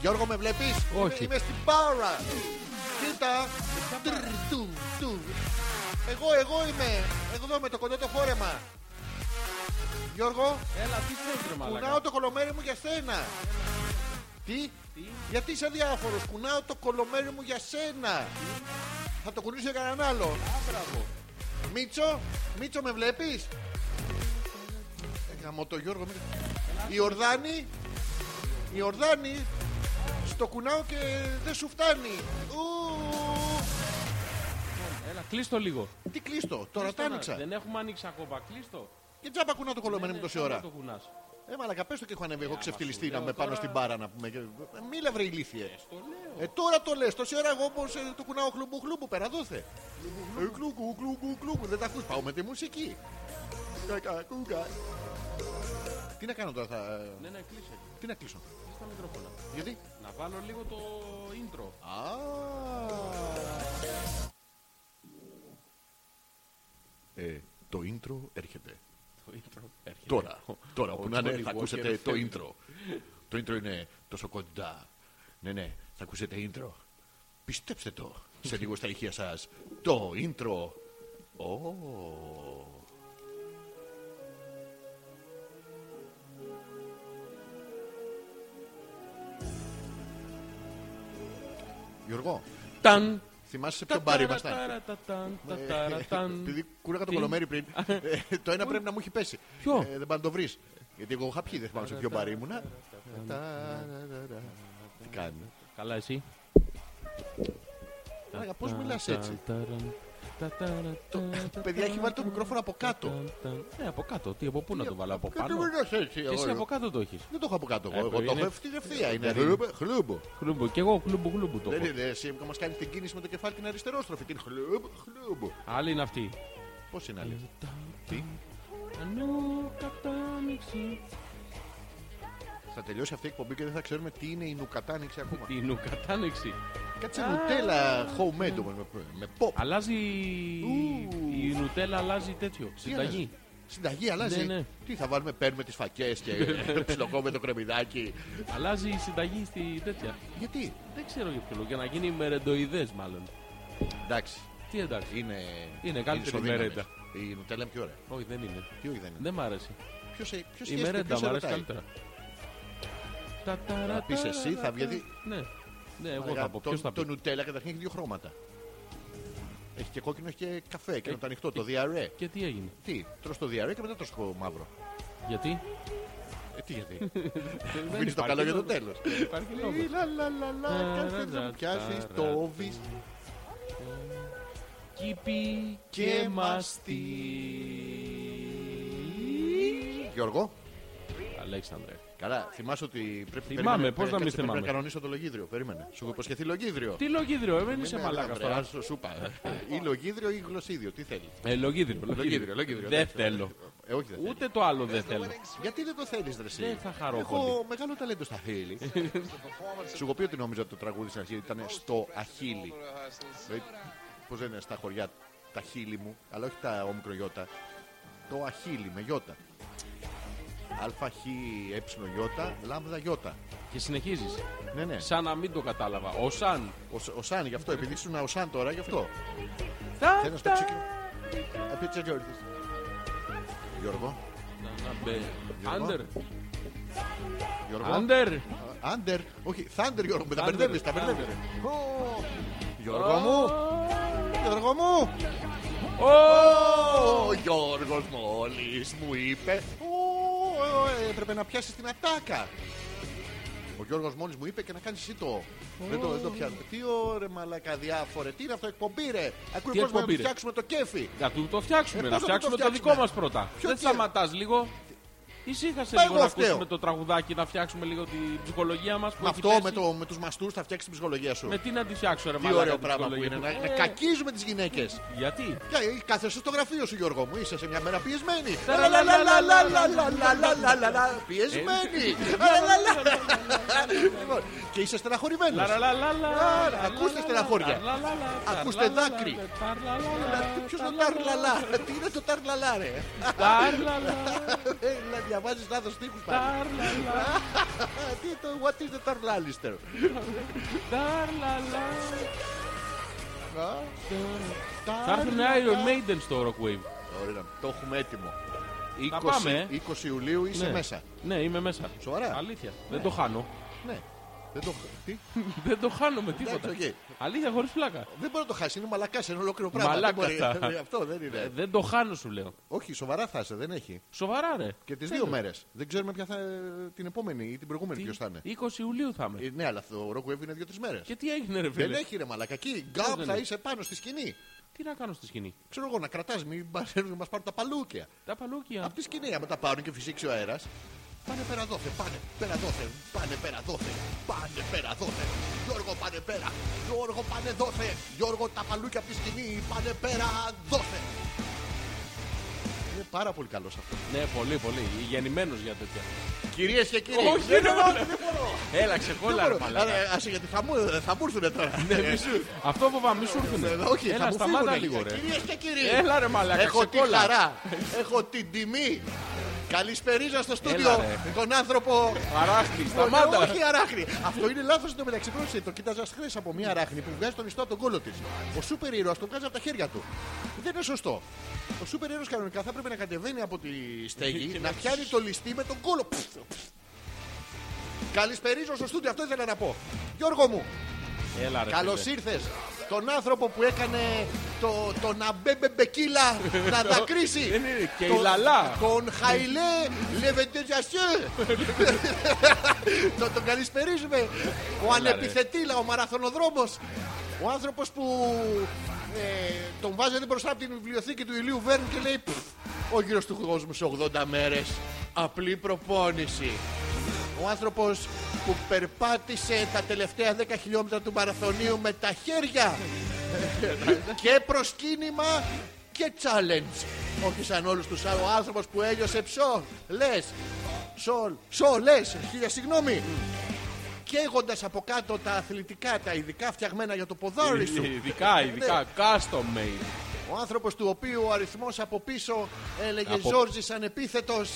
Γιώργο, με βλέπεις. Όχι. Είμαι στην πάρα. Κοίτα. Τρρ, του, του. Εγώ, εγώ είμαι. Εδώ με το κοντό το φόρεμα. Γιώργο, Έλα, τι θες ρε μαλάκα. κουνάω το κολομέρι μου για σένα. Τι? Γιατί είσαι διάφορος, κουνάω το κολομέρι μου για σένα. Θα το κουνήσω για κανέναν άλλο. Μπράβο. Μίτσο, Μίτσο με βλέπεις. Ε, Γαμώ το Γιώργο. μη- Η Ορδάνη, η Ορδάνη, στο κουνάω και δεν σου φτάνει. Ου, Έλα, κλείστο λίγο. τι κλείστο, τώρα Κλείστο, τα να- άνοιξα. Δεν έχουμε ανοίξει ακόμα. Κλείστο. Και τζάμπα κουνάω το κολομέρι μου Ναι, ναι, τόση καλά ώρα. Το κουνάς. Ε, μαλακα, πες το και έχω ανέβει. Εγώ άμα ξεφτυλιστεί σου να λέω με πάνω τώρα- στην μπάρα να πούμε. Ε, Μίλα βρε ηλίθιε. Στο ναι, λέω. Ε, τώρα το λες, τόση ώρα εγώ όπως ε, το κουνάω χλουμπου χλουμπου, πέρα δόθε. Ε, κλουκου, κλουκου, κλουκου, δεν τα ακούς, πάω με τη μουσική. Κακα, κούκα. Τι να κάνω τώρα, θα... ε, Ναι, ναι, κλείσε. τι να κλείσω. Κλείσε τα μικρόφωνα. Γιατί. Να βάλω λίγο το intro. Α, Ε, το intro έρχεται. Το intro έρχεται. Τώρα, τώρα Ο όπου να είναι Johnny θα Walker ακούσετε το φεύγει. intro. Το intro είναι τόσο κοντά. Ναι, ναι, θα ακούσετε intro. Πιστέψτε το, σε λίγο στα ηχεία σας. Το intro. Ω. Γιώργο, Ταν. θυμάσαι σε ποιο μπαρ ήμασταν. Ταραρατατάν, Ε, ταταρατάν. Επειδή κούραγα το Τι? κολομέρι πριν, ε, το ένα πρέπει να μου έχει πέσει. Ποιο? Ε, Δεν πάει να το βρεις. Γιατί εγώ είχα πιει, δεν θυμάμαι σε ποιο μπαρί ήμουνα. Ταραραρα. Τι κάνει. Καλά, εσύ. Μάγα, πώς μιλάς έτσι. Ταταραν, ταταρατάν, ταταρατάν, Παιδιά, έχει βάλει το μικρόφωνο από κάτω. Ε, ταταρατάν. Ναι, από κάτω. Τι, από πού να το βάλω, από Γιατί πάνω. μιλάς έτσι, Και εσύ αγόρι μου. από κάτω το έχεις. Δεν το έχω από κάτω Ε, εγώ. Εγώ το είναι- έχω ευθύν ευθεία. Είναι Δεν είναι. χλούμπο, χλούμπο. Χλούμπο, και εγώ χλούμπο χλούμπο το Δεν έχω. είναι εσύ που μας κάνεις την κίνηση με το κεφάλι την αριστερόστροφη. Την χλούμπο, χλούμπο. Άλλη είναι αυτή. Πώς είναι άλλη. Τι, Ανώ κατάμιξη. θα τελειώσει αυτή η εκπομπή και δεν θα ξέρουμε τι είναι η νουκατάνοιξη ακόμα. Τι νουκατάνεξη. Κάτσε νουτέλα homemade όμως, με- με pop. Αλλάζει. Ου. Η νουτέλα αλλάζει τέτοιο. Τι Συνταγή. αλλάζει? Συνταγή αλλάζει. Ναι, ναι. Τι θα βάλουμε, παίρνουμε τις φακές και ψιλοκόβουμε το κρεμμυδάκι. Αλλάζει η συνταγή στη τέτοια. Γιατί, Δεν ξέρω για ποιο λόγο. Για να γίνει μερεντοειδές, μάλλον. εντάξει, Τι εντάξει. είναι. Είναι καλύτερη η ισοδύναμες. μερέντα. Η νουτέλα είναι πιο ωραία. Όχι, δεν είναι. Τι όχι δεν είναι. Δεν μ' άρεσε. Ποιος, ε- ποιος Ναι. Η σχέση με μερέντα ποιος μου σε αρέσει ρωτάει. καλύτερα. Τα ταρα, Να πεις ταρα, εσύ, θα ταρα. βγει- Ναι. Ναι, εγώ Μαλάκα, θα πω. το- Ποιο θα Το πει. νουτέλα καταρχήν έχει δύο χρώματα. Έχει και κόκκινο, έχει και καφέ. Και Ε, να το ανοιχτό, το ε, διαρρέ. Και τι έγινε. Τι, τρως το διαρρέ και μετά τρως το μαύρο. Γιατί. Ε, τι γιατί. Δεν Μείνεις το υπάρχει καλό για το λόγος. Ε, τέλος. Δεν Υπάρχει λόγο. Κάτσε να μου πιάσει το όβι. Κύπη και και μαστί. μαστί. Γιώργο, Αλέξανδρε. Καλά, θυμάσαι ότι πρέπει Θυμάμαι, περίμενε, πώς να κάτσε, μην πρέπει θυμάμαι. να κανονίσω το λογίδριο. Περίμενε. Σου έχω υποσχεθεί λογίδριο. Τι λογίδριο, εμένα είσαι Ναι, μαλάκα βρε, τώρα. άστο, σου είπα. ε. Ή λογίδριο ή γλωσσίδιο, τι θέλεις. Ε, λογίδριο, Λογίδριο, λογίδριο. λογίδριο. Δεν εντάξει. θέλω. Ε, όχι, δεν Ούτε το άλλο δεν θέλω. θέλω. Γιατί δεν το θέλεις, Δρεσί. Δεν θα χαρώ Έχω μεγάλο ταλέντο στα χείλη. Σου έχω πει ότι νόμιζα ότι το τραγούδι στην αρχή ήταν στο Αχίλι. Πώ δεν είναι στα χωριά τα χείλη μου, αλλά όχι τα ομικρογιώτα. Το Αχίλι με γιώτα. Αλφα, χ, ε, γιώτα, λάμδα, γιώτα. Και συνεχίζεις. Ναι, ναι. Σαν να μην το κατάλαβα. Ο Σαν. Ο, Σ- ο Σαν, γι' αυτό, επειδή ήσουν ο Σαν τώρα, γι' αυτό. Τα- Θέλω να σου τα- παίξω και. Επίτσε Γιώργο. Γιώργο. Να μπε. Γιώργο. Άντερ. Γιώργο. Άντερ. Άντερ. Όχι, Θάντερ Γιώργο, με τα Thunder, μπερδεύεις. Τα μπερδεύεις. Ω, Γιώργο μου. Γιώργο μου. Ο Γιώργος μόλις μου είπε. «Ω, ε, Έπρεπε να πιάσεις την ατάκα. Ο Γιώργος μόλις μου είπε και να κάνεις εσύ το. Δεν το, δεν το πιάνω. Τι ωραία μαλακα διάφορε. Τι είναι αυτό εκπομπή ρε. Ακούει Τι πώς να εκπομπή, ρε? φτιάξουμε το κέφι. Να του το φτιάξουμε, Ε, να πώς να το φτιάξουμε το φτιάξουμε? δικό μας πρώτα. Ποιο Δεν τι είναι? σταματάς λίγο. Ησύχασε Μα λίγο εγώ να φταίω. ακούσουμε το τραγουδάκι, να φτιάξουμε λίγο την ψυχολογία μας. που Με έχει αυτό, πέσει. με, το, με τους μαστούς θα φτιάξεις την ψυχολογία σου. Με τι να τη φτιάξω, ρε Τι μαλάκα, ωραίο την πράγμα που ψυχολογία είναι. μου. Να, να Ε, κακίζουμε τις γυναίκες. Γιατί. Και Κάθεσαι στο γραφείο σου Γιώργο μου, είσαι σε μια μέρα πιεσμένη. Λαλαλαλαλαλαλαλαλαλα. Πιεσμένη. Λαλαλαλα. Λοιπόν, Και είσαι στεναχωρημένος. Άρα, ακούστε στεναχώρια. Ακούστε δάκρυ. Ποιος το ταρλαλά. Τι είναι το ταρλαλά ρε. Ταρλαλα. Έλα μια διαβάζει λάθο τείχου πάλι. Ταρλαλα, Τι το What is the Tarlalister. ταρλαλα. Θα έρθουν Iron Maiden στο Rockwave. Ωραία, το έχουμε έτοιμο. 20, πάμε, ε. 20 Ιουλίου είσαι Ναι. μέσα. Ναι, είμαι μέσα. Σοβαρά? Αλήθεια. Δεν το χάνω. Ναι. Δεν το. Τι. Δεν το χάνω με Εντάξει, τίποτα. οκ. Αλήθεια, χωρίς πλάκα. Δεν μπορεί να το χάσει, είναι μαλακάς, είναι ολόκληρο πράγμα. Μαλάκα Δεν μπορεί. αυτά. Αυτό δεν Ε, είναι. Δεν το χάνω, σου λέω. Όχι, σοβαρά θα είσαι, δεν έχει. Σοβαρά, ρε. Και τις Τέλος. δύο μέρες. Δεν ξέρουμε ποια θα ε, την επόμενη ή την προηγούμενη Τι- ποιος θα είναι. 20 Ιουλίου θα είμαι. Ε, Ναι, αλλά το Rockwave είναι δύο-τρει μέρες. Και τι έγινε, ρε Δεν φίλε. έχει ρε μαλακά. Εκεί γκάμπ δεν θα έχει. είσαι πάνω στη σκηνή. Τι να κάνω στη σκηνή. Ξέρω εγώ να κρατάς, μην μας πάρουν τα παλούκια. Τα παλούκια. Από τη σκηνή, άμα τα πάρουν και φυσήξει ο αέρας. Πάνε πέρα δόθε, πάνε πέρα δόθε, πάνε πέρα δόθε, πάνε πέρα δόθε. Γιώργο πάνε πέρα, Γιώργο πάνε δόθε, Γιώργο τα παλούκια από τη σκηνή, πάνε πέρα δόθε. Είναι πάρα πολύ καλός αυτός. Ναι, πολύ, πολύ. Γεννημένος για τέτοια. Κυρίες και κύριοι, Όχι, δεν ρε, μπορώ, μάνα. δεν μπορώ. Έλα, ξεκόλα, ρε Δεν μπορώ. Ε, μαλάκα. Άρα, Άσε γιατί θα μου- θα μου έρθουνε τώρα. Ναι, μη σου- Αυτό φοβάμαι, μη σου έρθουνε. Ε, Όχι, θα Έλα, μου σταμάτα φύγουνε. λίγο, ρε. Κυρίες και κύριοι, Έλα, ρε μαλάκα, έχω τη ξεκόλα. χαρά, έχω την τιμή. Καλησπερίζω στο στούντιο ρε. τον άνθρωπο. Αράχτη, σταμάτα. Ε, Όχι αράχνη. Αυτό είναι λάθος το μεταξύ. Πρόσεξε, το κοίταζα χθες από μια αράχνη που βγάζει τον ιστό από τον κόλο της. Ο σούπερ ήρωας το βγάζει από τα χέρια του. Δεν είναι σωστό. Ο σούπερ ήρωας κανονικά θα πρέπει να κατεβαίνει από τη στέγη, να πιάνει το ληστή με τον κόλο. Πφ, πφ. Καλησπερίζω στο στούντιο, αυτό ήθελα να πω. Γιώργο μου, Έλα, ρε. Καλώς φίλε. ήρθες τον άνθρωπο που έκανε το, το να μπέμπε μπεκίλα να τα κρίσει. Δεν είναι, και η Τον- λαλά. Τον Χαϊλέ Λεβεντεζασιέ. Τον τον καλησπερίζουμε. Ο ρε. ανεπιθετήλα, ο μαραθωνοδρόμος Ο άνθρωπος που ε, τον βάζετε μπροστά από την βιβλιοθήκη του Ηλίου Βέρν και λέει «Πφ, Ο γύρος του κόσμου σε 80 μέρες. Απλή προπόνηση. Ο άνθρωπος που περπάτησε τα τελευταία 10 χιλιόμετρα του μαραθωνίου με τα χέρια και προσκύνημα και challenge. Όχι σαν όλους τους άλλους. Ο άνθρωπος που έλειωσε ψό, λες, σολ, σολ, λες, χίλια συγγνώμη. Καίγοντας από κάτω τα αθλητικά, τα ειδικά φτιαγμένα για το ποδάρι σου. Ε, Ε, ναι, Ειδικά, ειδικά. Custom made. Ο άνθρωπος του οποίου ο αριθμός από πίσω έλεγε Από- Ζόρζης ανεπίθετος.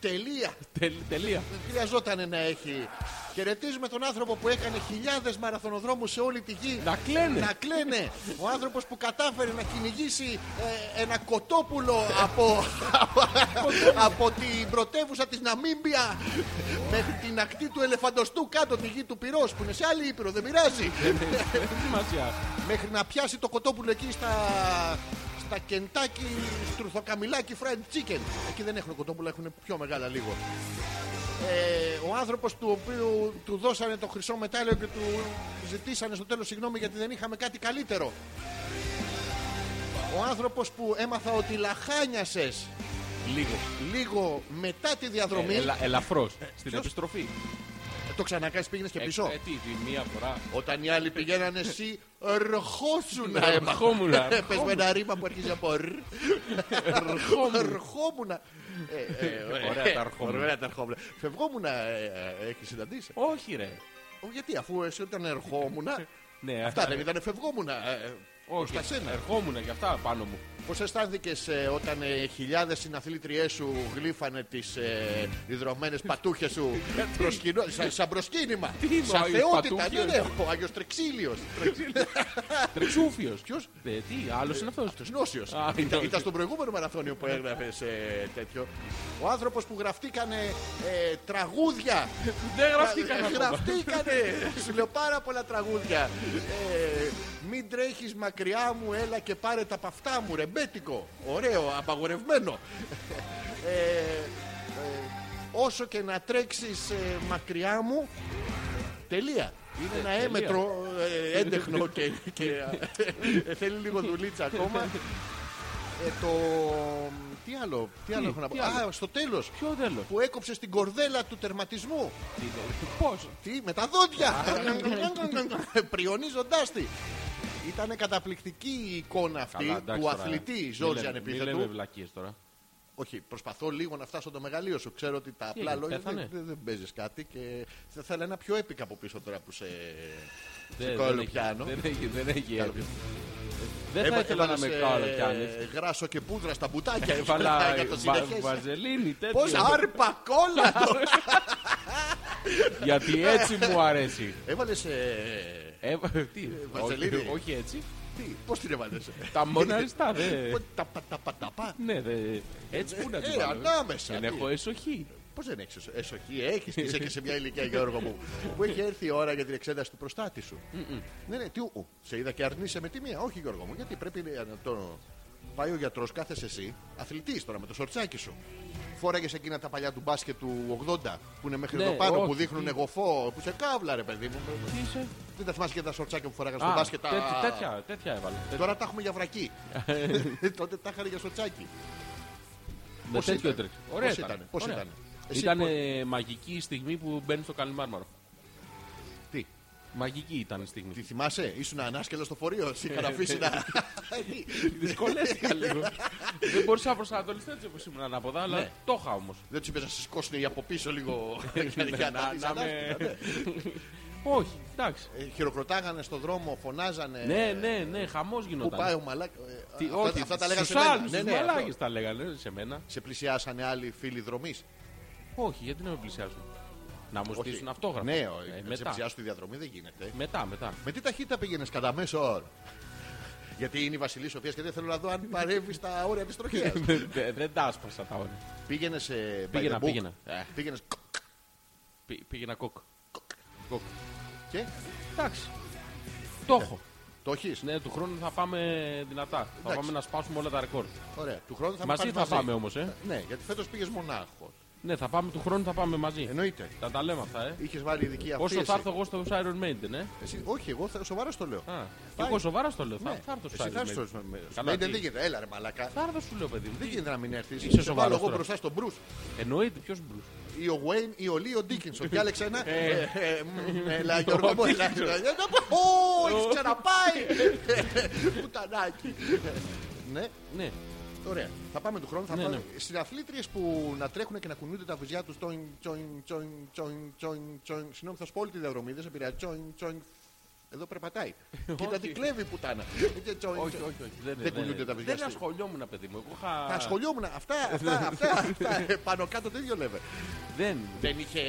Τελεία. Τελ- Τελεία. Δεν χρειαζόταν να έχει. Χαιρετίζουμε τον άνθρωπο που έκανε χιλιάδες μαραθωνοδρόμους σε όλη τη γη. Να κλαίνε. Να κλαίνε. Ο άνθρωπος που κατάφερε να κυνηγήσει ε, ένα κοτόπουλο από, από, από την πρωτεύουσα της Ναμίμπια μέχρι την ακτή του ελεφαντοστού κάτω τη γη του πυρός που είναι σε άλλη ήπειρο, δεν πειράζει. Τι σημασία. μέχρι να πιάσει το κοτόπουλο εκεί στα, στα κεντάκι στρουθοκαμιλάκι fried chicken. Εκεί δεν έχουν κοτόπουλα, έχουν πιο μεγάλα λίγο. Ε, ο άνθρωπος του οποίου του δώσανε το χρυσό μετάλλιο και του ζητήσανε στο τέλος συγγνώμη γιατί δεν είχαμε κάτι καλύτερο. Ο άνθρωπος που έμαθα ότι λαχάνιασες Λίγο. λίγο μετά τη Ε, διαδρομή. Ελαφρώ. Στην Ε, ποιος? επιστροφή. Το ξανακάνεις πήγαινες και Ε, πίσω. ε, τι, τη μία φορά. Όταν οι άλλοι πηγαίνανε, εσύ ερχόσουνα. Ερχόμουν. Πες με ένα ρήμα που αρχίζει από ρ. Ερχόμουνα. Ε, ε, Ωραία τα ερχόμουνα. Ωραία τα ερχόμουνα. Φευγόμουνα έχεις συναντήσει. Όχι, ρε. Ω, Γιατί αφού εσύ όταν ερχόμουνα. Ναι, Αυτά δεν ήταν φευγόμουνα. ε, Όχι, προς τα σένα. ερχόμουν και αυτά πάνω μου. Πώς αισθάνθηκες ε, όταν ε, χιλιάδες συναθλήτριές σου γλύφανε τις ε, ιδρωμένες πατούχες σου προσκυνώ, σαν, σαν προσκύνημα, Τι είναι ο σαν Άγιος θεότητα, Πατούχιος? ναι, ναι, ο Άγιος Τρεξίλιος. Τρεξούφιο. Ε, Ποιος? Ε, τι, άλλος είναι αυτός. Αυτός είναι όσιος. Α, είναι Ήταν, όσιος. ήταν στον προηγούμενο μαραθώνιο που έγραφες σε τέτοιο. Ο άνθρωπος που γραφτήκανε ε, τραγούδια. Δεν γραφτήκαν Ε, ακόμα. γραφτήκανε. Σου λέω πάρα πολλά τραγούδια. Ε, μην τρέχεις μακριά μου, έλα και πάρε τα παυτά μου, ρεμπέτικο. Ωραίο, απαγορευμένο. Ε, ε, όσο και να τρέξεις ε, μακριά μου, τελεία. Είναι ένα τελεία. έμετρο, ε, έντεχνο και, και, ε, θέλει λίγο δουλίτσα ακόμα. Ε, το... Τι άλλο, τι άλλο Τι, έχω να πω. τι άλλο. Α, στο τέλος, Ποιο τέλος. που έκοψες την κορδέλα του τερματισμού. Πώς. Τι, με τα δόντια! Πριονίζοντά τη. Ήταν καταπληκτική η εικόνα αυτή του αθλητή Ζόρζι Μην ε. λέμε Ανεπίθετου. βλακίες τώρα. Όχι, προσπαθώ λίγο να φτάσω το μεγαλείο σου. Ξέρω ότι τα απλά έγινε, λόγια πέθανε? δεν, δεν, δεν παίζεις κάτι και θα ήθελα ένα πιο έπικα από πίσω τώρα που σε. Δεν- κόλλο δεν έχει- πιάνω. Δεν έχει, δεν έχει. Καλό. έπιπλο. Δεν θα Έβα- ήθελα να με έβαλες, κάνω ε, κι αν Γράσο και πούδρα στα μπουτάκια. σου, Έβαλα για το βα- Ε, συνεχές. βαζελίνη τέτοιο. Πώς άρπα κόλλα το. Γιατί έτσι μου αρέσει. Έβαλες... Έβα- Τι, Ε, βαζελίνη. όχι- όχι έτσι. Πώς την έβαλες. ε? Τα μοναριστά δε. Πο- Τα πα- τα πα- τα πα. Ναι, δε. Έτσι πού να Ε, την ε, βάλω. ανάμεσα. Δεν τι. έχω εσοχή. Πώς δεν έχεις εσοχή, έχεις τη, είσαι και σε μια ηλικία, Γιώργο μου, που έχει έρθει η ώρα για την εξέταση του προστάτη σου. ναι, ναι, τι ου, σε είδα και αρνείσαι με τη μία. Όχι, Γιώργο μου, γιατί πρέπει να το. Πάει ο γιατρός, κάθεσαι εσύ, αθλητής τώρα με το σορτσάκι σου. Φόραγες εκείνα τα παλιά του μπάσκετ του 80 που είναι μέχρι Ναι, εδώ πάνω, που όχι, δείχνουν τι. γοφό, που σε κάβλα ρε παιδί μου. Τι είσαι. Δεν τα θυμάσαι και τα σορτσάκια που φοράγανε στο Α, μπάσκετ. τα- τέτοι- Τέτοια, Ε. τέτοια έβαλα. Τέτοια. Τώρα τα έχουμε για βρακή. Τότε τα είχαν για σορτσάκι. Με Πώς τέτοιο ήταν? τρέξ. Ωραία Πώς ήταν, πώς ωραία. ήταν. Εσύ Ήταν πώς- ε, μαγική η στιγμή που μπαίνει στο Καλιμάρμαρο. Τι? Μαγική ήταν η στιγμή. Τη θυμάσαι, ήσουν ανάσκελος στο φορείο. Σε Ε, είχαν αφήσεις να. Δυσκολεύτηκα λίγο. Δεν μπορούσα να προσανατολιστώ έτσι όπως ήμουν ανάποδα, αλλά Ναι. το είχα όμως. Δεν τους είπες να σε σκόσουν οι από πίσω λίγο. Ε, για να Ε, Να- δεις να με- ανάσκελα, ναι. Όχι, εντάξει. Ε, Χειροκροτάγανε στον δρόμο, φωνάζανε. Ναι, ναι, ναι, χαμός Πού γινόταν. πάει ο μαλάκα. ε, Τι- αυτά- όχι, Αυτά τα λέγανε σε στους μένα. άλλους, Ναι, στους ναι, αυτό. μαλάκες τα λέγανε σε μένα. Σε πλησιάσανε άλλοι φίλοι δρομής. Όχι, γιατί να με πλησιάζουν. Να μου στήσουν αυτόγραφο. Ναι, Ε, όχι, να σε μετά. πλησιάσουν τη διαδρομή δεν γίνεται. Μετά, μετά. Με τι ταχύτητα πήγαινες κατά μέσο όρο. Γιατί είναι η Βασιλή Σοφίας και δεν θέλω να δω αν παρεύει στα όρια της τροχέα. Δε- Δεν τα άσπασα τα όρια. Πήγαινες σε. by Πήγαινα, the book. πήγαινα. Ε, Πήγαινες. Πή- Πήγαινα κόκ. Και Εντάξει. Το έχω. το έχεις. Ναι, του χρόνου θα πάμε δυνατά. Θα πάμε να σπάσουμε όλα τα ρεκόρ. Ωραία. Του χρόνου θα μαζί πάρεις θα πάμε όμως, ε. Ναι, γιατί φέτος πήγες μονάχο. Ναι, θα πάμε του χρόνου θα πάμε μαζί. Εννοείται. Θα Ε, ναι, τα λέμε αυτά, ε. Είχες βάλει ειδική αυτή. Όσο θα έρθω εγώ στο Iron Maiden, ε. Εσύ, όχι, εγώ θα- σοβαρά στο λέω. Α, και Πάει. εγώ σοβαρά στο λέω. Θα, Ναι. θα έρθω στο Εσύ Iron θα έρθω Maiden. στο- με- Καλά, Maiden τι. δεν γίνεται. Έλα ρε μαλακά. Θα έρθω σου λέω, παιδί μου. Δεν Τι- γίνεται να μην έρθεις. Σε Είσαι σοβαρός βάλω εγώ τώρα. μπροστά στον Μπρουζ Εννοείται, ποιος μπρου. ή ο Βέιν ή ο Λί ή ο Ντίκινσον. Διάλεξε ένα. Ε, ε, μ, Έλα Γιώργο μου, έλα. έλα, πω, Ω, έχεις ξαναπάει. Πουτανάκι. Ναι, Ναι, ωραία. Θα πάμε του χρόνου. Θα Ναι, πάμε συναθλήτριες που να τρέχουν και να κουνούνται τα βυζιά τους. Τσόιν, τσόιν, τσόιν, τσόιν, τσόιν, τσόιν. Συγγνώμη, θα σου πω όλη τη διαδρομή. Δεν σε πειράζει. Τσόιν, τσόιν. Εδώ περπατάει. Κοίτα τι Όχι. κλέβει η πουτάνα. Και τσόιν, όχι, τσόιν. όχι. όχι. Δεν, κουνιούνται τα παιδιά Δεν σου. ασχολιόμουν, παιδί μου. Εγώ Τα είχα. σχολιόμουν. Αυτά, αυτά, αυτά. αυτά. Πάνω κάτω το ίδιο λέμε. Δεν. Δεν είχε.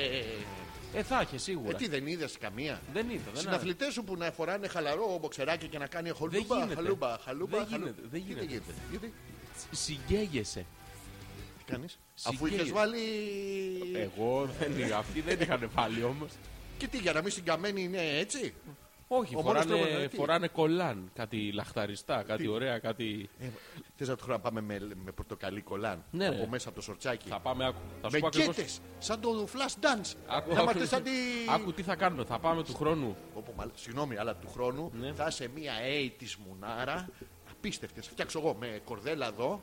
Ε, θα είχε Ε, σίγουρα. τι δεν είδες καμία. Δεν είδα. Δεν άρεσε. Συναθλητέ σου που να φοράνε χαλαρό μποξεράκι και να κάνει χολούμπα, γίνεται. χαλούμπα, χαλούμπα. Δεν χαλού- γίνεται, δεν Τι γίνεται. Γιατί, Συγγέγεσαι. τι κάνει. Αφού Συγκίνησε. είχε βάλει. Ε. Εγώ δεν είχα. Αυτοί δεν είχαν πάλι όμως. Και τι, για να μην συγκαμμένη είναι έτσι. Όχι, Ο μόνος τρόπος να- φοράνε, τι? φοράνε κολάν. Κάτι λαχταριστά, κάτι Τι? ωραία, κάτι. Θες να τώρα πάμε με, με πορτοκαλί κολάν Ναι, από ρε. μέσα από το σορτσάκι. Θα πάμε, άκου. Θα σου Με πω ακριβώς- γκέτε, σαν το flash dance. Άκου, να άκου. είμαστε σαν τη. Άκου τι θα κάνουμε. Θα πάμε του χρόνου. Όπου, μάλλον, συγγνώμη, αλλά του χρόνου Ναι. θα είσαι μία A τη μουνάρα. Απίστευτες. Φτιάξω εγώ με κορδέλα εδώ,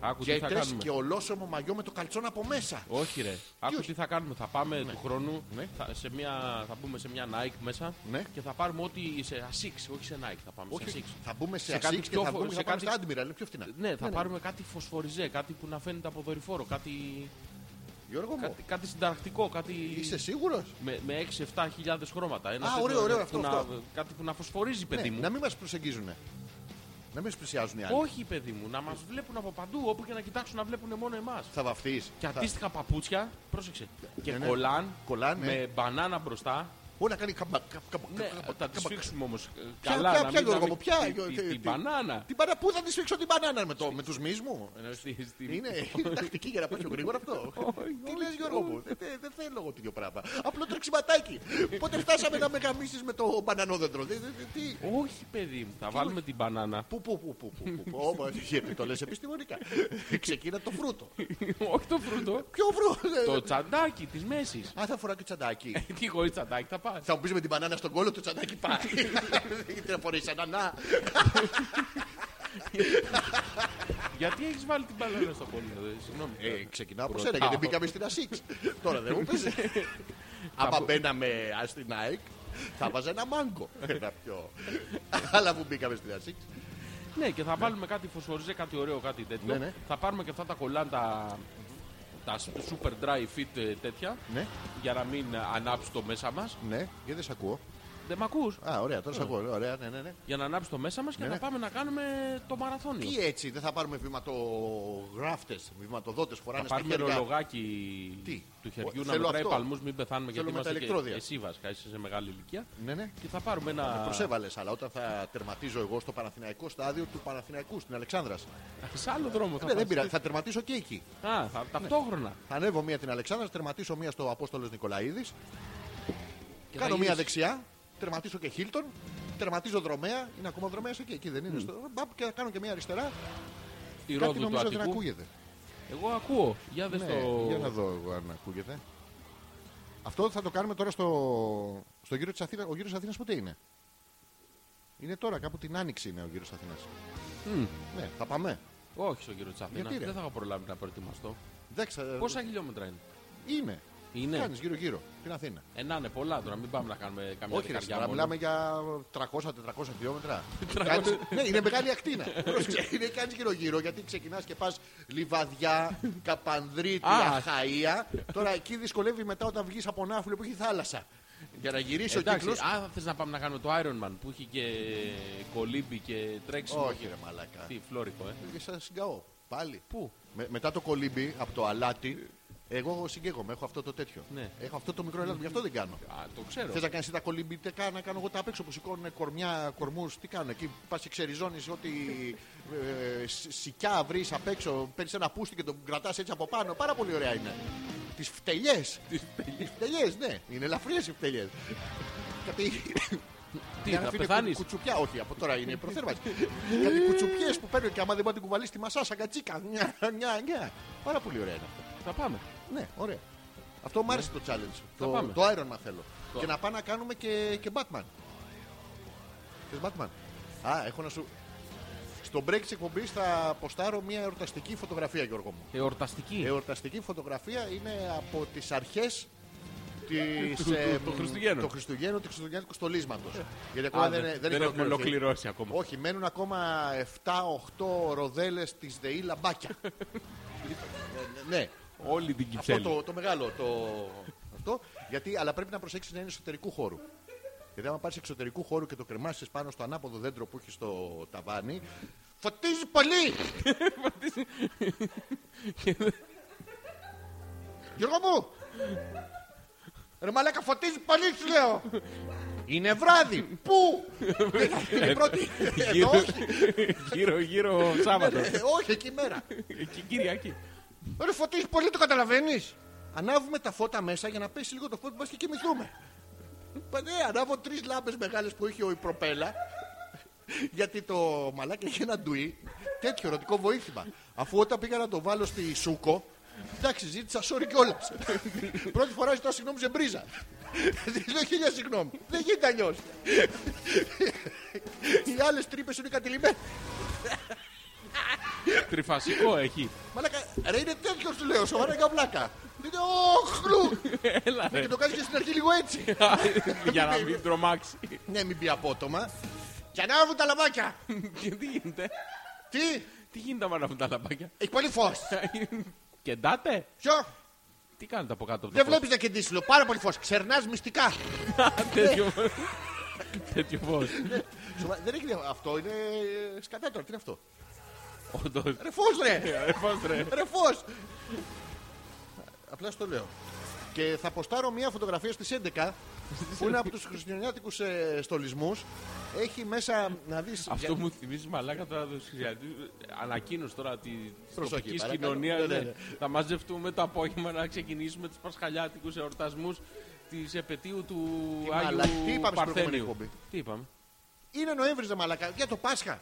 Άκου τι θα γκέτε κάνουμε. και ολόσωμο μαγιό με το καλτσόν από μέσα. Όχι ρε. Άκου όχι. τι θα κάνουμε. Θα πάμε του χρόνου. Ναι. Θα, σε μια, θα μπούμε σε μια Nike μέσα Ναι. και θα πάρουμε ό,τι σε Asics. Όχι σε Nike θα πάμε. Σε Όχι, Asics. θα μπούμε σε, Σε κάτι Asics και πιο θα φω- μπούμε σε θα πάμε κάτι- στα Admiral, είναι πιο φθηνά. Ναι, θα πάρουμε κάτι φωσφοριζέ, κάτι που να φαίνεται από δορυφόρο, κάτι, Γιώργο μου, κάτι, κάτι συνταρακτικό, κάτι είσαι σίγουρος? με, με 6-7 χιλιάδες χρώματα. Ένα Α, τέτοιο ωραίο, ωραίο που αυτό, να- αυτό. Κάτι που να φωσφορίζει, παιδί Ναι, μου. να μην μας προσεγγίζουνε. Να μην σου πλησιάζουν οι άλλοι. Όχι, παιδί μου, να μας βλέπουν από παντού, όπου και να κοιτάξουν να βλέπουν μόνο εμάς. Θα βαφτείς. Και θα... αντίστοιχα παπούτσια, πρόσεξε, και ναι. κολάν, Κολλάν, ναι. με μπανάνα μπροστά, Ω, να κάνει καμπα, καμπα, καμπα, Ναι, καμπα, θα τη καμπα. σφίξουμε όμως. Ποια- Καλά, ποια- να ποια, μην Γιώργο να μου, μην- ποια, τη- Γιώργο, τη- τι- Την τι- μπανάνα. Την παρα, πού θα τη σφίξω την μπανάνα με, το, με τους μυς μου. Στη- στη- Είναι, είναι τακτική για να πάει πιο γρήγορα αυτό. Όχι, Τι όχι, λες Γιώργο μου, δεν δε, δεν θέλω εγώ τέτοιο πράγμα. Απλό τρεξιματάκι. Πότε φτάσαμε να με γαμίσεις με το μπανανόδεντρο. Δε- δε- δε- τι- Όχι, παιδί μου, θα βάλουμε την μπανάνα. Πού, πού, πού, πού, πού, πού, πού. Ω, μα, γιατί το λες επιστημονικά. Ξεκίνα το φρούτο. Όχι το φρούτο. Ποιο φρούτο. Το τσαντάκι της μέσης. Α, θα φορά και τσαντάκι. Τι χωρίς τσαντάκι θα πα. Θα μου πεις με την μπανάνα στον κόλλο το τσαντάκι πάει. Είτε να φορέσεις ανανά. Γιατί έχεις βάλει την μπανάνα στο κόλλο, ε, συγγνώμη. Ε, Ξεκινάω από Ρωτάω. σένα γιατί μπήκαμε στην Ασίξ. Τώρα δεν μου πεις. Άμα μπαίναμε ας, στην ΑΕΚ, θα βάζα ένα μάγκο. Ένα πιο. Αλλά που μπήκαμε στην Ασίξ. Ναι, και θα βάλουμε κάτι φωσφοριζέ, κάτι ωραίο, κάτι Ναι, τέτοιο. ναι. Θα πάρουμε και αυτά τα κολλάν τα. Τα super dry fit ε, τέτοια Ναι, για να μην ανάψει το μέσα μας ναι, γιατί δεν σε ακούω. Δεν μ' ακούς. Α, ωραία, Ε. τώρα σε ακούω. Ωραία, ναι, ναι, ναι. Για να ανάψεις το μέσα μας και Ναι, να ναι. πάμε να κάνουμε το μαραθώνιο. Τι έτσι, δεν θα πάρουμε βηματογράφτες, βηματοδότες, φοράνε Θα πάρουμε στα χέρια. ρολογάκι Τι? του χεριού Ω, να θέλω μετράει αυτό. παλμούς, μην πεθάνουμε γιατί Θέλω με τα είμαστε και ηλεκτρόδια. εσύ βασικά, είσαι σε μεγάλη ηλικία. Ναι, ναι. Και θα πάρουμε Με ένα. προσέβαλες, αλλά όταν θα τερματίζω εγώ στο Παναθηναϊκό στάδιο του Παναθηναϊκού στην Αλεξάνδρας. Σε άλλο δρόμο θα Ναι, δεν Ναι. πας. πειράζει, θα τερματίσω και εκεί. Α, θα, ταυτόχρονα. Θα ανέβω μία την Αλεξάνδρα, θα τερματίσω μία στο Απόστολος Νικολαίδης. Και θα Κάνω μία γυρίσεις. δεξιά, τερματίσω και Χίλτον. Τερματίζω δρομέα, είναι ακόμα δρομέας εκεί, εκεί δεν είναι. Στο... Μπαπ, και θα κάνω και μία αριστερά. Τη Κάτι ρόδου του νομίζω δεν Αττικού. ακούγεται. Εγώ ακούω. Για δες Ναι, το. για να δω εγώ αν ακούγεται. Αυτό θα το κάνουμε τώρα στο, στο γύρο της Αθήνας. Ο γύρος της Αθήνας πότε είναι. Είναι τώρα, κάπου την άνοιξη είναι ο γύρος της Αθήνας. Μμ. Ναι, θα πάμε. Όχι στο γύρο της Αθήνας. Γιατί, ρε? Δεν θα έχω προλάβει να προετοιμαστώ. Δεν ξέρω. Πόσα χιλιόμετρα είναι. Είναι. Είναι. Κάνεις γύρω-γύρω την Αθήνα. Ε, να είναι πολλά τώρα, μην πάμε να κάνουμε καμιά Όχι, ρε, δεκαριά τώρα μόνο. μιλάμε για 300-400 χιλιόμετρα. 300. Κάνεις- ναι, είναι μεγάλη ακτίνα. Πρόσεξε, είναι κάνεις γύρω-γύρω γιατί ξεκινάς και πας Λιβαδιά, Καπανδρίτη, Α. Αχαία. Τώρα εκεί δυσκολεύει μετά όταν βγεις από Νάφουλο που έχει θάλασσα. Για να γυρίσει ο Εντάξει, κύκλος. αν θες να πάμε να κάνουμε το Iron Man που έχει και κολύμπι και τρέξιμο. Όχι, ρε μαλακά. Τι, φλόρικο, ε. Και σα συγκαώ. Πάλι. Πού? Με- μετά το κολύμπι από το αλάτι, εγώ συγκέγομαι. Έχω αυτό το τέτοιο. Ναι. Έχω αυτό το μικρό ελάττωμα, γι' αυτό δεν κάνω. Α, το ξέρω. Θες να κάνεις τα κολυμπητικά, να κάνω εγώ τα απ' έξω που σηκώνουν κορμιά, κορμούς. Τι κάνω εκεί, πας και ξεριζώνεις ό,τι ε, σι- σικιά βρεις απ' έξω. Παίρνεις ένα πούστη και τον κρατάς έτσι από πάνω. Πάρα πολύ ωραία είναι. Τις φτελιές. Τις φτελιές, ναι. Είναι ελαφριές οι φτελιές. Κάτι. Τι, μια θα φίλη πεθάνεις. κου- Κουτσουπιά, όχι, από τώρα είναι η προθέρμανση. Κάτι κουτσουπιές που παίρνουν και άμα δεν μπορεί να την κουβαλήσεις τη μασά, σαν κατσίκα. Νια, νια, νια. Πάρα πολύ ωραία είναι αυτό. Θα πάμε. Ναι, ωραία. Αυτό μου άρεσε το challenge. Ναι. Θα Το, πάμε. το Iron Man θέλω. Το- Και να πάμε να κάνουμε και, και Batman. Θες Batman. Α, έχω να σου. Στο break της εκπομπής θα ποστάρω μια εορταστική φωτογραφία, Γιώργο μου. Ε, Εορταστική. Εορταστική φωτογραφία είναι από τις αρχές της, Του- του- του Χριστουγέννου. ναι. Το Χριστουγέννου, του Χριστουγεννιάτικου στολίσματος. Γιατί ακόμα δεν, δεν, έχει έχουμε ολοκληρώσει ακόμα. όχι, μένουν ακόμα 7-8 ροδέλες της ΔΕΗ λαμπάκια. ναι, Όλη την αυτό Κυψέλη. το, το μεγάλο. Το, αυτό, γιατί, αλλά πρέπει να προσέξεις να είναι εσωτερικού χώρου. Γιατί άμα πάρεις εξωτερικού χώρου και το κρεμάσεις πάνω στο ανάποδο δέντρο που έχει στο ταβάνι, φωτίζεις πολύ! Γιώργο μου! Ρε μαλάκα φωτίζεις πολύ σου λέω! Είναι βράδυ! Πού! Είναι η πρώτη! Εδώ όχι! ναι. Γύρω γύρω Σάββατος. Ε, Όχι εκεί μέρα! Εκεί Κυριακή. Ρε φωτίζει πολύ, το καταλαβαίνεις. Ανάβουμε τα φώτα μέσα για να πέσει λίγο το φως, μπας και κοιμηθούμε. Είπα, Ναι, ανάβω τρεις λάμπες μεγάλες που είχε ο η προπέλα. Γιατί το μαλάκι είχε ένα ντουί, τέτοιο ερωτικό βοήθημα. Αφού όταν πήγα να το βάλω στη Σούκο, εντάξει, ζήτησα sorry κιόλας. Πρώτη φορά ζητάω συγγνώμη σε μπρίζα. Τη λέω χίλια συγγνώμη. Δεν γίνεται αλλιώς. Οι άλλες τρύπες είναι κατηλημένες. Τριφασικό έχει. Μαλάκα, ρε είναι τέτοιος σου λέω, σοβαρά είναι καβλάκα. Είναι οχ, χλου. Έλα Ναι, ρε. Και το κάνεις και στην αρχή λίγο έτσι. Για να μην τρομάξει. ναι, μην πει απότομα. Και ανάβουν τα λαμπάκια. Και τι γίνεται. Τι, Τι γίνεται άμα ανάβουν τα λαμπάκια. έχει πολύ φως. Κεντάτε. Ποιο, Τι κάνετε από κάτω από το δεν βλέπεις να κεντήσεις, λέω πάρα πολύ φως. Ξερνάς μυστικά. φως? Ναι. Τέτοιο φως. Τέτοιο φως. Σοβα- δεν έχει διαφορά. Αυτό είναι ε, σκατά τώρα, τι είναι αυτό. Όντως. Ρε φως, ρε. Ρε φως, ρε. Ρε φως. Απλά στο λέω. Και θα αποστάρω μια φωτογραφία στις 11 που είναι από τους χριστιανιάτικους ε, στολισμούς. Έχει μέσα να δεις... Αυτό μου θυμίζει μαλάκα τώρα το σχεδιατή. Ανακοίνωση τώρα τη Προσοχή, τοπικής παρακαλώ. κοινωνίας. Ναι, ναι, ναι. Θα μαζευτούμε το απόγευμα να ξεκινήσουμε τους πασχαλιάτικους εορτασμούς της επαιτίου του Άγιου μαλακ- τι είπαμε στην προηγούμενη Παρθένιου. εκπομπή? Τι είπαμε. Είναι Νοέμβρης, δε μαλακά. Για το Πάσχα.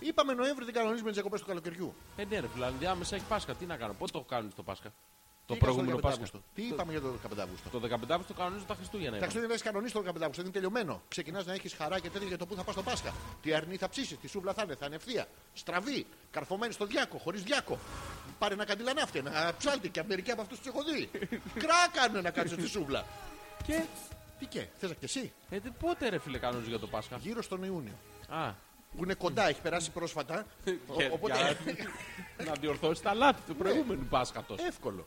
Είπαμε Νοέμβρη δεν κανονίζουμε τις διακοπές του καλοκαιριού. Ε, ναι, ρε, δηλαδή, άμεσα έχει Πάσχα. Τι να κάνω, πότε το κάνουν το Πάσχα. Το Τι προηγούμενο είπαμε στο 15 Πάσχα. Αύγουστο. Τι είπαμε για το 15 Αύγουστο. Το 15 Αύγουστο κανονίζουν τα Χριστούγεννα. Τα είπαμε. Χριστούγεννα έχει κανονίσει το 15 Αύγουστο, είναι τελειωμένο. Ξεκινάς να έχεις χαρά και τέτοια για το που θα πας το Πάσχα. Τι αρνή θα ψήσεις, τι σούβλα θα είναι, θα είναι ευθεία. Στραβή, καρφωμένη στο διάκο, χωρίς διάκο. Πάρε ένα καντιλανάφτη, ένα ψάλτη και μερικοί από αυτούς τους έχω δει. Κράκανε να κάτσε στη σούβλα. Και Τι και, θες και εσύ, ε, τι- πότε ρε φίλε κανονίζουν για το Πάσχα. γύρω στον Ιούνιο. Α, Που είναι κοντά, έχει περάσει πρόσφατα. Ο- για- Οπότε Ε. για- να διορθώσει τα λάθη του προηγούμενου Πάσχατος. εύκολο.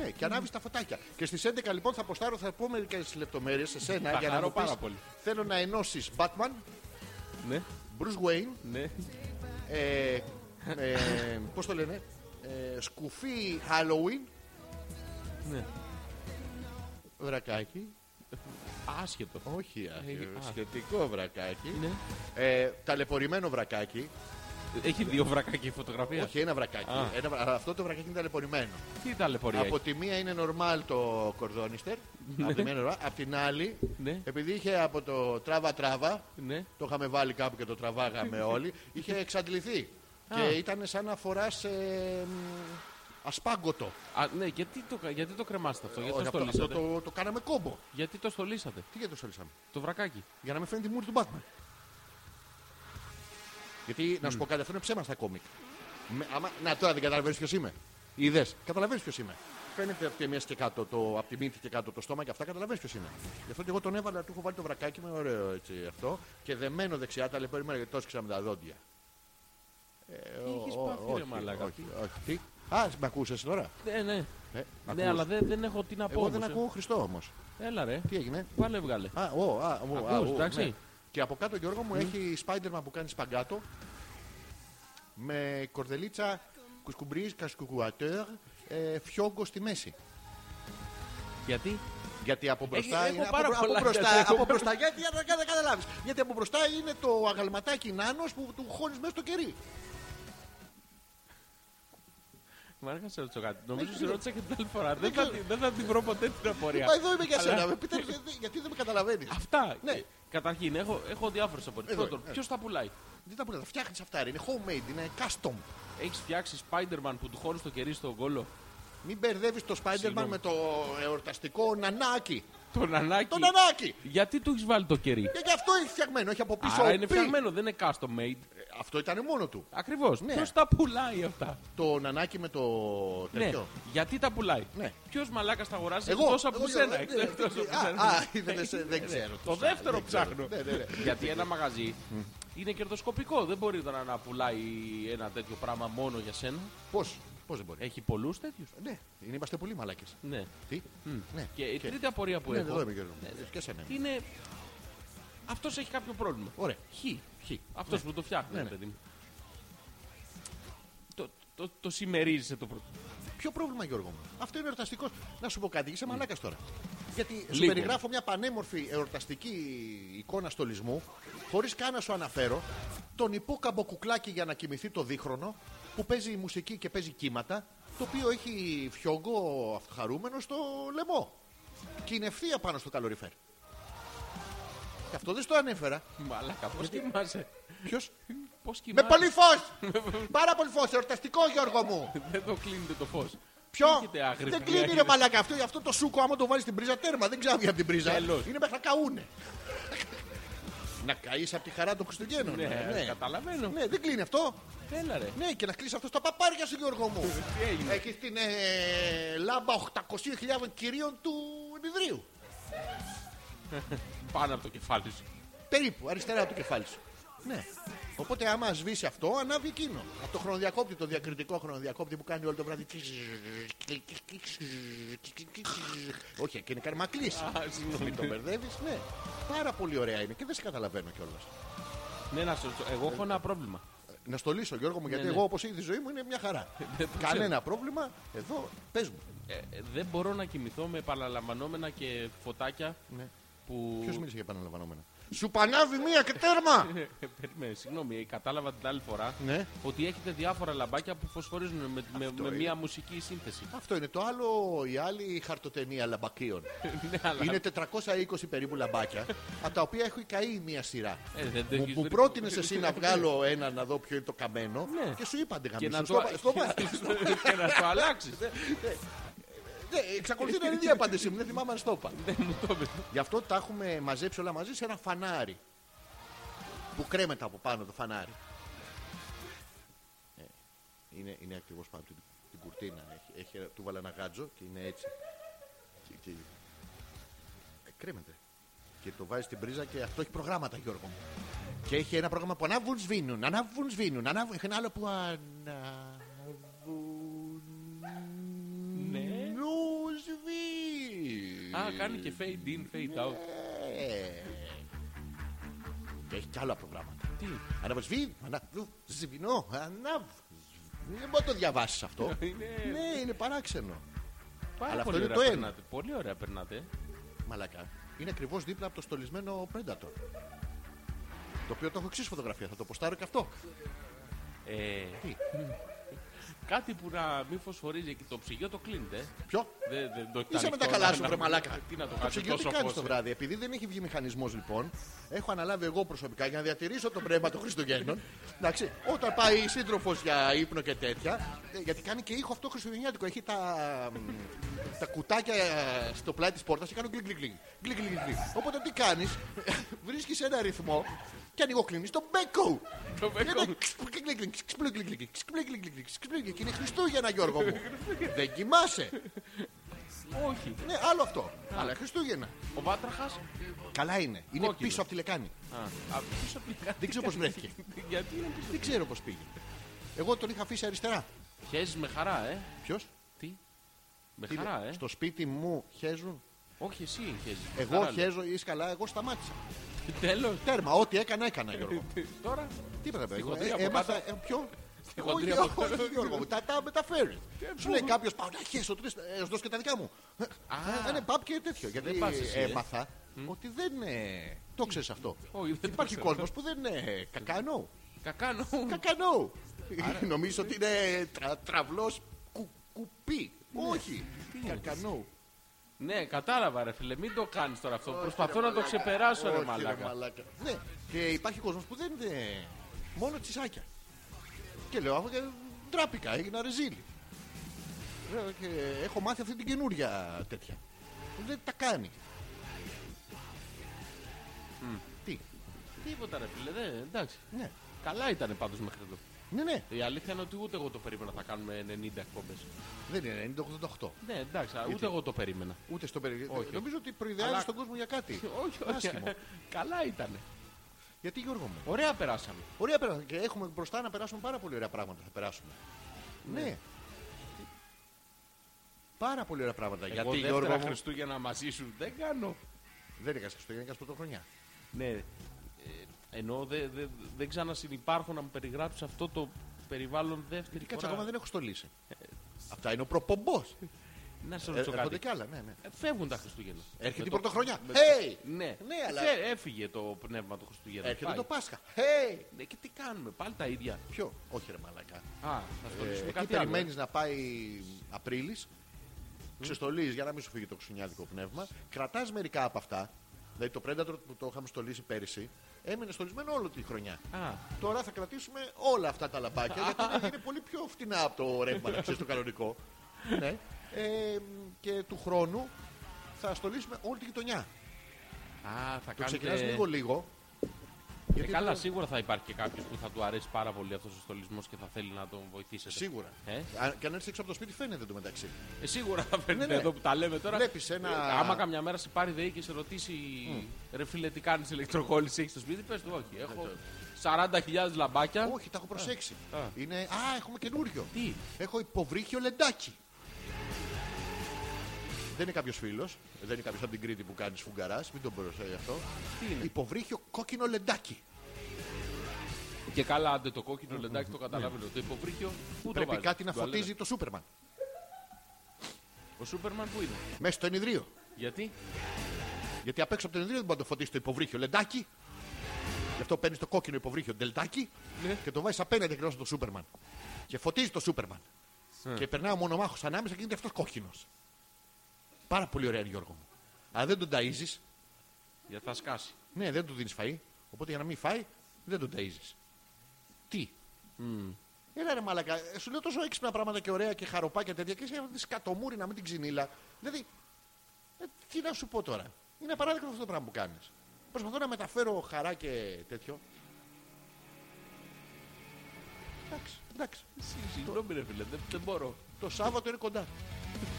Ναι, και ανάβεις τα φωτάκια. Και στις 11 λοιπόν θα αποστάρω, θα πω μερικέ λεπτομέρειες σε σένα Θα για να χαρώ μου πεις, πάρα πολύ. Θέλω να ενώσεις Batman, Ναι, Bruce Wayne, ναι. ε, ε, πώς το λένε, ε, σκουφί Halloween. Ναι. Βρακάκι. Άσχετο. Όχι, α, Ε, α. σχετικό βρακάκι. Ναι. Ε, ταλαιπωρημένο βρακάκι. Έχει δύο βρακάκια η φωτογραφία. Όχι, ένα βρακάκι. Ε. Α. Ένα, βρα- αλλά αυτό το βρακάκι είναι ταλαιπωρημένο. Τι ταλαιπωρία Από έχει. τη μία είναι normal το κορδόνιστερ. από, τη μία είναι normal. Απ' την άλλη, Ναι. επειδή είχε από το τράβα-τράβα, Ναι. το είχαμε βάλει κάπου και το τραβάγαμε όλοι, είχε εξαντληθεί. και Α. ήταν σαν να φοράς ασπάγκωτο. Α, ναι, γιατί το, κα- γιατί το κρεμάσατε αυτό, γιατί Ε, το Όχι, αυτό, αυτό στολίσατε. το, το κάναμε κόμπο. Γιατί το στολίσατε, Τι γιατί το στολίσαμε. το βρακάκι. Για να μην φαίνεται η μούρη του Batman. Γιατί να σου πω κάτι, αυτό είναι ψέμα στα κόμικ. Με- άμα- να τώρα δεν καταλαβαίνεις ποιος είμαι. Είδες, καταλαβαίνεις ποιος είμαι. Φαίνεται από τη μέση και κάτω, το, από τη μύτη και κάτω το στόμα και αυτά καταλαβαίνεις ποιος είναι. Γι' αυτό και εγώ τον έβαλα, του έχω βάλει το βρακάκι με ωραίο έτσι αυτό και δεμένο δεξιά τα λεπτομέρεια γιατί το έσκυσα με τα δόντια. Ε, Τι έχεις Ο- πάθει, όχι, ρε μαλάκα. όχι, όχι. Τι? Α, με ακούσες τώρα. Ναι, ναι. Ε, μ' Ναι, ακούς. αλλά δεν, δεν έχω τι να πω. Εγώ δεν όμως, ε. ακούω Χριστό όμως. Έλα ρε. Τι έγινε. Πάλι έβγαλε. Α, ο, α, ο, α, Ακούς, ο, εντάξει. ναι. Και από κάτω, Γιώργο μου, έχει Spider-Man που κάνει σπαγκάτο με κορδελίτσα κουσκουμπρίζ, κασκουκουατέρ, ε, φιόγκο στη μέση. Γιατί. Γιατί από μπροστά έχω είναι. Από, πάρα μπρο- από πολλά, μπροστά, γιατί έχω- από μπροστά. Γιατί για να κα- καταλάβεις. Γιατί από μπροστά είναι το αγαλματάκι νάνος που του χώνεις μέσα στο κερί. Μαρίκα, σε ρωτήσω κάτι. Νομίζω Δεν σε ξέρω. ρώτησα και την άλλη φορά. Δεν θα, ξέρω. τη- δεν θα την βρω ποτέ την απορία. Μα εδώ είμαι για Ε, Αλλά- σένα. με πείτε, δε- δε- γιατί δεν με καταλαβαίνεις. Αυτά. Ναι. Ε, Καταρχήν, έχω, έχω διάφορες απορίες. Εδώ, Πρώτον, ε. ποιος τα πουλάει. Δεν τα μπορεί να φτιάχνεις αυτά. ρε. Είναι homemade, είναι custom. Έχεις φτιάξει Spider-Man που του χώρει στο κερί στον κόλο. Μην μπερδεύεις το Spider-Man Συγγνώμη. με το εορταστικό νανάκι. Τον ανάκι. Το νανάκι! Γιατί του έχεις βάλει το κερί. Και γι' αυτό έχει φτιαγμένο, έχει από πίσω. Άρα είναι οπί. φτιαγμένο, δεν είναι custom made. Ε, Αυτό ήταν μόνο του. Ακριβώς. Ναι. Ποιος τα πουλάει αυτά. Το νανάκι με το Ναι. τέτοιο. Γιατί τα πουλάει. Ε, Ναι. Ποιος μαλάκας τα αγοράζει Εγώ. εκτός εγώ, από σένα. ναι, εκτός- ναι, εκτός ναι. από Α, σένα. Ναι, Α, είδε, σε- δεν ξέρω. Το δεύτερο Δεν ξέρω. ψάχνω. Ναι, ναι, ναι. Γιατί ένα μαγαζί είναι κερδοσκοπικό. Δεν μπορεί τώρα να πουλάει ένα τέτοιο πράγμα μόνο για σένα. Πώς, πώς δεν μπορεί. Έχει πολλούς τέτοιους. Ναι, είναι- είμαστε πολύ μαλάκες. Ναι. Τι. Ναι. Και η Και- τρίτη απορία που Ναι, έχω εδώ είμαι Γιώργο. Και εσένα. είναι. Αυτός έχει κάποιο πρόβλημα. Ωραία. Χ. Αυτό που το φτιάχνει, Ναι, ναι. παιδί μου. Το, το, το συμμερίζεσαι το πρώτο. Ποιο πρόβλημα, Γιώργο μου. Αυτό είναι εορταστικός. Να σου πω κάτι, είσαι μαλάκας τώρα. Γιατί σου Λίγο. περιγράφω μια πανέμορφη εορταστική εικόνα στολισμού, χωρίς καν να σου αναφέρω τον υπόκαμπο κουκλάκι για να κοιμηθεί το δίχρονο, που παίζει μουσική και παίζει κύματα, το οποίο έχει φιόγκο χαρούμενο στο λαιμό. Και είναι ευθεία πάνω στο καλοριφέρ. Και αυτό δεν στο ανέφερα. Μαλάκα, πώς κοιμάσαι. Ποιος. Πώς Με κοιμάσαι. πολύ φως! Πάρα πολύ φως, εορταστικό Γιώργο μου! Δεν το κλείνετε το φως. Ποιο? Έρχεται άγρυπνη, Δεν κλείνει έρχεται. ρε μαλάκα αυτό, γι' αυτό το σούκο άμα το βάλεις στην πρίζα τέρμα. Δεν ξάβει από την πρίζα. Τέλος. Είναι μέχρι να καούνε. να καείς από τη χαρά των Χριστουγέννων. Ναι, ε, ναι. καταλαβαίνω. Ναι, δεν κλείνει αυτό. Έλα ρε. Ναι, και να κλείσει αυτό στα παπάρια σου, Γιώργο μου. Τι έγινε. Έχεις την ε, λάμπα 800.000 κυρίων του Ιδρύου. Πάνω από το κεφάλι σου. Περίπου, αριστερά του κεφάλι σου. Ναι. Οπότε άμα σβήσει αυτό, ανάβει εκείνο. Από το χρονοδιακόπτη, το διακριτικό χρονοδιακόπτη που κάνει όλο το βράδυ. Όχι, εκείνη κάνει μακλής. Α, συγγνώμη. Μην το μπερδεύεις, ναι. Πάρα πολύ ωραία είναι και δεν σε καταλαβαίνω κιόλας. Ναι, να σε ρωτήσω. Εγώ έχω ένα πρόβλημα. Ε, Να στολίσω, Γιώργο μου, γιατί ναι. εγώ όπως είδη η ζωή μου είναι μια χαρά. Κανένα πρόβλημα, εδώ πες μου. Ε, ε, δεν μπορώ να κοιμηθώ με επαναλαμβανόμενα και φωτάκια Ναι. που. Ποιος μίλησε για επαναλαμβανόμενα. Σου πανάβει μία και τέρμα! Ε, Περίμενε, συγγνώμη, ε, κατάλαβα την άλλη φορά Ναι. ότι έχετε διάφορα λαμπάκια που φωσφορίζουν με, με, Αυτό με είναι. μια μουσική σύνθεση. Αυτό είναι το άλλο, η άλλη χαρτοτενία λαμπακίων. ναι, αλλά. είναι 420 περίπου λαμπάκια, από τα οποία έχει καεί μία σειρά. Ε, δεν το Μου έχεις που βρει. πρότεινες εσύ να βγάλω ένα να δω ποιο είναι το καμένο Ναι. και σου είπαν Και να γαμίσου. το, Στο, στο, και να το αλλάξεις. ναι, εξακολουθεί να είναι η ίδια απάντησή μου, δεν θυμάμαι αν στο είπα. Δεν μου το πει. Γι' αυτό τα έχουμε μαζέψει όλα μαζί σε ένα φανάρι. Που κρέμεται από πάνω το φανάρι. Ε, είναι είναι ακριβώς πάνω από την, την κουρτίνα. Έχει, έχει, του βάλα ένα γάτζο και είναι έτσι. Και, και- ε, κρέμεται. Και το βάζει στην πρίζα και αυτό έχει προγράμματα, Γιώργο μου. Και έχει ένα πρόγραμμα που ανάβουν, σβήνουν, ανάβουν, σβήνουν. Ανάβουν. Έχει ένα άλλο που ανάβουν. Ναι. Νου. Α, κάνει και fade in, fade out. Ε, Και έχει κι άλλα προγράμματα. Τι, Αναβοσβή, αναβού, ζυμινό, αναβ. Δεν μπορεί να το διαβάσεις αυτό. είναι Ναι, είναι παράξενο. πάρα Αλλά αυτό πολύ είναι ωραία το ένα. περνάτε. Πολύ ωραία περνάτε. Μαλακά. Είναι ακριβώς δίπλα από το στολισμένο Predator. Το οποίο το έχω εξής φωτογραφία. Θα το ποστάρω και αυτό. Ε, Τι? κάτι που να μην φωσφορίζει και το ψυγείο το κλείνετε. Ποιο? Δεν δεν το Είσαι κοιτάνε με τα τώρα, καλά σου, να- βρε μαλάκα. Τι να το Το κάνω ψυγείο τι τόσο κάνεις το φως. βράδυ. Επειδή δεν έχει βγει μηχανισμός, λοιπόν, έχω αναλάβει εγώ προσωπικά για να διατηρήσω το πνεύμα των Χριστουγέννων. Εντάξει, όταν πάει η σύντροφος για ύπνο και τέτοια. ε, Γιατί κάνει και ήχο αυτό χριστουγεννιάτικο. Έχει τα, μ, τα κουτάκια ε, στο πλάι της πόρτας και κάνουν γκλικ γκλικ. γκλικ, γκλικ, γκλικ. Οπότε τι κάνεις, βρίσκεις ένα ρυθμό και ανοιγοκλίνει το μπέκο. Το Και βέκο. είναι ξπλουκ, κλικ, κλικ, ξπλουκ, κλικ, κλικ, ξπλουκ, κλικ, κλικ, ξπλουκ, κλικ. Είναι Χριστούγεννα, Γιώργο μου. Δεν κοιμάσαι. Όχι. Ναι, άλλο αυτό. Αλλά Χριστούγεννα. Ο Βάτραχας. Καλά είναι. Είναι Κόκκινο. πίσω από τη λεκάνη. Πίσω από την Δεν ξέρω πώς βρέθηκε. Γιατί είναι πίσω. Δεν ξέρω πώς πήγε. Εγώ τον είχα αφήσει αριστερά. Χέζεις με χαρά, ε. Ποιος? Τι. Με χαρά, ε. Στο σπίτι μου χέζουν. Όχι, εσύ χέζεις. Εγώ χέζω, είσαι καλά, εγώ σταμάτησα. Τέλος. Τέρμα, ό,τι έκανα, έκανα, Γιώργο. Τώρα. Τίποτα δεν χοντρή από Έμαθα. κάτω. ε, Ποιο? χοντρή Όχι, από όχι, Γιώργο μου, τα- τα μεταφέρεις. Σου λέει κάποιος, πάω να χέσω τρεις, α δώσω και τα δικά μου. Α, είναι παπ και τέτοιο. Γιατί πας εσύ, ε. έμαθα ότι δεν. ε, Το ξέρεις αυτό. Όχι, δεν το Υπάρχει ξέρω. κόσμος που δεν. ε, Κακάνο. Κακάνο. Κακανό. Νομίζω ότι είναι τρα, τραυλός κου, κουπί. Όχι. Κακανό. Ναι, κατάλαβα, ρε φίλε. Μην το κάνεις τώρα αυτό. Προσπαθώ να το ξεπεράσω, ρε Όχι, μαλάκα. Ναι. Και υπάρχει κόσμος που δεν... ε, Μόνο τσισάκια. Και λέω, «Α, ε, ντράπηκα, έγινα ρεζίλη. Λέω, «Και Έχω μάθει αυτή την καινούρια τέτοια. Δεν τα κάνει. Τι, Τίποτα, ρε φίλε. δεν- Εντάξει. ναι. Καλά ήταν πάντως μέχρι εδώ. Ναι, ναι, Η αλήθεια είναι ότι ούτε εγώ το περίμενα θα κάνουμε 90 εκπομπές. δεν είναι, είναι το 88. Ναι, εντάξει, αλλά ούτε εγώ το περίμενα. Ούτε στο περι... Όχι. Νομίζω ότι προειδεάζει Αλλά- τον κόσμο για κάτι. Όχι, όχι. Άσχημο. Καλά ήταν. Γιατί Γιώργο μου. Ωραία περάσαμε. Ωραία πράγματα. Και έχουμε μπροστά να περάσουμε πάρα πολύ ωραία πράγματα. Θα περάσουμε. Ναι. Πάρα πολύ ωραία πράγματα. Εγώ Γιατί δεύτερα Γιώργο μου, Χριστούγεννα μαζί σου δεν κάνω. δεν έκανες Χριστούγεννα, έκανες πρωτοχρονιά. Ναι. Ε, ενώ δεν δε, δεν ξανασυνυπάρχω να μου περιγράψεις αυτό το περιβάλλον δεύτερη Τι κάτσε φορά. ακόμα δεν έχω στολίσει. Αυτά είναι ο προπομπός. Να σε Ε, Ε, ρωτήσω Έρχονται κάτι. κι άλλα, ναι, ναι. Ε, Φεύγουν τα Χριστούγεννα. Έρχεται Με η το- πρωτοχρονιά. με το- Hey! Ναι, Ναι, αλλά- Φε- έφυγε το πνεύμα του Χριστούγεννα. Έρχεται Πάει. το Πάσχα. Hey! Ναι, και τι κάνουμε, πάλι τα ίδια. Ποιο? Όχι, ρε Μαλακά. Α, θα στολίσουμε Ε, τι κάτι άλλο. περιμένεις να πάει Απρίλης, ξεστολίζεις για να μην σου φύγει το ξουνιάδικο πνεύμα, κρατάς μερικά από αυτά. Δηλαδή το Predator που το είχαμε στολίσει πέρυσι, έμεινε στολισμένο όλη τη χρονιά. Α, Τώρα θα κρατήσουμε όλα αυτά τα λαμπάκια γιατί είναι- είναι πολύ πιο φτηνά από το ρεύμα, να ξέρεις, το κανονικό. ναι. Ε, και του χρόνου θα στολίσουμε όλη τη γειτονιά. α, θα Το ξεκινά κάνετε... λίγο-λίγο. Ε, γιατί καλά, το- σίγουρα θα υπάρχει και κάποιος που θα του αρέσει πάρα πολύ αυτός ο στολισμός και θα θέλει να τον βοηθήσετε. Σίγουρα. Ε? Αν- Και αν έρθεις έξω από το σπίτι, φαίνεται το μεταξύ. Ε, σίγουρα θα φέρνετε Ναι, ναι. εδώ που τα λέμε τώρα. Βλέπεις ένα- Mm. Ε, άμα καμιά μέρα σε πάρει ΔΕΗ και σε ρωτήσει, ρε φίλε, τι κάνεις ηλεκτροκόλληση, έχεις στο σπίτι, πες του, όχι. Έχω 40.000 λαμπάκια. Ναι, Όχι, τα έχω προσέξει. α. Είναι... Α, έχουμε καινούριο. Τι, Έχω υποβρύχιο λεντάκι. Δεν είναι κάποιος φίλος, δεν είναι κάποιος από την Κρήτη που κάνει φουγκαρά, μην τον προσέχει αυτό. τι είναι. Υποβρύχιο κόκκινο λεντάκι. Και καλά, άντε το κόκκινο λεντάκι το καταλαβαίνω. Το υποβρύχιο, πού το Ναι. Πρέπει βάζεις. κάτι να φωτίζει το Σούπερμαν. Ο Σούπερμαν που είναι. Μέσα στο ενιδρίο. Γιατί, Γιατί απ' έξω από το ενιδρίο δεν μπορεί να το φωτίσει το υποβρύχιο λεντάκι. Γι' αυτό παίρνεις το κόκκινο υποβρύχιο ντελτάκι Ναι. και το βάζεις απέναντι ακριβώ στο Σούπερμαν. Και φωτίζει το Σούπερμαν. Ναι. Και περνάει ο μονομάχος ανάμεσα και γίνεται αυτός κόκκινος. Πάρα πολύ ωραία, Γιώργο μου. Αν δεν τον ταζει, γιατί θα σκάσει. Ναι, δεν του δίνεις φαΐ. Οπότε για να μην φάει, δεν τον ταΐζεις. Τι. Έλα ρε μαλακά, ε, σου λέω τόσο έξυπνα πράγματα και ωραία και χαροπά και τέτοια και είσαι αυτή σκατομούρη να μην την ξυνήλα. Δηλαδή, ε, τι να σου πω τώρα. Είναι απαράδεκτο αυτό το πράγμα που κάνεις. Προσπαθώ να μεταφέρω χαρά και τέτοιο. Εντάξει, εντάξει. Συ- Συγγνώμη, ρε φίλε, δεν, δεν μπορώ. Το Σάββατο είναι κοντά.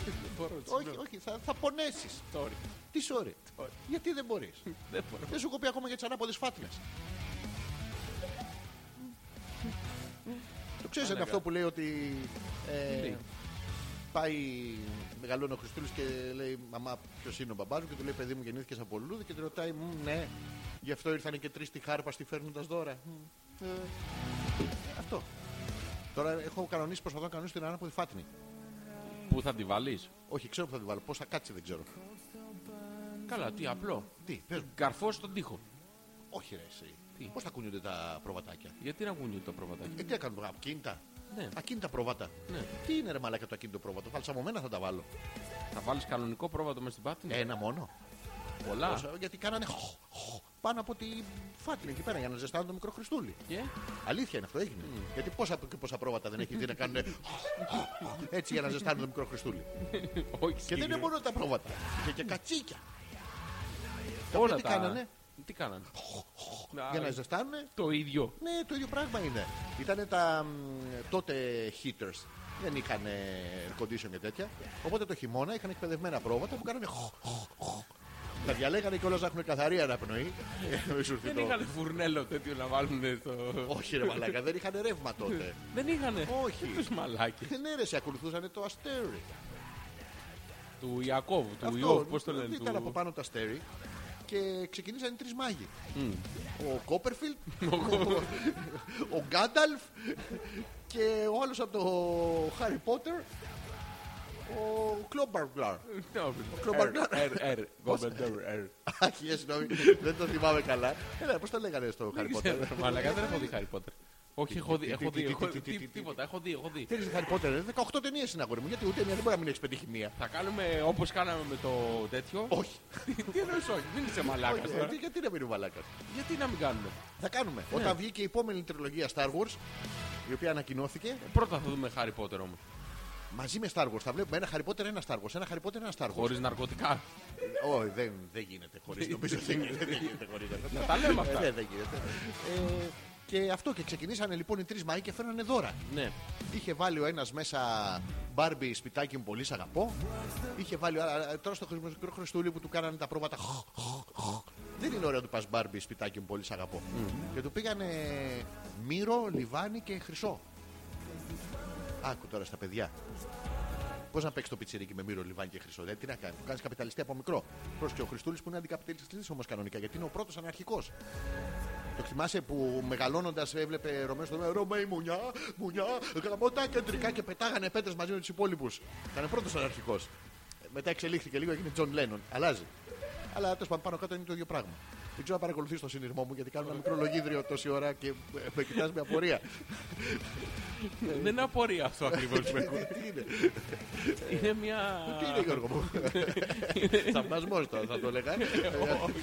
Δεν μπορώ. όχι, όχι, θα, θα πονέσεις. Sorry. Τι sorry. Γιατί δεν μπορείς. Δεν μπορώ. Δεν σου κοπεί ακόμα για τις ανάποδες φάτλες. Το ξέρεις Άνεγα. αυτό που λέει ότι. ε, λέει? πάει, μεγαλώνει ο Χριστούλης και λέει Μαμά, ποιος είναι ο μπαμπάς μου και του λέει Παιδί μου, γεννήθηκες από λουλούδι και του ρωτάει «Μμ, Ναι, γι' αυτό ήρθαν και τρεις στη χάρπα στη φέρνοντας δώρα. Μμ, ε, αυτό. Τώρα έχω κανονίσει, προσπαθώ να κανονίσω την Άννα από τη Φάτνη. Πού θα τη βάλεις. Όχι, ξέρω που θα την βάλω. Πώς θα κάτσει δεν ξέρω. Καλά, τι απλό. Τι, πες μου. Καρφώ στον τοίχο. Όχι, ρε, εσύ. Τι. Πώς θα κουνιούνται τα προβατάκια. Γιατί να κουνιούνται τα πρόβατα. Ε, τι έκαναν, ακίνητα. Ναι. Ακίνητα προβάτα. Ναι. Τι είναι ρε μαλάκα το ακίνητο πρόβατο. Φαλσαμωμένα θα τα βάλω. Θα βάλεις κανονικό πρόβατο μες στην πάτνη. Ένα μόνο. Πολλά. Όσα- Γιατί κάνανε χ, χ, πάνω από τη φάτνη εκεί πέρα για να ζεστάνε το μικρό Χριστούλη. Και Αλήθεια είναι αυτό, έγινε. Γιατί πόσα, και πόσα πρόβατα δεν έχει δει να κάνουν έτσι για να ζεστάνε το μικρό Χριστούλη. και όχι. δεν σκύλο. είναι μόνο τα πρόβατα. και, και κατσίκια. Όλα τι τα κάνανε? Τι κάνανε. ε, για να ζεστάνουν. Το ίδιο. Ναι, το ίδιο πράγμα είναι. Ήταν τα μ, τότε heaters. Δεν είχαν ε, air condition και τέτοια. Οπότε το χειμώνα είχαν εκπαιδευμένα πρόβατα που κάνανε χω, χω, χω. Τα διαλέγανε κιόλας να έχουν καθαρή αναπνοή. Ε, μη σου έρθει Δεν το- είχαν φουρνέλο τέτοιο να βάλουν στο. Όχι, ρε μαλάκα, δεν είχαν ρεύμα τότε. Δεν είχανε. Όχι. Του μαλάκι. ναι, ρε, σε ακολουθούσαν το αστέρι. Του Ιακώβου. Του Αυτό, Ιώβ. Πώς το λένε. Ήταν του- ε, από πάνω το αστέρι και ξεκινήσαν οι τρεις μάγοι. Ο Κόπερφιλτ, ο Γκάνταλφ και ο άλλος από το Χάρι Πότερ, ο Κλόμπαρμπλαρ. Ναι, Κροπαγκά. Ερ, ερ, ερ, Γκόμπερντέρ, ερ. Αχ, ε, συγγνώμη, δεν το θυμάμαι καλά. Έλα, πώς το λέγανε στο Χάρι Πότερ. Ξέρω, ε, Μαλακά δεν έχω δει Χάρι Πότερ. Όχι, έχω τι, δει, τι, έχω τι, δει, τι, έχω τι, τι, τι, δει, τι. τίποτα, έχω δει, έχω δει. Ξέρει Χάρι Πότερ, 18 ταινίε ε, είναι αγόρι μου, γιατί ούτε μια δεν μπορεί να μην έχεις πετύχει μία. Θα κάνουμε όπως κάναμε με το τέτοιο. Όχι. Τι- Τι εννοείς όχι, μην είσαι μαλάκας Όχι, ε, τώρα. Ναι. γιατί- Γιατί να μην είναι μαλάκας. Γιατί να μην κάνουμε. Θα κάνουμε. Όταν βγήκε η επόμενη τριλογία Star Wars, η οποία ανακοινώθηκε, Πρώτα θα δούμε Χάρι Πότερ όμως. μαζί με Star Wars θα βλέπουμε ένα Harry Potter, ένα Star Wars, ένα Harry Potter, ένα Star Wars. Χωρίς ναρκωτικά. Όχι, δεν, δεν γίνεται χωρίς. Νομίζω δεν γίνεται, δεν γίνεται χωρίς. Να τα λέμε Ε, αυτά. δεν, δεν γίνεται. Ε, και αυτό και ξεκινήσανε λοιπόν οι τρεις Μαΐ και φέρνανε δώρα. Ναι. Είχε βάλει ο ένας μέσα μπάρμπι σπιτάκι μου πολύ σ' αγαπώ. Είχε βάλει ο άλλος- τώρα στο μικρό Χριστούλη που του κάνανε τα πρόβατα. χ, χ, χ. Δεν είναι ωραίο να του πας μπάρμπι σπιτάκι μου πολύ σ' αγαπώ. Και του πήγανε μύρο, λιβάνι και χρυσό. Άκου τώρα στα παιδιά. Πώς να παίξεις το πιτσιρίκι με μύρο, λιβάνι και χρυσό. Δηλαδή τι να κάνεις. Του κάνεις καπιταλιστή από μικρό. Πρόσεχε ο Χριστούλης που είναι αντικαπιταλιστής όμως κανονικά γιατί είναι ο πρώτος αναρχικός. Το θυμάσαι που μεγαλώνοντας έβλεπε Ρωμαίο στο Ρωμαίο Ρωμαίο μουνιά, μουνιά, γαμωτά κεντρικά και πετάγανε πέτρες μαζί με τους υπόλοιπους. Ήταν πρώτος αναρχικός. Μετά εξελίχθηκε λίγο, έγινε Τζον Λένον. Αλλάζει. Αλλά τέλος πάντων πάνω κάτω είναι το ίδιο πράγμα. Δεν ξέρω αν παρακολουθείς το συνειρμό μου γιατί κάνω ένα μικρό λογίδριο τόση ώρα και ε, με κοιτάς με απορία. Δεν είναι απορία αυτό ακριβώς. Τι τι είναι, Είναι μια... τι είναι Γιώργο μου. Θαυμασμό τώρα θα το έλεγα.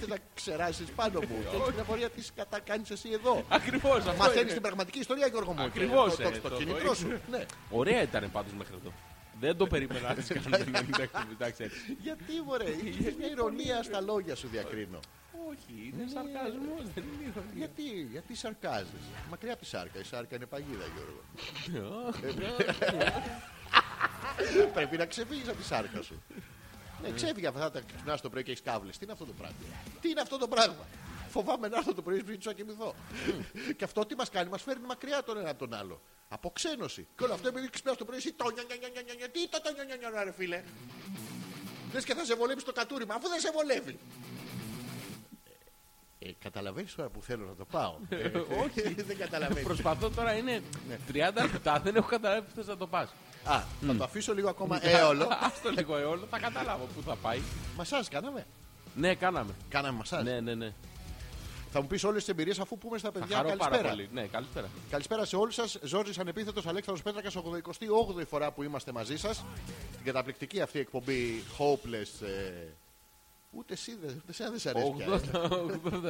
Θε να ξεράσεις πάνω μου. Και έχεις την απορία τι κατά κάνεις εσύ εδώ. Ακριβώς αυτό Μαθαίνεις είναι. την πραγματική ιστορία, Γιώργο μου. Ακριβώς, Το- το- ε, το- Το το- κινητρό σου. Ναι. Ωραία ήταν πάντως μέχρι εδώ. Δεν το περίμενα να τις κάνουμε 90 εκπομπές, εντάξει, έτσι. Γιατί μωρέ, είχες μια ηρωνία στα λόγια σου διακρίνω. Όχι, είναι Ναι. σαρκασμός, δεν είναι ηρωνία. Γιατί, γιατί σαρκάζεις. Μακριά από τη σάρκα. Η σάρκα είναι παγίδα, Γιώργο. Πρέπει να ξεφύγεις από τη σάρκα σου. Ναι, ξέφυγε από αυτά τα ξυπνά το πρωί και έχεις κάβλες. Τι είναι αυτό το πράγμα. Τι είναι αυτό το πράγμα. Φοβάμαι να έρθω το πρωί σπίτι σου να κοιμηθώ. και αυτό τι μας κάνει, μας φέρνει μακριά τον ένα από τον άλλο. Αποξένωση. Και όλο αυτό επειδή ξυπνάς το πρωί, εσύ το νια, νια, νια, νια, νια, νια. Τι το το νια, νια, νια, νια, ρε φίλε. Λες και θα σε βολέψει το κατούριμα, αφού δεν σε βολεύει. Ε, Καταλαβαίνεις τώρα που θέλω να το πάω. Όχι, δεν καταλαβαίνεις. Ε, Προσπαθώ τώρα είναι Ναι. 30 λεπτά, δεν έχω καταλάβει που θες να το πας. Α, θα το αφήσω λίγο ακόμα έολο. Αυτό λίγο αιώλο, θα καταλάβω πού θα πάει. Μασάζ κάναμε. Ναι, κάναμε. Κάναμε μασάζ. Ναι, ναι, ναι. Θα μου πεις όλες τις εμπειρίες αφού πούμε στα Θα παιδιά χαρώ πάρα καλησπέρα. πολύ. Ναι, καλησπέρα. Καλησπέρα σε όλους σας. Ζόρζης Ανεπίθετος Αλέξανδρος Πέτρακας, 88η φορά που είμαστε μαζί σας. Στην καταπληκτική αυτή εκπομπή Hopeless. ε, Ούτε εσύ δεν ούτε εσένα δεν σε αρέσει. πια,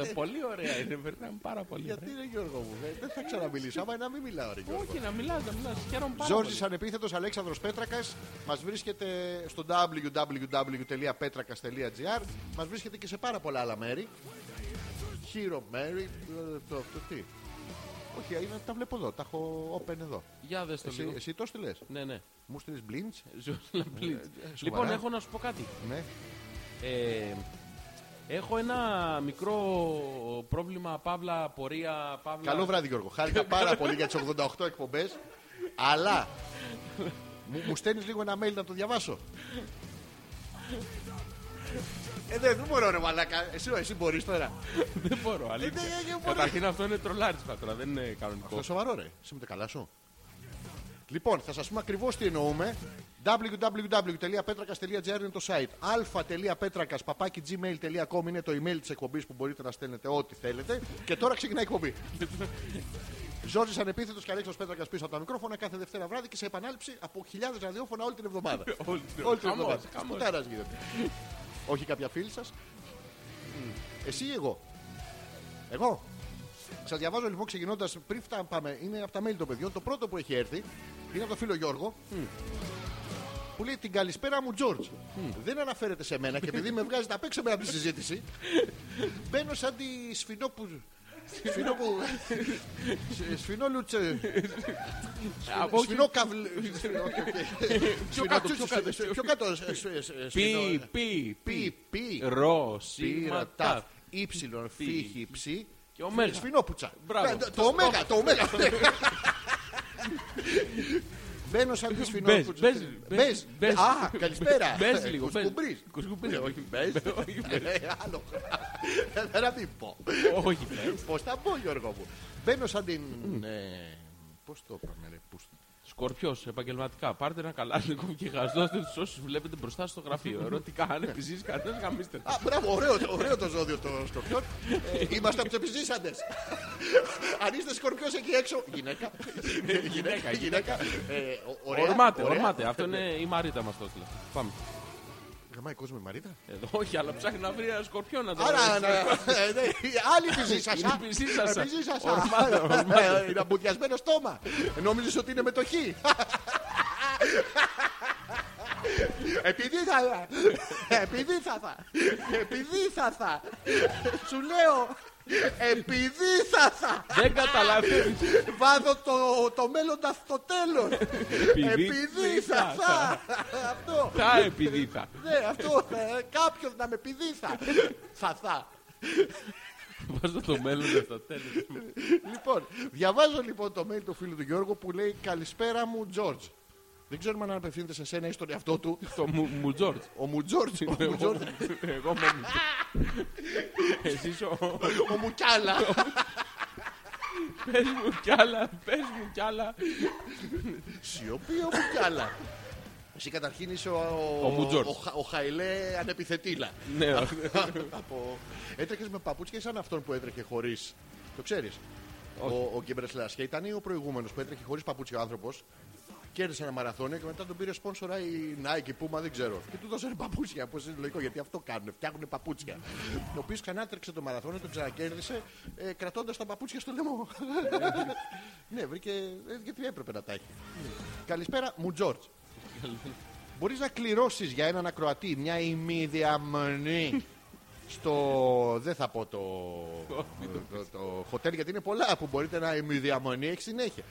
ε. 80, πολύ ωραία είναι, περνάμε πάρα πολύ. Γιατί είναι Γιώργο μου, ε, δεν θα ξαναμιλήσω. Άμα είναι να μην μιλάω, ρε ωραία. Γιώργο. Όχι, να μιλάς, να μιλάς, χαίρομαι πάρα Ζόρζης πολύ. Ανεπίθετος Αλέξανδρος Πέτρακας. Μας βρίσκεται στο www.petrakas.gr. Μας βρίσκεται και σε πάρα πολλά άλλα μέρη. Hero Mary. ε, Το, το τι. Όχι, είναι, τα βλέπω εδώ. Τα έχω open εδώ. Για δες το Εσύ, λίγο. εσύ το στείλε. Ναι, ναι. Μου στείλεις μπλίντ. Ζόρζη Λαμπλίτ. ε, σοβαρά. Λοιπόν, έχω να σου πω κάτι. Ναι. Ε, Έχω ένα μικρό πρόβλημα, παύλα, πορεία, παύλα... Καλό βράδυ, Γιώργο. Χάρηκα πάρα πολύ για τις 88 εκπομπές. Αλλά Μου, μου στέλνεις λίγο ένα mail να το διαβάσω. Ε, δεν, δεν μπορώ ρε μαλάκα. Εσύ, εσύ μπορείς τώρα. Δεν Ε, μπορώ, αλήθεια. δεν- δεν μπορώ. Καταρχήν αυτό είναι τρολάρισμα τώρα, δεν είναι Αυτό κανονικό. είναι σοβαρό, ρε. Είσαι με τα καλά σου. Λοιπόν, θα σας πούμε ακριβώς τι εννοούμε. www.petrakas.gr είναι το site. α.petrakas.gmail.com είναι το email της εκπομπής που μπορείτε να στέλνετε ό,τι θέλετε. Και τώρα ξεκινάει η εκπομπή. Ζόρζη ανεπίθετος και Αλέξο Πέτρακας πίσω από τα μικρόφωνα κάθε Δευτέρα βράδυ και σε επανάληψη από χιλιάδες ραδιόφωνα όλη την εβδομάδα. Όλη την όλη την χαμός, εβδομάδα. χαμός. Κουτάρα γίνεται. Όχι κάποια φίλη σας. Εσύ ή εγώ. Εγώ. Σας διαβάζω λοιπόν ξεκινώντας πριν φτά- πάμε. Είναι από τα mail των παιδιών. Το πρώτο που έχει έρθει είναι από το φίλο Γιώργο. Που λέει την καλησπέρα μου, Τζόρτζ. Δεν αναφέρεται σε μένα και επειδή με βγάζει να παίξω μέρα από τη συζήτηση, μπαίνω σαν τη σφινόπου. Σφινόπου. Σφινόλουτσε. Από όχι- Σφινόκαβλ. Πιο κάτω, κάτω. Πιο πιο κάτω, κάτω. σ- σ- σ- Πι, σφινό- πι, Πι, πι. πι. Ρο, Πήρα σήμα, ταφ. ταφ. Ήψιλον, φύχη, ψη. Και ωμέγα. Σφινόπουτσα. Μπράβο. Ε, το- Το ωμέγα, το ωμέγα. Μπαίνω σαν τη Μπες, σφινόπουτσα. μπες, μπες. μπες, μπες. Α, καλησπέρα. Μπες λίγο, μπες. Κουσκουμπρίς. Κουσκουμπρίς, όχι, μπες. Όχι, μπες. Ε, Άλλο. Δεν θα την πω. Όχι, μπες. Πώς θα πω, Γιώργο μου. Μπαίνω σαν την... ε, Πώς το είπαμε, ρε. πούς- Σκορπιός, επαγγελματικά. Πάρτε ένα καλάσνικο και χαζώστε τους όσους βλέπετε μπροστά στο γραφείο. Ερωτικά, αν επιζήσεις κανένας, γαμίστε. τα. Α, μπράβο, ωραίο, το- ωραίο το ζώδιο των σκορπιών. Ε, Είμαστε από τους επιζήσαντες. Αν είστε σκορπιός εκεί έξω. Γυναίκα. Γυναίκα, γυναίκα. Ε, ο- ωραία, Ορμάτε, ωραία. ορμάτε. Αυτό είναι η Μαρίτα μας το έστειλε. Πάμε. Γαμάει κόσμο η Μαρίτα. Εδώ, όχι, αλλά ψάχνει να βρει ένα σκορπιό να το Άρα, ναι, ε, ναι, η άλλη επιζήσασα. Είναι επιζήσασα. Επιζήσασα. Ορμάτε, ορμάτε. Ε, Είναι αμπουδιασμένο στόμα. Νόμιζες ότι είναι μετοχή. Επειδή θα. Επειδή θα. θα. Επειδή θα. θα. Σου λέω. Επειδή θα. θα. Δεν καταλαβαίνεις. Βάζω το, το μέλλοντα στο τέλος. Επειδή- Επειδή θα. θα. Αυτό. Τα επειδή θα. Ναι, αυτό. Κάποιος να με επειδή θα. Θα θα. Βάζω το μέλλον στο τέλος. Λοιπόν, διαβάζω λοιπόν το mail του φίλου του Γιώργου που λέει Καλησπέρα μου, Τζόρτζ. Δεν ξέρουμε αν απευθύνεται σε σένα ή στον εαυτό του. Το μου- μου Τζόρτζ. Ο μου Τζόρτζ, ο μου Εγώ Τζόρτζ, εγώ μόνο μου. Εσύ ο. ο μου Κιάλα. Πες μου κι άλλα, πες μου κι άλλα. Σιωπή, ο μου Κιάλα. Εσύ καταρχήν είσαι ο, Ο μου Τζόρτζ. ο Χα- ο Χαηλέ ανεπιθετήλα. Ναι, Από... Έτρεχες με παπούτσια ή σαν αυτόν που έτρεχε χωρίς. Το ξέρεις. Ο, ο Γκεμπρεσλάσια ήταν ή ο προηγούμενος που έτρεχε χωρίς παπούτσια ο άνθρωπος. Κέρδισε ένα μαραθώνιο και μετά τον πήρε σπόνσορα η Nike, Puma, δεν ξέρω. Και του δώσανε παπούτσια. Πώ είναι λογικό, γιατί αυτό κάνουν, φτιάχνουν παπούτσια. ο οποίος ξανά έτρεξε το μαραθώνιο, τον ξανακέρδισε, ε, κρατώντας τα παπούτσια στο λαιμό. ναι, βρήκε. ε, Γιατί έπρεπε να τα έχει. Καλησπέρα, μου Τζόρτζ. Μπορείς να κληρώσεις για έναν ακροατή μια ημιδιαμονή στο. Δεν θα πω το. το, το χοτέλ γιατί είναι πολλά που μπορείτε να ημιδιαμονή έχεις συνέχεια.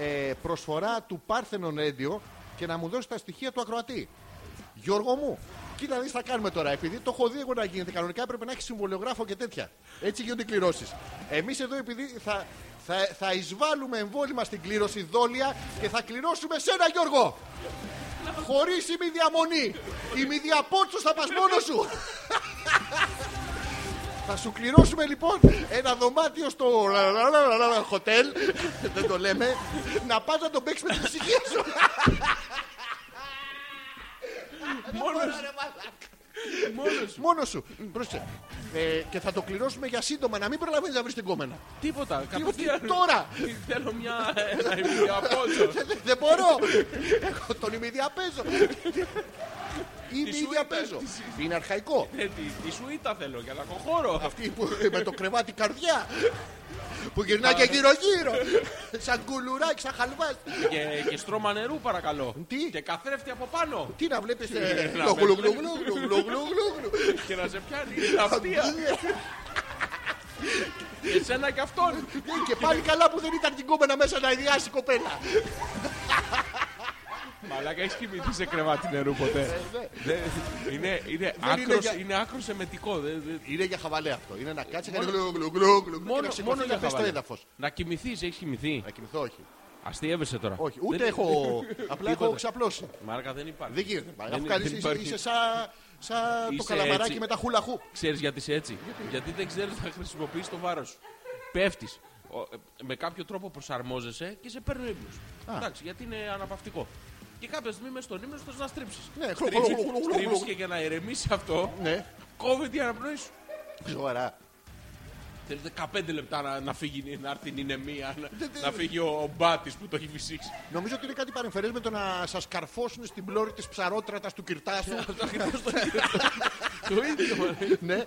Ε, προσφορά του Parthenon Radio και να μου δώσει τα στοιχεία του ακροατή. Γιώργο μου, κοίτα να δεις θα κάνουμε τώρα. Επειδή το έχω δει εγώ να γίνεται, κανονικά έπρεπε να έχεις συμβολιογράφο και τέτοια. Έτσι γίνονται οι κληρώσεις. Εμείς εδώ επειδή θα, θα, θα εισβάλλουμε εμβόλυμα στην κλήρωση δόλια και θα κληρώσουμε σένα, Γιώργο! Χωρίς ημιδιαμονή. Ημιδιαπότσο θα πας μόνος σου. Θα σου κληρώσουμε λοιπόν ένα δωμάτιο στο χοτέλ. Δεν το λέμε. Να πας να τον παίξεις με την ψυχή σου. Μόνος, μόνος σου. Μόνος σου. Πρόσεχε. Ε, και θα το κληρώσουμε για σύντομα να μην προλαβαίνεις να βρεις την κόμενα. Λοιπόν, Τίποτα. Κατευθείαν. Τώρα! Θέλω μια ένα ημιδιαπότσο. Δεν- Δεν μπορώ. Έχω τον ημιδιαπέζω. Ημιδιαπέζω. Είναι αρχαϊκό. Ε, τη- Τη σουίτα θέλω για να έχω χώρο. Αυτή που με το κρεβάτι καρδιά. Που γυρνάει ναι. και γύρω-γύρω. Σαν κουλουράκι, σαν χαλβάς. Και- Και στρώμα νερού παρακαλώ. Τι? Και καθρέφτη από πάνω. Τι να βλέπεις Ε, ε, να το με γλουγλουγλουγλουγλουγλουγλου. Και να σε πιάνει η αυτιά. Ε, Εσένα και αυτόν. Και πάλι καλά που δεν ήταν την κόμενα μέσα να ιδιάσει η κοπέλα. Μαλάκα, έχεις κοιμηθεί σε κρεβάτι νερού Ε, ποτέ. Δεν- είναι- ναι. Είναι για- άκρος- είναι άκρος εμετικό. δεν- δεν- Είναι για χαβαλέ αυτό. Είναι να κάτσει και γλουγλουγλουγλου και να Μόνο, σηκωθεί μόνο να για πέσει στο χαβαλέ. έδαφος. Να κοιμηθείς, έχεις κοιμηθεί. Να κοιμηθώ όχι. Αστείευεσαι τώρα. Όχι, ούτε Δεν- έχω. απλά έχω Τίποτα. ξαπλώσει. Μάρκα δεν υπάρχει. Δεν γίνεται. μα, Δεν- Αφού κάνεις, δεν είσαι- υπάρχει. είσαι σαν σαν το Είσαι καλαμαράκι έτσι. με τα χουλαχού. Ξέρεις γιατί είσαι έτσι. Γιατί δεν ξέρεις να χρησιμοποιήσεις το βάρος σου. Πέφτεις. Ο, ε, Με κάποιο τρόπο προσαρμόζεσαι και σε παίρνει ο ύπνος. Εντάξει, γιατί είναι αναπαυτικό. Και κάποια στιγμή μέσα στον ύπνο θες να στρίψεις. Ναι, χλου, χλου, χλου, χλου, χλου. Στρίβεις και για να ηρεμήσει αυτό, Ναι, κόβει την αναπνοή σου. ζωαρά. Θέλεις 15 λεπτά να, να φύγει, να έρθει η νεμία, να, Δεν- δεν- να φύγει ο, ο μπάτης που το έχει φυσήξει. Νομίζω ότι είναι κάτι παρεμφερές με το να σας καρφώσουν στην πλώρη της ψαρότρατας του κυρτάσου. Αυτό ακριβώς το ίδιο. Το ίδιο. μωρέ. ναι,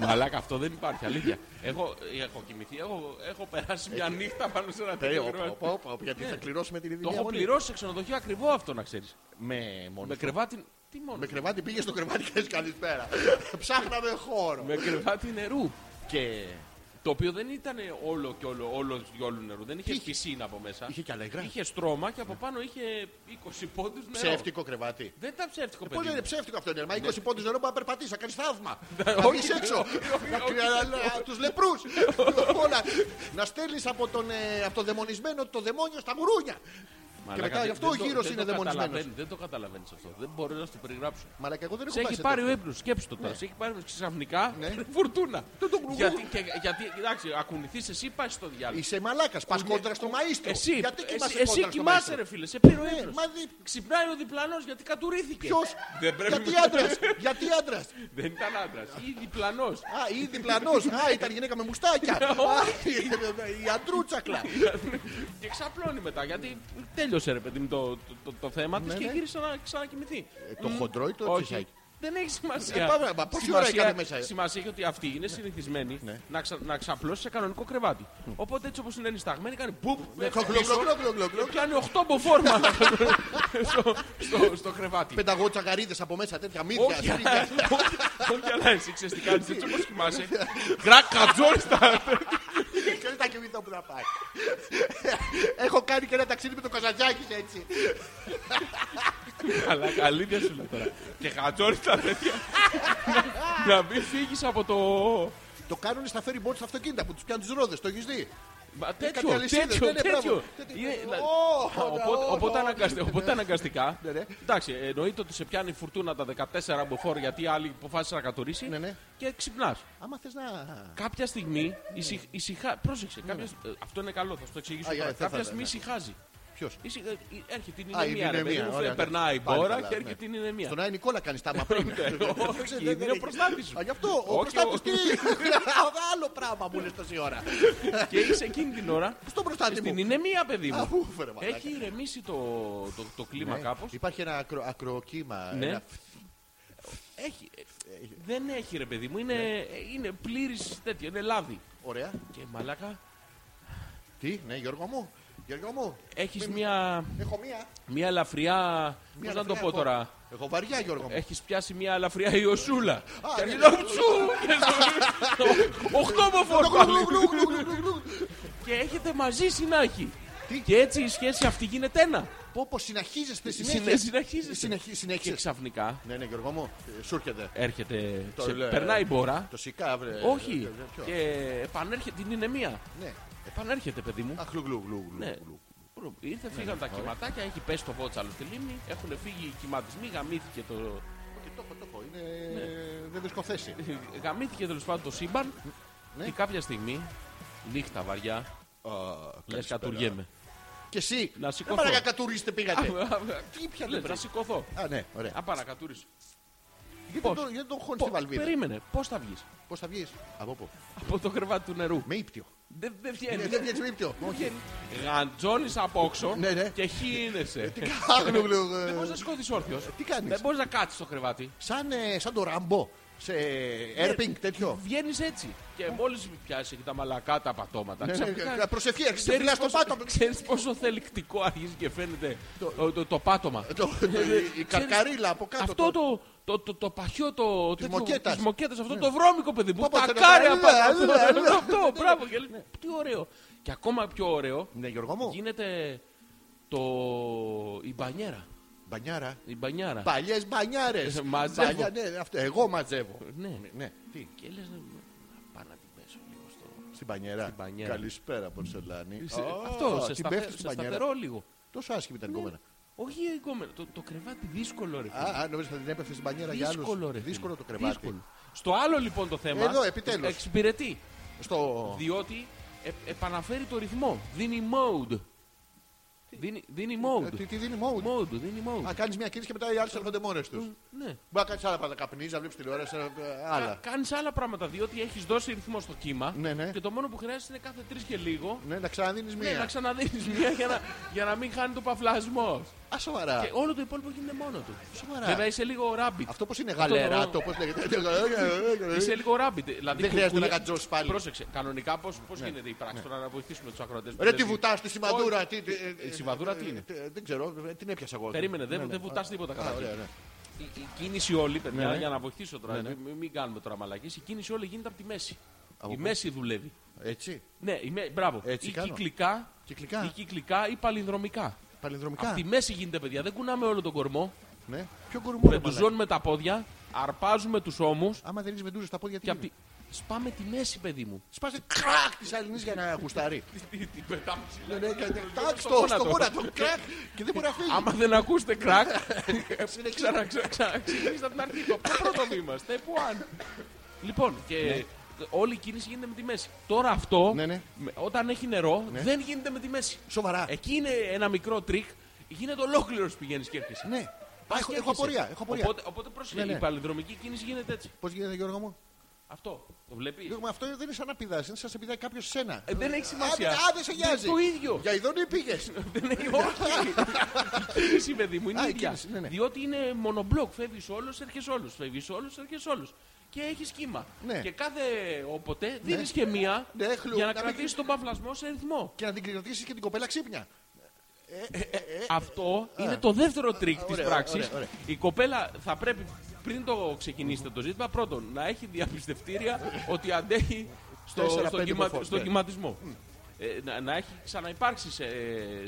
Μαλάκα, αυτό δεν υπάρχει, αλήθεια. Έχω, έχω κοιμηθεί, έχω, έχω περάσει μια νύχτα πάνω σε ένα Ε, τέτοιο οπ, κρεβάτι. οπ, οπ, οπ, γιατί θα κληρώσουμε την Ναι, Το ειδική έχω αγωνία. πληρώσει σε ξενοδοχείο ακριβό αυτό να ξέρεις. Με μόνο. Με κρεβάτι. Τι μόνο. Με κρεβάτι πήγε στο κρεβάτι και λες καλησπέρα. Ψάχναμε χώρο. Με κρεβάτι νερού. Και Το οποίο δεν ήταν όλο και όλο, όλος και όλο νερού. Δεν είχε Είχε. πισίνα από μέσα. είχε και αλεγρά. Είχε στρώμα και από πάνω είχε 20 πόντους νερό. Ψεύτικο Ε, κρεβάτι. Δεν ήταν Πώ ψεύτικο Ε, παιδί. δεν είναι μου. ψεύτικο αυτό, είναι. Μα 20 πόντου νερό μπορεί να περπατήσει, να κάνει θαύμα. Ναι, Να βγει όχι. έξω. Όχι, όχι. Τους λεπρούς. Λοιπόν, Να στέλνεις από τον ε, από το δαιμονισμένο το δαιμόνιο στα γουρούνια. Και Μαλάκα, μετά δεν- γι' αυτό ο δεν το- γύρος δεν είναι το δαιμονισμένος. καταλαβαίνεις, Δεν το καταλαβαίνεις αυτό. Δεν μπορώ να σου το περιγράψω. Μαλάκα, εγώ δεν Σε έχω πάει έχει σε πάρει ο τέτοιο. ύπνος, σκέψτε το τώρα. Σε έχει πάρει ο ύπνος ξαφνικά Ναι. φουρτούνα. γιατί, και, γιατί, εντάξει, ακουνηθείς εσύ, πα στο διάλογο. Είσαι μαλάκας, πας Ούτε- κόντρα στο μαέστρο. ε- Εσύ, Γιατί κοιμάσαι εσύ, εσύ κόντρα στο κοιμάσαι, μαέστρο? ρε φίλε, σε πήρε ο Ναι, ύπνος. μα δι- Ξυπνάει ο διπλανός γιατί κατουρίθηκε. Ποιος? Δεν πρέπει Γιατί να- άντρα, γιατί άντρας. Δεν ήταν άντρας. Ή διπλανός. Α, ή διπλανός. Α, ήταν γυναίκα με μουστάκια. Ναι, Α, Η αντρούτσακλα. και ξαπλώνει μετά γιατί τέλειωσε ρε παιδί μου το, το, το, το θέμα της Ναι, και ναι. γύρισε να ξανακοιμηθεί. Ε, Το χοντρό ή το Όχι. τσισάκι. Δεν έχει σημασία. Ε, πάμε, μα πόση ώρα έκανε μέσα, ε? Σημασία έχει ότι αυτοί είναι συνηθισμένοι Ναι. να, ξα, να ξαπλώσει σε κανονικό κρεβάτι. Οπότε έτσι όπως είναι ενισταγμένοι, κάνει μπουμ. κλοκ, κλοκ, κλοκ, κλοκ, κλοκ, κλοκ. Πιάνει 8 μποφόρμα στο, στο, στο κρεβάτι. Πενταγώ τσακαρίδε από μέσα, τέτοια μύθια. Όχι, αλλά- όχι, όχι, αλλά εσύ ξέρεις τι κάνεις, έτσι όπως κοιμάσαι. Γκρακ, κατζόριστα. Και δεν τα κοιμηθώ που θα πάει. Έχω κάνει και ένα ταξίδι με το Καζαντζάκη έτσι. Αλλά αλήθεια σου λέω τώρα. Και κατζόριστα τέτοια. Να- Να μην φύγεις από το... Το κάνουν στα ferry boats στα αυτοκίνητα που τους πιάνουν τις ρόδες. Το έχεις δει. Μα Κάτι Τέτοιο, αλυσίδες, τέτοιο, ναι, ναι, μπράβο. τέτοιο. Τέτοιο. Είναι, δηλαδή, Ω, Οπότε, ω, οπότε, ω, αναγκαστε- οπότε αναγκαστικά. Ναι, ναι. Εντάξει, εννοείται ότι σε πιάνει φουρτούνα τα 14 μποφόρ γιατί οι άλλοι αποφάσισαν να κατουρίσει Ναι, ναι. και ξυπνάς. Άμα θες να. Κάποια στιγμή ησυχ- ησυχά. Πρόσεξε. κάποια σ- ε, Αυτό είναι καλό, θα σου το εξηγήσω. Ναι, Α, τώρα. για, θα- θα- Κάποια στιγμή ναι. ησυχάζει. Ποιος. Ησυχ- ε, Έρχεται την Α, η ηρεμία. ρε παιδί ηρεμία, μου, ωραία, ναι. Περνάει η Πάλι μπόρα καλά, και ναι. έρχεται την ηρεμία. Στον Άι Νικόλα κάνει τα άμα πριν. Ναι, Όχι, δεν- είναι ο προστάτη σου. Α, γι' αυτό ο Όχι, προστάτης ο- τι. Άλλο πράγμα μου λες τόση ώρα. Και είσαι εκείνη την ώρα Στον προστάτη Ε, στην μου. ηρεμία, παιδί Α, μου. ούφε, ρε μαλάκα. Έχει ηρεμήσει το, το, το κλίμα Ναι. κάπως. Υπάρχει ένα ακρο, ακροκύμα. Ναι. Ένα... Έχει, ε, δεν έχει ρε παιδί μου, είναι, Ναι. ε, είναι πλήρης τέτοιο, είναι λάδι. Ωραία. Και μαλάκα, Τι, ναι, Γιώργο μου. Γιώργο μου. έχεις Μην- μια, Έχω μία. μια ελαφριά. Πώς να το ελαφριά πω έχω. τώρα. Έχω βαριά, Γιώργο μου. Έχεις πιάσει μια ελαφριά ιωσούλα. Και ναι. λέω, «Ψου!» και στο- Οχτώ Γλου, μοφόρ γλου, πάλι. γλου, γλου, γλου, γλου, γλου. Και έχετε μαζί συνάχη. Τι? Και έτσι η σχέση αυτή γίνεται ένα. Πω πω συνεχίζεστε Συνε- συνέχεια. συνεχίζεστε. Συνεχί- Και Συνεχίζεστε. ξαφνικά Ναι, ναι, Γιώργο μου, ε, σου έρχεται. έρχεται. Το ξε- λέω, ε, Περνάει η μπόρα. Το σικά, αύριο. ε, Όχι. Και επανέρχεται. Την είναι μία. Ναι. Επανέρχεται, παιδί μου. Αχ, γλου, γλου, γλου, γλου, Ναι. γλου. Ήρθε, φύγαν τα κυματάκια, έχει πέσει το βότσαλο στη λίμνη, έχουν φύγει οι κυματισμοί, γαμήθηκε το. Και το έχω, το έχω. Είναι... Ναι. Δεν βρίσκω θέση. γαμήθηκε τέλος πάντων το σύμπαν. Ναι. Και κάποια στιγμή, νύχτα βαριά, Α, λες καλησπέρα. κατουργέμαι. Και εσύ. Να σηκωθώ. Δεν παρακαλώ, κατουρίστε πήγατε. Τι πια Λες, δεν να σηκωθώ. ε, Α, ναι, ωραία. Να πάω να κατουρίσω. Γιατί πώς. τον- γιατί τον χώνεις Πο- στη βαλβίδα. Περίμενε, πώς θα βγεις Πώς θα βγεις. Από πού. από το κρεβάτι του νερού. Ναι, Με ύπτιο. Δεν δεν Ε, βγαίνει. Δεν βγαίνει με ύπτιο. Όχι. Γαντζώνει από όξο Ναι, ναι. και χύνεσαι. Τι κάνω, γλου, ε, Δεν μπορείς να σηκωθείς όρθιος. Τι κάνεις. Δεν μπορείς να κάτσεις στο κρεβάτι. Σαν, ε, σαν το ράμπο. Σε Ναι. έρπινγκ τέτοιο. Βγαίνεις έτσι. Και μόλις πιάσει και τα μαλακά τα πατώματα. Ναι, ναι, ξαφνικά ε, Προσευχή, έρχεσαι. Ξέρεις Μιλά στο πόσο- πάτο. Ξέρεις πόσο θελικτικό αρχίζει και φαίνεται το, το, το πάτωμα. Ε, Το- το- Η η καρκαρίλα από κάτω. αυτό το, το, το, το παχιό, το τέτοιο, μοκέτας. Ναι. της μοκέτας, αυτό το βρώμικο παιδί μου. Πω, πω, Τα θέλω κάρια να- πάνω. ναι, ναι, ναι. Αυτό, Αυτό, μπράβο. και λέει, Τι ωραίο. Και ακόμα πιο ωραίο Ναι, Γιώργο μου. γίνεται το, η μπανιέρα. Μπανιάρα. Η μπανιάρα. Παλιές μπανιάρες. Ε, Μαζεύω. ναι, αυτό. ναι, Εγώ μαζεύω. Ναι. Ναι, τι. Και λες, να πάω να την πέσω λίγο στο, Στην πανιέρα. Στην πανιέρα. Καλησπέρα, Πορσελάνη. Σε- Α, Αυτό, σε, την σταθε- πέφτει σε στην πανιέρα. σταθερό Ναι. λίγο. Τόσο άσχημη ήταν η κόμενα. Όχι η κόμενα. Το, το κρεβάτι δύσκολο ρε. Α, α, νόμιζα ότι την έπεφτε στην πανιέρα για άλλους. δύσκολο ρε. Δύσκολο το φίλε. κρεβάτι. Δύσκολο. Στο άλλο λοιπόν το θέμα. Εδώ, επιτέλους. Εξυπηρετεί. Στο... Διότι ε- επαναφέρει το ρυθμό. Δίνει mode. Δίνει, δίνει mode. Ε, Τι, τι δίνει mode. Mode, δίνει mode. Α, κάνεις μια κίνηση και μετά οι άλλοι έρχονται μόνες τους. Μπορεί Ναι. να κάνεις άλλα πράγματα. Καπνίζεις, να βλέπεις τηλεόραση. ε, ε, Άλλα. Κάνεις άλλα πράγματα διότι έχεις δώσει ρυθμό στο κύμα. Ναι, ναι. Και το μόνο που χρειάζεται είναι κάθε τρεις και λίγο. Ναι, να ξαναδίνεις Ναι, να μία. ξαναδίνεις μία για να, για να μην χάνει το παφλασμό. Α, σοβαρά. Και όλο το υπόλοιπο γίνεται μόνο του. Σοβαρά. Βέβαια είσαι λίγο ράμπιτ. Αυτό πώς είναι γαλεράτο, πώς λέγεται. Είσαι λίγο ράμπιτ. Δηλαδή, Δεν χρειάζεται κουκουλιά- να κατζώσει πάλι. Ναι. Πρόσεξε. Κανονικά πώς πώς γίνεται η πράξη τώρα να βοηθήσουμε τους ακροατές. Ρε τι βουτά στη σημαδούρα. τι- τι- Η σημαδούρα τι είναι? ε, Δεν ξέρω, ε, την έπιασα εγώ. Περίμενε, δεν, Ναι, ναι. δεν βουτάς τίποτα Α, κατά ωραία, κύριο. ναι. η, η κίνηση όλη, παιδιά, Ναι, ναι. για να βοηθήσω τώρα, Ναι, ναι. μη- Μην, κάνουμε τώρα μαλακή. Η κίνηση όλη γίνεται από τη μέση. Από η πού? μέση δουλεύει. Έτσι, Ναι, η με... μπράβο. Έτσι ή κάνω. κυκλικά, Κυκλικά. ή κυκλικά ή παλινδρομικά. παλινδρομικά. Από τη μέση γίνεται, παιδιά. Δεν κουνάμε όλο τον κορμό. Ναι. Ποιο κορμό ρε μαλάκα. Βεντουζώνουμε τα πόδια, αρπάζουμε τους ώμους Άμα δεν είσαι βεντούζε στα πόδια, τι και από τη... γίνεται? Σπάμε τη μέση, παιδί μου. Σπάσε κρακ της Αλληνής για να γουστάρει. Την πετάμε ψηλά. Ναι, ναι, και- τάκ, στο στο στο γόνατο. γόνατο, κρακ και δεν μπορεί να φύγει. Άμα δεν ακούσετε κρακ, Συνεχίζει. ξαναξεκινήστε από την αρχή. Το πρώτο βήμα, step one. Λοιπόν, και όλη η κίνηση γίνεται με τη μέση. Τώρα αυτό, Ναι, ναι. με- όταν έχει νερό, δεν γίνεται με τη μέση. Σοβαρά. Εκεί είναι ένα μικρό τρίκ, γίνεται ολόκληρος πηγαίνεις και έρχεσαι. Ναι. Πας Έχω- και Έχω έρχεσαι. απορία. Έχω απορία. Οπότε, οπότε πρόσεχε, Ναι, ναι. η παλινδρομική κίνηση γίνεται έτσι. Πώς γίνεται, Γιώργο μου. Αυτό, το βλέπεις. Γιώργο μου, αυτό δεν είναι σαν να πηδάς, είναι σαν να σε πηδάει κάποιος σένα. Ε, δεν έχει σημασία. Άντε, άντε, σε νοιάζει. Το ίδιο. Για ειδόνι πήγες. Δεν έχει όχι. Η κίνηση, παιδί μου, είναι Α, η η ίδια. κίνηση, ναι, ναι. Διότι είναι μονομπλοκ. Φεύγεις όλος, έρχεσαι όλος. Φεύγεις όλος, έρχεσαι όλος. Και έχει κύμα. Ναι. Και κάθε όποτε δίνεις και μία Ναι, χλου, για να να μην- κρατήσεις τον παυλασμό σε ρυθμό. Και να την κρατήσει και την κοπέλα ξύπνια. Αυτό είναι το δεύτερο τρίκ της Ε, ωραία, πράξης. ωραία, ωραία. Η κοπέλα θα πρέπει πριν το ξεκινήσετε το ζήτημα, πρώτον να έχει διαπιστευτήρια ότι αντέχει στο, Τέσσερα, στο, πέντε κυμα- υποφόρ, στο ναι. κυματισμό. Ε, να, να έχει ξαναυπάρξει σε,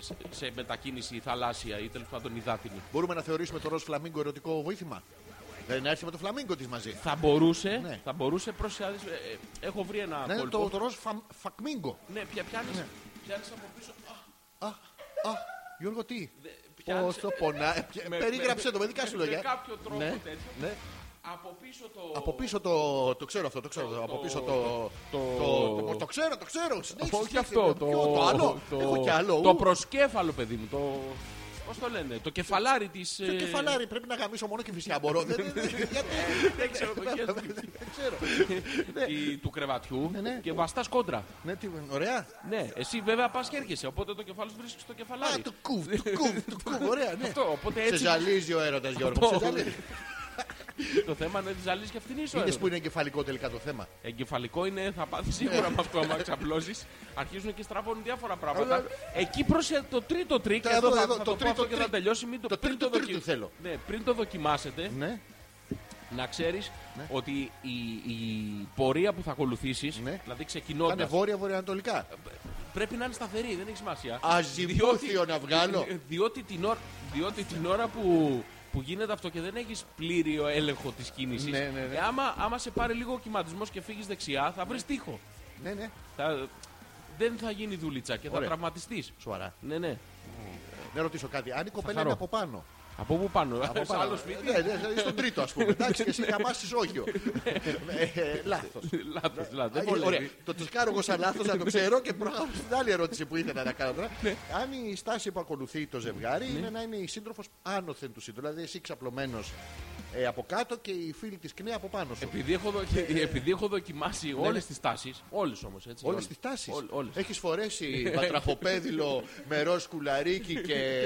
σε, σε μετακίνηση θαλάσσια ή τέλος πάντων υδάτινη. Μπορούμε να θεωρήσουμε το ροζ φλαμίγκο ερωτικό βοήθημα. Δεν έρθει με το φλαμίγκο της μαζί. Θα μπορούσε, Ναι. θα μπορούσε, προσιάδες, ε, ε, έχω βρει ένα Να είναι κόλπο. Ναι, το, το ροζ φαμ- φακμίγκο. Ναι, πια πιάνεις, πιάνεις από πίσω. Α, Α, α, Γιώργο, τι. δε- πιάνεις Πόσο πονά. ε, με- Περίγραψε το με δικά σου με- λόγια. Με κάποιο τρόπο Ναι, τέτοιο. ναι. Από πίσω το... Από πίσω το. Το ξέρω αυτό, το ξέρω. Το- από πίσω το- το. το- Το, το, το ξέρω, το ξέρω. Συνέχισε. Όχι συνέχισε. αυτό, το, Ποιο, το άλλο. το- Έχω κι άλλο. Το ου. προσκέφαλο, παιδί μου. Το, πώς το λένε, το κεφαλάρι της... Το ε, κεφαλάρι πρέπει να γαμίσω μόνο και φυσικά μπορώ. Δεν- δεν- δεν- γιατί- Δεν ξέρω Ναι. το χέρι Δεν ξέρω. τη- του κρεβατιού Ναι, ναι. και βαστάς κόντρα. Ναι, τι, ωραία. Ναι, εσύ βέβαια πας και έρχεσαι. Οπότε το κεφάλι σου βρίσκεις στο Α, κεφαλάρι. του κουβ, του κουβ, του κουβ. Ωραία, ναι. Αυτό, οπότε Σε έτσι. ζαλίζει ο έρωτας, Γιώργο. Αυτό. σε ζαλίζει. Το θέμα είναι τη ζαλή και αυτήν ίσως. Είδες που είναι εγκεφαλικό τελικά το θέμα. Εγκεφαλικό είναι, θα πάθεις σίγουρα με αυτό άμα ξαπλώσεις. Αρχίζουν και στραβώνουν διάφορα πράγματα. Εκεί προσε το τρίτο τρίκ. Τα- Εδώ εδώ, θα, εδώ, θα το το, πω τρίτο αυτό και θα τρίκ. τελειώσει. Μην το, Το πριν τρίτο το δοκι- τρίτο θέλω. Ναι, πριν το δοκιμάσετε, Ναι, να ξέρεις ότι η, η πορεία που θα ακολουθήσεις, Ναι. δηλαδή θα είναι ξεκινώντα, βόρεια-βορειοανατολικά. πρέπει να είναι σταθερή, δεν έχει σημασία. Αζιμπούθιο να βγάλω. διότι την ώρα, διότι την ώρα που, που γίνεται αυτό και δεν έχεις πλήρη έλεγχο της κίνησης, Ναι, ναι, ναι. άμα, άμα σε πάρει λίγο ο κυματισμός και φύγεις δεξιά, θα βρεις τείχο. Ναι, ναι, Θα, δεν θα γίνει δουλίτσα και θα Ωραία. τραυματιστείς. σοβαρά. Ναι, ναι. Να ρωτήσω κάτι. Αν η κοπέλα χαρώ. είναι από πάνω. Από πού πάνω, Από σε πάνω. άλλο σπίτι. Ναι, ναι, ναι, στον τρίτο, ας πούμε. Εντάξει, και εσύ γαμάσει Όχιο. Ε, Λάθος. Λάθος, λάθος. Δεν Ε, Ωραία. Το τσεκάρω εγώ σαν λάθος, να το ξέρω και προχωρώ στην άλλη ερώτηση που ήθελα να κάνω. τώρα. Ναι. Αν η στάση που ακολουθεί το ζευγάρι είναι να είναι η σύντροφος άνωθεν του σύντροφου. Δηλαδή εσύ ξαπλωμένος από κάτω και η φίλη τη κνέα από πάνω σου. Επειδή έχω, δο- Ναι, επειδή έχω δοκιμάσει όλες τις τάσεις, όλες όμως έτσι. Όλες τις τάσεις. Όλ- όλες. Έχεις φορέσει πατραχοπέδιλο με ροζ κουλαρίκι και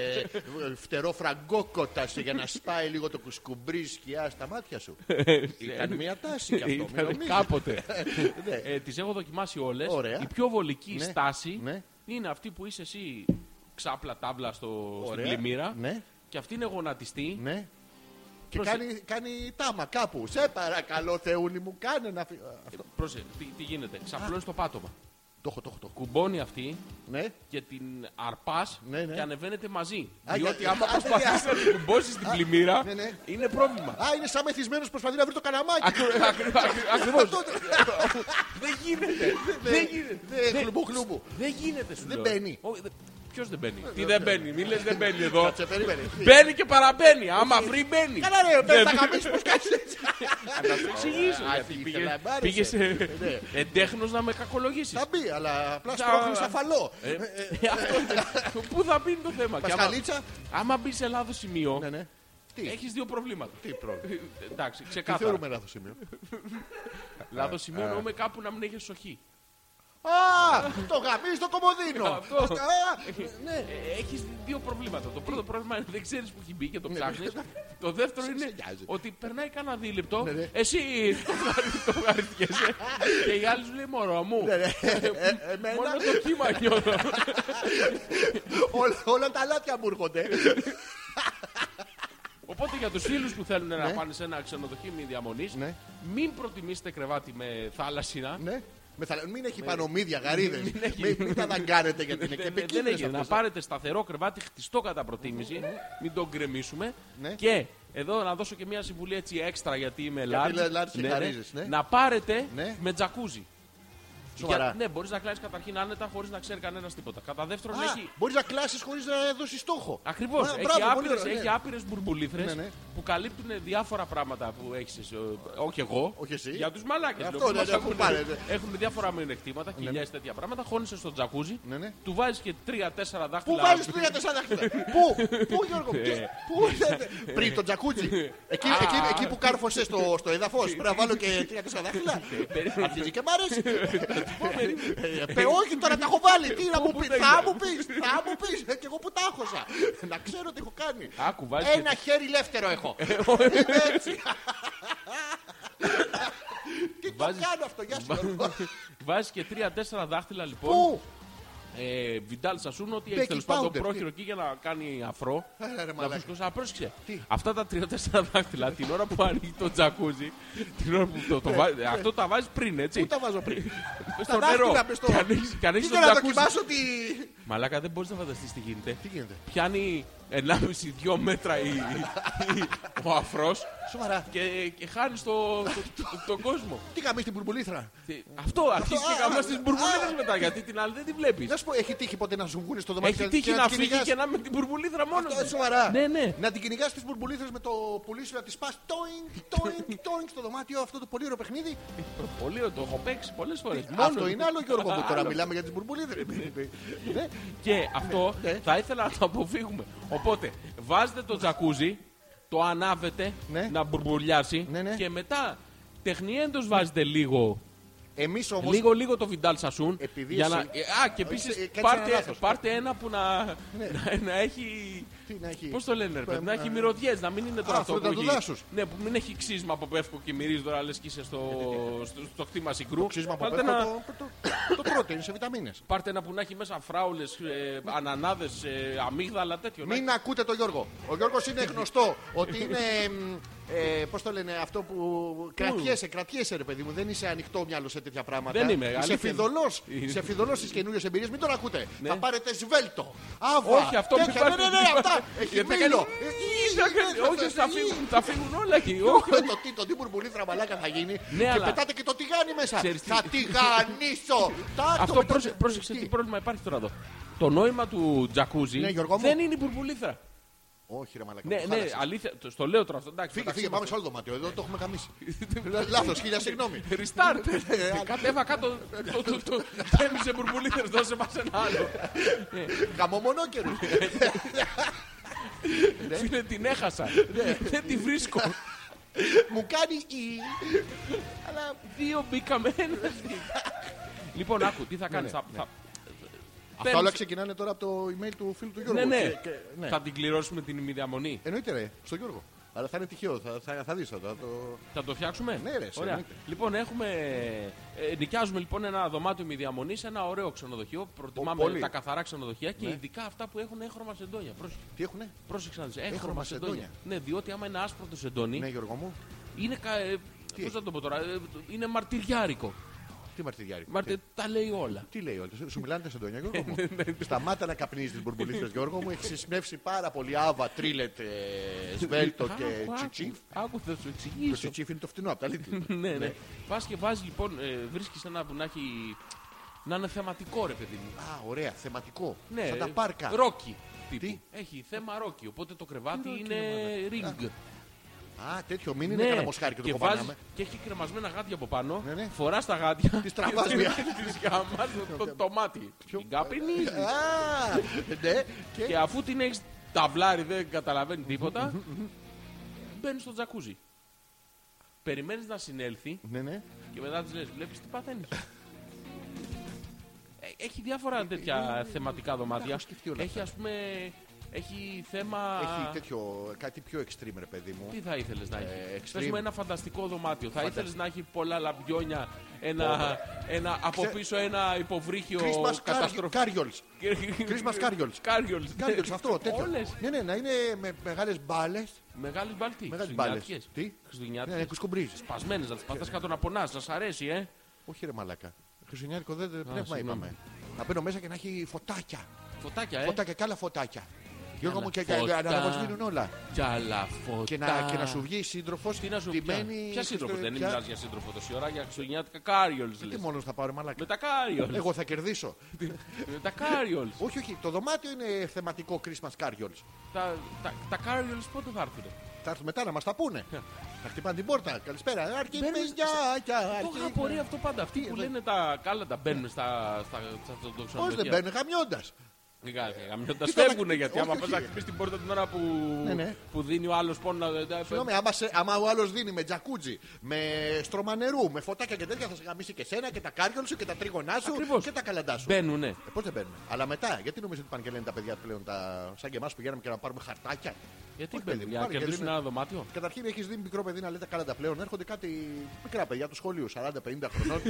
φτερό φραγκόκοτα σε για να σπάει λίγο το κουσκουμπρί σκιά στα μάτια σου. Ήταν μια τάση κι αυτό. Ε, Ήταν μην νομίζεις. Ε, κάποτε. Ναι. ε, τις έχω δοκιμάσει όλες. Ωραία. Η πιο βολική Ναι. στάση Ναι. είναι αυτή που είσαι εσύ ξάπλα τάβλα στο, στην Ωραία. πλημμύρα Ναι. και αυτή είναι γονατιστή. Ναι. Και Προσε- κάνει, κάνει τάμα κάπου. Σε παρακαλώ, Θεούλη μου, κάνε να φύγει. Ε, Πρόσεχε, τι, τι γίνεται. Ξαπλώνεις το πάτωμα. Το έχω, το έχω, το έχω. κουμπώνει αυτή Ναι. και την αρπάς Ναι, ναι. και ανεβαίνετε μαζί. Α, διότι για- άμα α, προσπαθείς να την κουμπώσεις την πλημμύρα, ναι, ναι. είναι πρόβλημα. Α, είναι σαν μεθυσμένος προσπαθεί να βρει το καναμάκι. Ακριβώς. Δεν γίνεται. Δεν Δε, γίνεται. χλουμπού, χλουμπού. Δεν γίνεται σου Δεν λέω. μπαίνει. Ω, δε- Ποιος δεν μπαίνει. Τι δεν μπαίνει. Μη λες δεν μπαίνει εδώ. Κάτσε, περίμενε. Μπαίνει και παραμπαίνει. Άμα βρει μπαίνει. Καλά ρε, πες Δεν- τα γαμίσεις πως κάτσε έτσι. Να σου εξηγήσω. Α, γιατί τι πήγε- ήθελα, μ' άρεσε. Πήγε σε Ναι. εντέχνος να με κακολογήσεις. Θα μπει, αλλά απλά Τα- σπρώχνεις αφαλό. Ε, ε, αυτό είναι. Το Πού θα μπει είναι το θέμα. Και άμα- Πασχαλίτσα. Άμα μπεις σε λάθος Ναι, σημείο, ναι. Τι, έχεις δύο προβλήματα. τι πρόβλημα. Ε, Εντάξει, Τι ξεκάθαρα. θεωρούμε λάθος σημείο. Λάθος σημείο εννοούμε κάπου να μην έχεις σοχή. Α, το γαμίζεις το κομμωδίνο. Αυτό. Α, Ναι. Έχει Ε, δύο προβλήματα. Το πρώτο πρόβλημα είναι δεν ξέρεις που έχει μπει και το ψάχνει. Το δεύτερο είναι Ναι, νοιάζει. ότι περνάει κανένα δίλεπτο. Ναι, ναι. Εσύ το βγα- το βαριέσαι. Και η άλλη σου λέει Μωρό μου. Ναι, ε, Ε, εμένα. Μόνο το κύμα νιώθω. Όλα- Όλα τα λάτια μου έρχονται. Οπότε για τους φίλους που θέλουν να πάνε σε ένα ξενοδοχείο διαμονής, Ναι. μην προτιμήσετε κρεβάτι με θάλασσινα. Ναι. Με θαλα- Μην έχει πανομίδια, γαρίδες. Μην μην τα δαγκάνετε γιατί είναι και Ε, Δεν- Δεν επικίνδυνες έγινε. Να αυτές. ε. πάρετε σταθερό κρεβάτι, χτιστό κατά προτίμηση. Μην τον γκρεμίσουμε. Ναι. Και εδώ να δώσω και μια συμβουλή έτσι έξτρα γιατί είμαι large. λέει large και Ναι, ναι. χαρίζεις, ναι. Να πάρετε Ναι. με τζακούζι. Σοβαρά. Για- ναι, μπορείς να κλάσεις καταρχήν άνετα χωρίς να ξέρει κανένας τίποτα. Κατά δεύτερον, Α, ναι, έχει. Μπορείς να κλάσεις χωρίς να δώσεις στόχο. Ακριβώς. Α, μπράβο, πολύ Έχει, ωραία, έχει ναι. άπειρες μπουρμπουλήθρε Ναι, ναι. που καλύπτουν διάφορα πράγματα που έχεις εσύ. ε, Όχι εγώ. Όχι εσύ. Για τους μαλάκες. Αυτό, ναι, ναι, που πάρετε. Έχουν διάφορα μειονεκτήματα, χιλιάδε τέτοια πράγματα. Χώνεσαι στο τζακούζι, Ναι, ναι. του βάζεις και τρία-τέσσερα Πού δάχτυλα. βάζεις τρία τεσσάρια δάχτυλα. Πού, πού Γιώργο, Ε. τι- πού ήταν. Πριν το τζακούτσι. Εκεί, εκεί, εκεί που κάρφωσε στο, στο έδαφος. Πρέπει να βάλω και τρία τεσσάρια δάχτυλα. περίμενε. Αρχίζει και μ' αρέσει. Ε, παι, όχι τώρα τα έχω βάλει. Τι να μου πει, θα μου πεις, θα μου πεις. Και εγώ που τα άχωσα. Να ξέρω τι έχω κάνει. Άκου, βάζεις και- Ένα χέρι ελεύθερο έχω. Ε, Ε, Έτσι. Τι το Βάζεις- κάνω αυτό, γεια σου. Γιώργο. Βάζεις και τρία-τέσσερα δάχτυλα λοιπόν. Πού, Ε, Βιντάλ Σασούν, ό,τι Becky έχει τέλος πάντων Powder, πρόχειρο εκεί για να κάνει αφρό. Έλα, Ε, ρε, Να μαλάκα. φουσκώσει. Αλλά πρόσεξε. Τι? Αυτά τα τρία-τέσσερα δάχτυλα την ώρα που ανοίγει το τζακούζι. την ώρα που το, το βάζει- Αυτό τα βάζεις πριν, πού έτσι. τα βάζω πριν. Μες Ε, τα στο νερό. δάχτυλα μες στο- Και ανοίξει- και Τι ανοίξει το να τζακούζι. δοκιμάσω τι. Μαλάκα δεν μπορείς να φανταστείς τι γίνεται. Τι γίνεται. Πιάνει 1,5-2 μέτρα η- η- ο αφρός Σοβαρά. και, και χάνει το- το- το- τον κόσμο. Τι γαμίζει την μπουρμπουλήθρα. Τι- Αυτό αρχίζει Αυτό, και α, γαμά α, τις α, μπουρμπουλίδε μετά γιατί την άλλη δεν τη βλέπεις. Να σου πω, έχει τύχει ποτέ να σου βγουν στο δωμάτιο Έχει τύχει και να την φύγει κυνηγάς. και να με την μπουρμπουλίδρα μόνο. Ε, Σοβαρά. Ναι, ναι. Να την κυνηγάς τις μπουρμπουλήθρες με το πουλί σου, να τη πα τόινγκ, τόινγκ, τόινγκ στο δωμάτιο αυτό το πολύ ωραίο παιχνίδι. Πολύ ωραίο, το έχω παίξει πολλές φορές. Αυτό είναι άλλο Γιώργο που τώρα μιλάμε για τις μπουρμπουλήθρες. Και αυτό ναι. θα ήθελα να το αποφύγουμε. Οπότε βάζετε το τζακούζι, το ανάβετε Ναι. να μπουρμπουλιάσει Ναι, ναι. και μετά τεχνιέντος βάζετε λίγο. Εμείς όμως. Λίγο, λίγο το Βιντάλ Σασούν. Επειδή για εσύ- να... ε, Α, και ε, επίση κάνεις ένα πάρτε, λάθος. πάρτε ένα που να, Ναι. να, να έχει. Τι να έχει. Πώς το λένε, ρε Το- παιδί, να ε, έχει μυρωδιές, να μην είναι τώρα Α, αυτό που φρούτα του έχει. δάσους. Ναι, που μην έχει ξύσμα από πεύκο και μυρίζει τώρα λες και είσαι στο, στο, στο χτήμα συγκρού. Ξύσμα από Πάρτε πέρα. ένα- το- το- Το πρώτο είναι σε βιταμίνες. Πάρτε ένα που να έχει μέσα φράουλες, ε, ανανάδες, ε, αμύγδαλα, τέτοιο. Μην ακούτε τον Γιώργο. Ο Γιώργος είναι γνωστό ότι είναι. Πώς το λένε, αυτό που. Κρατιέσαι, κρατιέσαι, ρε παιδί μου. Δεν είσαι ανοιχτό μυαλό σε τέτοια πράγματα. Δεν είμαι, αλήθεια Είσαι είναι. φιδωλός. Είναι. Σε φιδωλό στι καινούριες εμπειρίες. Μην τον ακούτε. Ναι. Θα πάρετε σβέλτο. Άβα. Όχι, αυτό που τέτοια. Ναι, ναι, ναι, αυτά. Έχει Γιατί θα κάνει- μήλο. Ή, Ε, θα ή, κάνει- ναι, Όχι, θα ή, φύγουν- θα φύγουν όλα εκεί. όχι, Όχι, με το τι, το τι μπουρμπουλήθρα μαλάκα θα γίνει. Ναι, και αλλά- πετάτε και το τηγάνι μέσα. Ξέρεις τι- θα τηγανίσω. Τάκ, το Αυτό πετάτε. πρόσεξε, πρόσεξε τι πρόβλημα υπάρχει τώρα εδώ. Το νόημα του τζακούζι Ναι, Γιώργο μου. δεν είναι η μπουρμπουλήθρα. Όχι, ρε μαλάκα. Ναι, μου ναι, χάλασες. αλήθεια. το- Στο λέω τώρα αυτό. Εντάξει, Φύγε, φύγε, μεταξύ πάμε σε άλλο δωμάτιο. Εδώ το έχουμε καμίσει. Λάθο, χίλια συγγνώμη. μας. Restart. Ε, Κατέβα Ε, κάτω. το- το- το- Γέμισε μπουρμπουλήθρες, δώσε μας ένα άλλο. Γαμομονόκερου. Ναι. Φίλε, την έχασα. Δεν τη βρίσκω. Μου κάνει η. Αλλά Δύο μπήκαμε, ένα βγήκε. Λοιπόν, άκου, τι θα Ναι, κάνεις. θα- θα- αυτά όλα ξεκινάνε τώρα από το email του φίλου του Γιώργου. Ναι, ναι. Και- και- ναι. Θα την κληρώσουμε την ημιδιαμονή. Εννοείται ρε, στο Γιώργο. Αλλά θα είναι τυχαίο, θα, θα, θα δεις θα το... Θα το φτιάξουμε. Ναι, ρε, σε Ωραία. εννοείται. Λοιπόν, έχουμε. ε, νοικιάζουμε λοιπόν ένα δωμάτιο με διαμονή σε ένα ωραίο ξενοδοχείο. Προτιμάμε πολύ. Ναι. τα καθαρά ξενοδοχεία και ειδικά αυτά που έχουν έγχρωμα σεντόνια. Πρόσεξε. Τι έχουνε, Πρόσεξε να δεις. Έγχρωμα Έγχρωμα σεντόνια. σεντόνια. Ναι, διότι άμα είναι άσπρο το σεντόνι, ναι Γιώργο μου, είναι. Κα... ε, Πώς να το πω τώρα, ε, είναι μαρτυριάρικο. τι Τι μαρτυριάρι. Μάρτε, τα λέει όλα. Τι λέει όλα, σου μιλάνε τα σεντόνια, Γιώργο Ναι, μου. Σταμάτα να καπνίζεις τις μπουρμπουλίτσε, Γιώργο μου. Έχεις συσνεύσει πάρα πολύ άβα, τρίλετε, σβέλτο και Άκου, άκου, τσιτσίφ. Άκου, θα σου Το εξηγήσω. τσιτσίφ είναι το φτηνό από τα λίτλ. ναι, ναι. Πας και βάζεις λοιπόν, ε, βρίσκεις ένα που να έχει. να είναι θεματικό ρε παιδί μου. Α, ωραία, θεματικό. Ναι, Σαν τα πάρκα. Ρόκι. τύπου. Τι? Έχει θέμα ρόκι. Οπότε το κρεβάτι Τι ρόκι, είναι ρε ring. Α, τέτοιο μην είναι κανένα μοσχάρι και το βάζει, κοπανάμε. Ναι. και έχει κρεμασμένα γάτια από πάνω. Ναι, ναι. Φορά τα γάτια. Τις τραβάς μια. Ε, Τη γάμα το, το μάτι. Ποιο? Την καπνίζει. Α, ναι, Και και. αφού την έχεις ταυλάρει, δεν καταλαβαίνει τίποτα. Μπαίνεις στο τζακούζι. Περιμένεις να συνέλθει Ναι, ναι. και μετά της λες: Βλέπεις τι παθαίνεις. Έχει διάφορα τέτοια θεματικά τα δωμάτια. έχω σκεφτεί όλα Έχει α πούμε. Έχει θέμα. Έχει τέτοιο, κάτι πιο extreme, ρε παιδί μου. Τι θα ήθελες να Ε, έχει. extreme. Πες μου ένα φανταστικό δωμάτιο. Θα Φαντα- ήθελες να έχει πολλά λαμπιόνια, ένα, ένα από Ξε- πίσω ένα υποβρύχιο Christmas καταστροφή. Carriols. Christmas carriols. Κάριολ. Carriols, αυτό, τέτοιο. Όλες. Ναι, ναι, να είναι με μεγάλες μπάλες. Μεγάλε μπαλτί. Μεγάλε μπάλες. Τι. Ναι, ναι, Χριστουγεννιάτικε. κουσκουμπρίζε. Σπασμένες να τις πατά κάτω να πονάς, να σ' αρέσει, ε. Όχι, ρε μαλάκα. Χριστουγεννιάτικο δεν δεν- πνεύμα συγγνώμη. είπαμε. Να μπαίνω μέσα και να έχει φωτάκια. Φωτάκια, ε. Φωτάκια και άλλα φωτάκια. Γιώργο μου και και- φωτά. να αναβοσβήνουν όλα. Τζαλα φωτά. Και να, και να σου βγει σύντροφος. Τι να σου πει. Ποια σύντροφος δεν μιλάς για σύντροφο τόση ώρα, για χριστουγεννιάτικα Κάριολ. Τι μόνος θα πάρω, μαλάκα. Με τα Κάριολ. Εγώ θα κερδίσω. Με τα Κάριολ. Όχι, όχι, το δωμάτιο είναι θεματικό Christmas Carriols. Τα Κάριολ πότε θα έρθουν. Θα έρθουν μετά να μας τα πούνε. Ναι. Θα χτυπάνε την πόρτα. Καλησπέρα. Αρκεί Μπαίνουν σε- παιδιά. Το είχα απορία αυτό πάντα. Αυτοί που εδώ- λένε τα κάλαντα μπαίνουν στα, στα, στα, στο- το Πώς δεν ξενοδοχείο. μπαίνουν, γαμιώντας. Γαμιώτα Κοίτα, φεύγουνε μα- γιατί όχι, άμα πα όχι. να χτυπήσεις την πόρτα την ώρα που, Ναι, ναι. που δίνει ο άλλος πόνο να. Συγγνώμη, άμα, σε- άμα ο άλλος δίνει με τζακούτζι, με στρώμα νερού, με φωτάκια και τέτοια, θα σε γαμίσει και σένα και τα κάριον σου και τα τρίγωνά σου Ακριβώς. και τα καλαντά σου. Μπαίνουνε. Ε, Πώς δεν μπαίνουν. Αλλά μετά, γιατί νομίζω ότι πάνε και λένε τα παιδιά πλέον, τα... σαν και εμάς που πηγαίναμε και να πάρουμε χαρτάκια. Γιατί Όχι, μπαίνουν, παιδί μου, για να πάρε, γιατί κερδίσουν είναι- ένα δωμάτιο. Καταρχήν έχεις δει μικρό παιδί να λέει τα κάλαντα πλέον. Έρχονται κάτι μικρά παιδιά του σχολείου, 40-50 χρονών.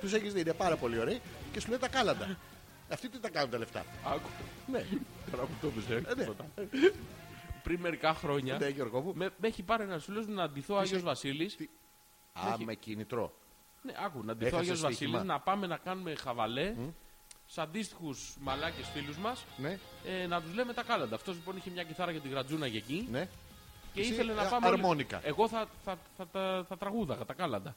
τους έχεις δει, είναι πάρα πολύ ωραίοι και σου λέει τα κάλαντα. Αυτοί τι τα κάνουν τα λεφτά. Άκου. Ναι, Τώρα που το πες, ε, ναι. πρώτα. Πριν μερικά χρόνια ναι, Γιώργο μου. Ε? με, με έχει πάρει ένας φίλος να ντυθώ Άγιο σε- Βασίλης. τι- Α, με κινητρό. Ναι, άκου, να ντυθώ Έχασες Άγιος στοίχημα. Βασίλης, να πάμε να κάνουμε χαβαλέ σε αντίστοιχους μαλάκες φίλους μας Ναι, ε, να τους λέμε τα κάλαντα. Αυτός λοιπόν είχε μια κιθάρα για την γρατζούναγε εκεί. ναι. Και Εσύ, ήθελε ε, να πάμε. όλοι- αρμόνικα. Εγώ θα, θα, θα, τα- θα τραγούδαγα τα κάλαντα.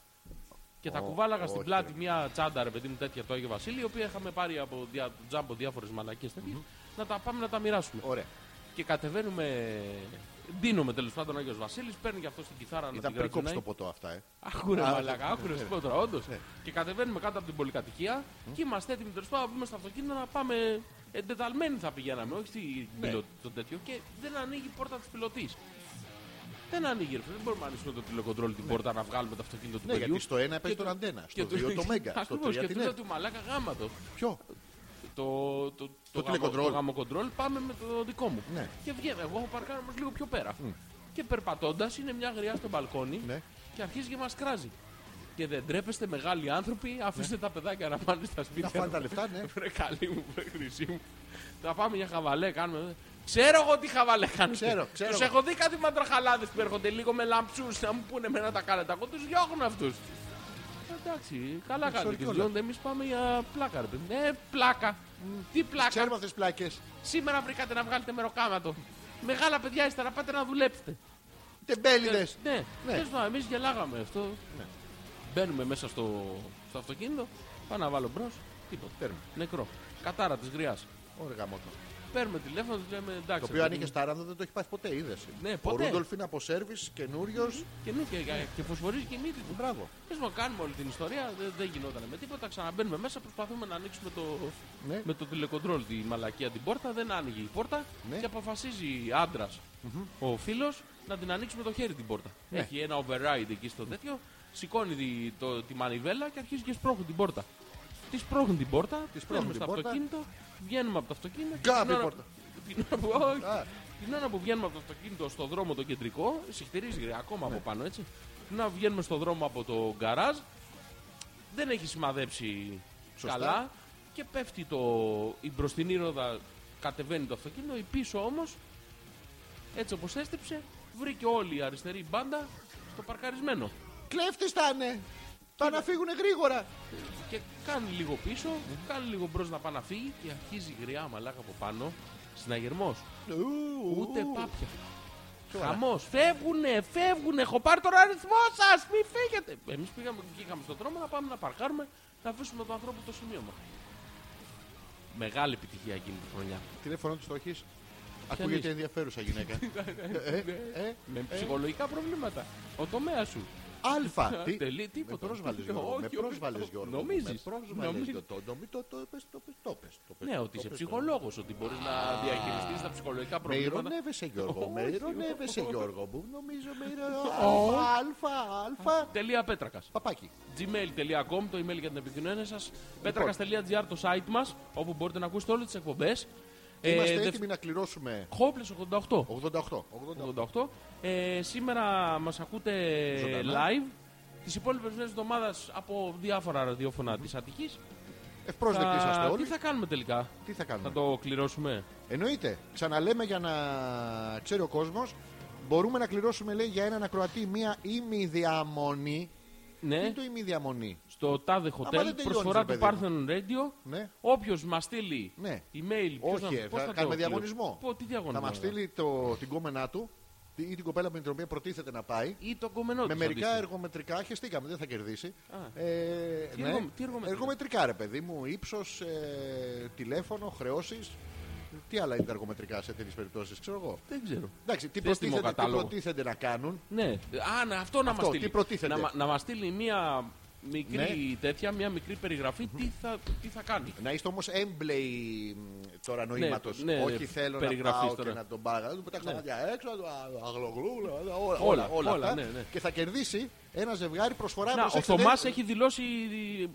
Και θα Ω, ε. κουβάλαγα στην όχι, πλάτη ρε. μια τσάντα ρε παιδί μου τέτοια του Άγιο Βασίλη, η οποία είχαμε πάρει από δια, τζάμπο διάφορες μαλακίε να τα πάμε να τα μοιράσουμε. Ωραία. Και κατεβαίνουμε. Ντύνομαι τέλος πάντων ο Άγιος Βασίλης, παίρνει και αυτό την κιθάρα να Ήταν την πριν κόψει κρατάει. το ποτό αυτά, ε. Άκουρε Α, μαλακά, άκουρε σου πω τώρα, όντως. Ναι. Και κατεβαίνουμε κάτω από την πολυκατοικία και είμαστε έτοιμοι τέλος πάντων να μπούμε στο αυτοκίνητο να πάμε. Εντεταλμένοι θα πηγαίναμε, όχι στη Ναι. πιλο- το τέτοιο. Και δεν ανοίγει η πόρτα της πιλωτής. Δεν ανοίγει, ρε φίλε, δεν μπορούμε να ανοίξουμε το τηλεκοντρόλ την πόρτα να βγάλουμε το αυτοκίνητο του Ναι, γιατί παιδιού. στο ένα παίζει το- τον αντένα, Και στο δύο το μέγκα, στο Ακριβώς, τρία ναι. και την τούτα ΕΡΤ. του μαλάκα γάματος. Ποιο, Το, το, το, γαμο- τηλεκοντρόλ. το γαμοκοντρόλ πάμε με το δικό μου. Ναι. Και βγαίνω. Εγώ έχω παρκάρει όμως λίγο πιο πέρα. Και περπατώντας είναι μια γριά στο μπαλκόνι ναι. και αρχίζει και μας κράζει. Και δεν τρέπεστε μεγάλοι άνθρωποι, αφήστε τα παιδάκια να πάνε Ναι. στα Να σπίτια. φάνε τα λεφτά, ναι. Βρε καλή μου, βρε χρυσή μου. Θα πάμε για χαβαλέ, κάνουμε. Ξέρω εγώ τι χαβαλέ κάνουν. Ξέρω, ξέρω Τους εγώ. έχω δει κάτι μαντραχαλάδες που έρχονται λίγο με λαμψού να μου πούνε εμένα τα κάλετα. Εγώ τους διώχνω αυτούς. Εντάξει, καλά Ξέρω κάνετε. Και κιόλας. διώχνετε. Εμείς πάμε για πλάκα, ρε παιδί. Ε, πλάκα. Τι πλάκα. Ξέρουμε αυτές τις πλάκες. Σήμερα βρήκατε να βγάλετε μεροκάματο. Μεγάλα παιδιά είστε να πάτε να δουλέψετε. Τεμπέληδες. Ε, Ναι, Ναι. ναι. Εμείς γελάγαμε αυτό. Ναι. Μπαίνουμε μέσα στο, στο αυτοκίνητο. Πάω να βάλω μπρος. Τίποτα. Τέρμα. Νεκρό. Κατάρα της γριάς. Ωραία, μότο. Παίρνουμε τηλέφωνο, τους λέμε εντάξει. Το οποίο ρε αν παιδί είχε μου. τάρανδο δεν το έχεις πάθει ποτέ, είδες. Ναι, Ο ποτέ. Ρούντολφ είναι από σερβις καινούριος. Και, νου- και, και φωσφορίζει και η μύτη του. Μπράβο. Πες μου, κάνουμε όλη την ιστορία. δε- Δεν γινόταν με τίποτα. Ξαναμπαίνουμε μέσα. Προσπαθούμε να ανοίξουμε το, Ναι. με το τηλεκοντρόλ τη μαλακία την πόρτα. Δεν άνοιγε η πόρτα. Ναι. Και αποφασίζει άντρας, ο φίλος να την ανοίξει με το χέρι την πόρτα. Ναι. Έχει ένα override εκεί στο τέτοιο. Σηκώνει τη, το, τη μανιβέλα και αρχίζει και σπρώχνει την πόρτα. Τη σπρώχνει την πόρτα. Τη σπρώχνει στο την πόρτα. αυτοκίνητο. Βγαίνουμε από το αυτοκίνητο. και Γκάβει την ώρα- η πόρτα. Την ώρα που, όχι, Α, την ώρα που βγαίνουμε από το αυτοκίνητο στο δρόμο το κεντρικό, συχτηρίζει ρε, ακόμα Ναι. από πάνω έτσι. Να βγαίνουμε στο δρόμο από το γκαράζ, δεν έχει σημαδέψει Σωστά. καλά και πέφτει το, η μπροστινή ρόδα, κατεβαίνει το αυτοκίνητο, η πίσω όμως, έτσι όπως έστριψε, βρήκε όλη η αριστερή μπάντα στο παρκαρισμένο. κλέφτη θα είναι. Πάνε να φύγουν γρήγορα. Και κάνει λίγο πίσω, κάνει λίγο μπρος να πάει να φύγει και αρχίζει γριά μαλάκα από πάνω. Συναγερμός. Ου, Ούτε ου. πάπια. Σοβαρά. Χαμός. Φεύγουνε, φεύγουνε. Έχω πάρει τον αριθμό σας. Μη φύγετε. Εμείς πήγαμε και είχαμε στον δρόμο να πάμε να παρκάρουμε να αφήσουμε τον άνθρωπο το σημείο μας. Μεγάλη επιτυχία εκείνη τη χρονιά. Τηλέφωνο τη το έχεις? Ακούγεται είσαι? ενδιαφέρουσα γυναίκα. Ε, ε, ε, Με ψυχολογικά προβλήματα. Ο τομέας σου. Αλφα. Τι- Τελεί, Με τίποτα. πρόσβαλες Γιώργο. Όχι, Με όχι. πρόσβαλες Γιώργο. Με Νομίζεις. πρόσβαλες. Νομίζεις. Το- το- το- Το το πες, το πες, το πες, το πες, Ναι, το ότι πες, είσαι Ε, το- ψυχολόγος, ότι μπορείς να διαχειριστείς τα ψυχολογικά Με προβλήματα. ηρωνεύεσαι Γιώργο, με Όχι, ηρωνεύεσαι όχι. Γιώργο μου. Νομίζω με ηρωνεύεσαι. Αλφα, αλφα. Τελεία Πέτρακας. Παπάκι. gmail.com, το email για την επικοινωνία σας. Λοιπόν. Πέτρακα.gr το site μας, όπου μπορείτε να ακούσετε όλες τις εκπομπές. Ε, Είμαστε έτοιμοι να κληρώσουμε Χόπλες 88. 88. 88. 88. Ε, σήμερα μας ακούτε Ζωντανά. live. Τις υπόλοιπες μέρες εβδομάδας από διάφορα ραδιόφωνα της Αττικής. Ευπρόσδεκτοι είσαστε Τι όλοι. θα κάνουμε τελικά, Τι θα θα κάνουμε. το κληρώσουμε. Εννοείται. Ξαναλέμε για να ξέρει ο κόσμος. Μπορούμε να κληρώσουμε, λέει, για έναν ακροατή μία ημιδιαμονή. Τι Ναι, είναι το ημιδιαμονή, στο τάδε δεν hotel, τελειώνεις, προσφορά ρε του παιδί Parthenon Radio. ναι. Όποιος μας στείλει Ναι. email, ποιος Όχι, να- ε, πώς θα το κάνουμε κληρώ- διαγωνισμό. Πω, τι διαγωνισμό. Θα μας ρε. στείλει το, την κόμενά του τη- ή την κοπέλα με την οποία προτίθεται να πάει. Ή το κομμενό Με της μερικά αντίστοιχα. εργομετρικά χεστήκαμε, δεν θα κερδίσει. Α. Ε, Τι εργο- τι εργομετρικά? Εργομετρικά, ρε παιδί μου. ύψος, ε, τηλέφωνο, χρεώσεις. Τι άλλα είναι τα εργομετρικά σε τέτοιες περιπτώσεις, ξέρω εγώ. Δεν ξέρω. Εντάξει, τι Δεν θυμώ προτίθεται, τι κατάλογος. προτίθεται να κάνουν. Ναι. Α, να, αυτό να Αυτό, μας στείλει. τι προτίθεται. Ναι. Να, μα- να μας στείλει μία μικρή τέτοια, μία μικρή περιγραφή, τι θα, τι θα κάνει. Να είστε όμως έμπλεοι μ, τώρα νοήματος. ναι, ναι, Όχι θέλω να περιγραφής πάω τώρα. Ναι. και να τον πάρω. Να του πετάξω τα μάτια έξω, να του α- αγλογλούλα, όλα, όλα, Όλα, όλα, όλα, αυτά. ναι, ναι. Και θα κερδίσει ένα ζευγάρι προσφορά. Να, ο προσέξτε, Θωμά δεν- έχει δηλώσει,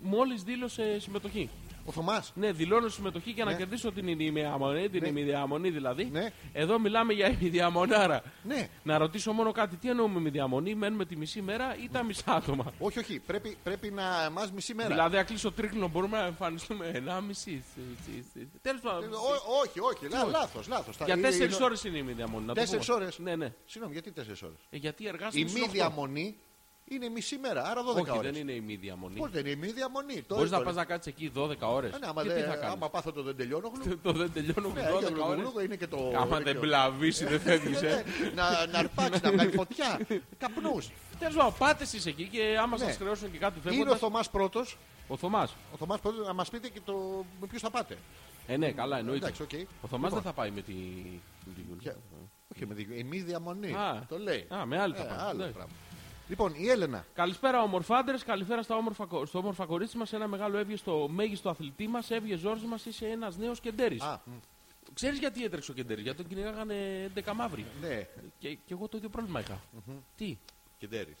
μόλις δήλωσε συμμετοχή. Ο Θωμάς. Ναι, δηλώνω συμμετοχή για να Ναι. κερδίσω την ημιδιαμονή, την ημιδιαμονή δηλαδή. Ναι. Εδώ μιλάμε για ημιδιαμονάρα. Ναι. Να ρωτήσω μόνο κάτι, τι εννοούμε ημιδιαμονή, μένουμε τη μισή μέρα ή τα μισά άτομα. Όχι, όχι. Πρέπει, πρέπει να μας μισή μέρα. Δηλαδή, αν κλείσω τρίχνο, μπορούμε να εμφανιστούμε 1,5. Τέλο Ε, πάντων. ό- όχι, όχι. Λάθος, λάθος. Για 4 ώρες είναι η μη διαμονή. να το Τέσσερις πούμε. ώρες. Ναι, ναι. Συγγνώμη, γιατί τέσσερις ώρες. Ε, Γιατί εργάζεσαι. Η στις μη οκτώ. διαμονή είναι μισή μέρα, άρα 12 Όχι, ώρε. δεν είναι η μη διαμονή. Πώς δεν είναι η μη διαμονή. τώρα Μπορείς να το πα λέω. να κάτσει εκεί 12 ώρες. Ε, ναι, άμα, Και τι δεν- θα κάνεις. άμα πάθω το δεν τελειώνω, γλου- Το δεν τελειώνουμε Ναι, για 12 ώρε. γλουγλούγο είναι και το. Ε, Άμα δεν δίκαιο. πλαβήσει, δεν ε. φεύγει. Ναι, να, να αρπάξεις, να βγάλεις φωτιά. Καπνούς. Τέλος πάντων, πάτε εσείς εκεί και άμα Ναι. σας χρεώσουν και κάτι Είναι ο φεύγοντα. Θωμάς πρώτος. Ο Θωμάς. Ο Θωμάς πρώτος να μας πείτε και το με ποιους θα πάτε. Ε, ναι, καλά, εννοείται. Εντάξει, οκ. Ο Θωμάς δεν θα πάει με τη. με τη Γιούλα. Για- Όχι, με δίκιο. Η μη διαμονή. Α. Το λέει. Α, με άλλη Ε, θα πάει. άλλο Ναι. πράγμα. Λοιπόν, η Έλενα. Καλησπέρα, ομορφάντρε. Καλησπέρα στα όμορφα, κο- στο όμορφα κορίτσι μας. Ένα μεγάλο έβγε στο μέγιστο αθλητή μας. Έβγε Ζόρζη μας. Είσαι ένας νέος κεντέρης. Α, μ, Ξέρεις γιατί έτρεξε ο κεντέρης. Γιατί τον κυνηγάγανε 11 μαύροι. ναι, Και, και εγώ το ίδιο πρόβλημα είχα. Τι. κεντέρης.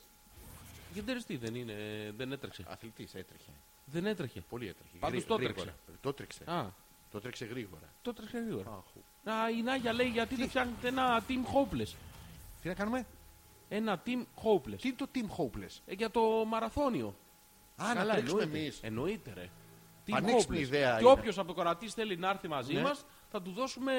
Ο κεντέρης τι δεν είναι. Δεν έτρεξε. Αθλητής έτρεχε. Δεν έτρεξε. Πολύ έτρεχε. Πάντως Γρή- το γρήγορα. Το τρέξε. Α, Το τρέξε γρήγορα. το έτρεξε γρήγορα. Αχ, Α, η Νάγια λέει γιατί δεν φτιάχνετε ένα team hopeless. Τι να κάνουμε. Ένα team hopeless. Τι είναι το team hopeless. Ε, για το μαραθώνιο. Α, να τρέξουμε εννοείται. εμείς. Εννοείται, ρε. Team Πανέξυπνη hopeless. ιδέα Και είναι. όποιος από το κορατή θέλει να έρθει μαζί Ναι. μας, θα του δώσουμε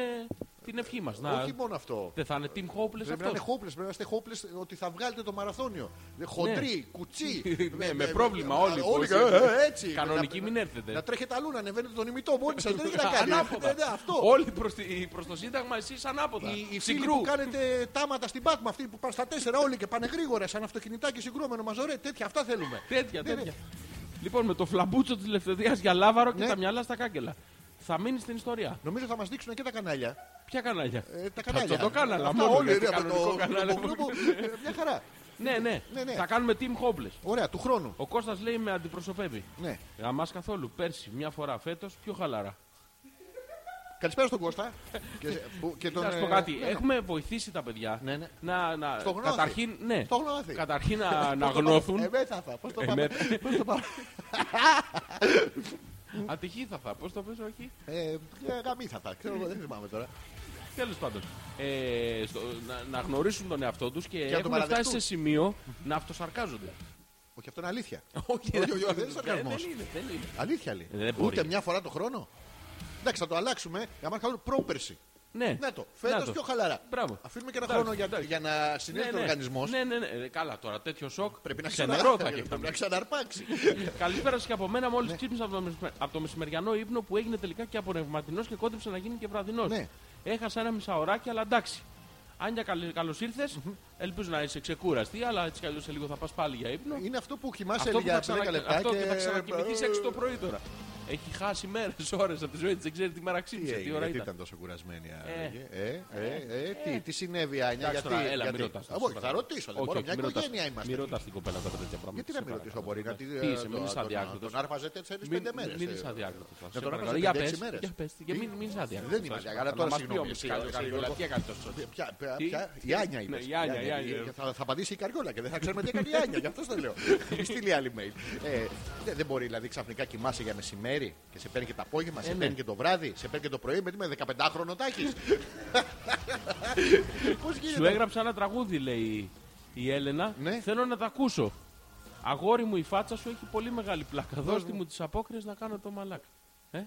την ευχή μας. Να, Όχι μόνο αυτό. δεν θα είναι team hopeless Πρέπει να είναι αυτό. hopeless, πρέπει να είστε hopeless ότι θα βγάλετε το μαραθώνιο. Ε, Χοντροί, κουτσί. Ναι, με πρόβλημα όλοι. Όλοι πώς είναι. ε, ε, έτσι. Κανονικοί Να- μην έρθετε. Να τρέχετε αλλού, να ανεβαίνετε τον ημιτό μόνοι σα. Δεν έχει να κάνει. Ανάποδα. Ε, ναι, Αυτό. Όλοι προς, τη- προς το Σύνταγμα, εσείς ανάποδα. Οι, οι φίλοι Συγκρού. που κάνετε τάματα στην Πάτμα, αυτοί που πάνε στα τέσσερα όλοι και πάνε γρήγορα, σαν αυτοκινητάκι συγκρούμενο μαζορέ, τέτοια αυτά θέλουμε. Τέτοια, Ναι, ναι. τέτοια. Λοιπόν, με το φλαμπούτσο της Λευθερίας για λάβαρο και Ναι. τα μυαλά στα κάγκελα. Θα μείνεις στην ιστορία. Νομίζω θα μας δείξουν και τα κανάλια. Ποια κανάλια. Ε, τα κανάλια. το κανάλα, Αυτά μόνο, όλοι γιατί ρε, από κανονικό το κανάλι. Κουμποκούπο, ε, Μια χαρά. Ναι, ναι. Ναι, ναι. Θα κάνουμε team hopeless. Ωραία, του χρόνου. Ο Κώστας λέει με αντιπροσωπεύει. Ναι. Γαμάς καθόλου. Πέρσι, μια φορά φέτος, πιο χαλαρά. Καλησπέρα στον Κώστα. και, που- και τον, Να σου πω ε, κάτι. ναι, ναι. Έχουμε βοηθήσει τα παιδιά Ναι, ναι. να. να Στο γνώθι. καταρχήν, ναι. Στο γνώθι. Καταρχήν να, να Πώς το πάμε. γνώθουν. Εμέθαθα. Πώς Ε, το πάμε. Πώς το πάμε. Ατυχή θα θα. Πώς το πες, όχι. Ε, ε, Γαμήθαθα. Ξέρω εγώ, δεν θυμάμαι τώρα. Τέλος πάντων. Ε, στο, να, να, γνωρίσουν τον εαυτό τους και, το έχουμε παραδεχτούν. φτάσει σε σημείο να αυτοσαρκάζονται. Όχι, αυτό είναι αλήθεια. όχι, όχι, όχι, δεν είναι δεν σαρκασμός. είναι. Δεν είναι. Αλήθεια λέει. Ε, δεν μπορεί. Ούτε μια φορά το χρόνο. Εντάξει, θα το αλλάξουμε. Για να κάνουμε πρόπερση. Ναι. Να το, φέτος το. πιο χαλαρά. Μπράβο. Αφήνουμε και ένα Εντάξει, χρόνο για, εντάξει. για να συνέλθει ναι, ο οργανισμός. Ναι, ναι, ναι. Ε, Καλά τώρα, τέτοιο σοκ. Πρέπει να, ξενερώ θα ξανα... πρέπει να είχαμε. ξαναρπάξει. Καλησπέρα σας και από μένα. Ναι. Μόλι ξύπνησα από το μεσημε- από το μεσημεριανό ύπνο που έγινε τελικά και απορρευματινό και κόντεψε να γίνει και βραδινός. Ναι. Έχασα ένα μισάωράκι, αλλά εντάξει. Άνια, καλώ ήρθε. Ελπίζω να είσαι ξεκούραστη, αλλά έτσι κι αλλιώς σε λίγο θα πας πάλι για ύπνο. Είναι αυτό που κοιμάσαι Αυτό που, θα για ξανα... 10 λεπτά. αυτό και θα ξανακοιμηθείς 6 το πρωί τώρα. Έχει χάσει μέρες, ώρες από τη ζωή της. Δεν ξέρει τι μέρα Τι ξύπνησε, τι έγινε, ώρα Ε, γιατί ήταν. ήταν τόσο κουρασμένη άραγε. Ε, ε, ε, τι, τι συνέβη, Άνια, γιατί. Εντάξει, τώρα, έλα, γιατί- μην ρωτάς Α, τώρα. όχι, θα ρωτήσω. Δεν Όχι, μπορώ, όχι, μια μην ρωτάς- οικογένεια είμαστε. Μην ρωτάς την κοπέλα τώρα τέτοια πράγματα. Γιατί σε να μην παρακαλώ. ρωτήσω, μπορεί να τη. ε, Τι είσαι, το- μην είσαι τον- αδιάκριτος. Τον άρπαζε τέτοιε Μην, πέντε ε, μέρε. μην είσαι αδιάκριτος. σε τον παρακαλώ. άρπαζε Για πέντε-έξι πες, μέρες. για πες, και μην, μην είσαι αδιάκριτος. Δεν είμαι αδιάκριτος, αλλά τώρα συγγνώμη, συγγνώμη, συγγνώμη. Ποια, ποια, Τι? ποια, η Άνια είπε. Ναι, η Άνια, η Άνια. Θα, θα απαντήσει η Καριόλα και δεν θα ξέρουμε τι έκανε η Άνια, γι' αυτό το λέω. Μη στείλει άλλη mail. Ε, δεν, δεν μπορεί δηλαδή ξαφνικά κοιμάσαι για μεσημέρι και σε παίρνει και το απόγευμα, σε ναι. παίρνει και το βράδυ, σε παίρνει και το πρωί. Με τι με 15χρονο τάκι. Πώς Σου γίνεται. έγραψα ένα τραγούδι, λέει η Έλενα. Ναι. Θέλω να τα ακούσω. Αγόρι μου, η φάτσα σου έχει πολύ μεγάλη πλάκα. Δώστε μου τις απόκρε να κάνω το μαλάκα. Ε?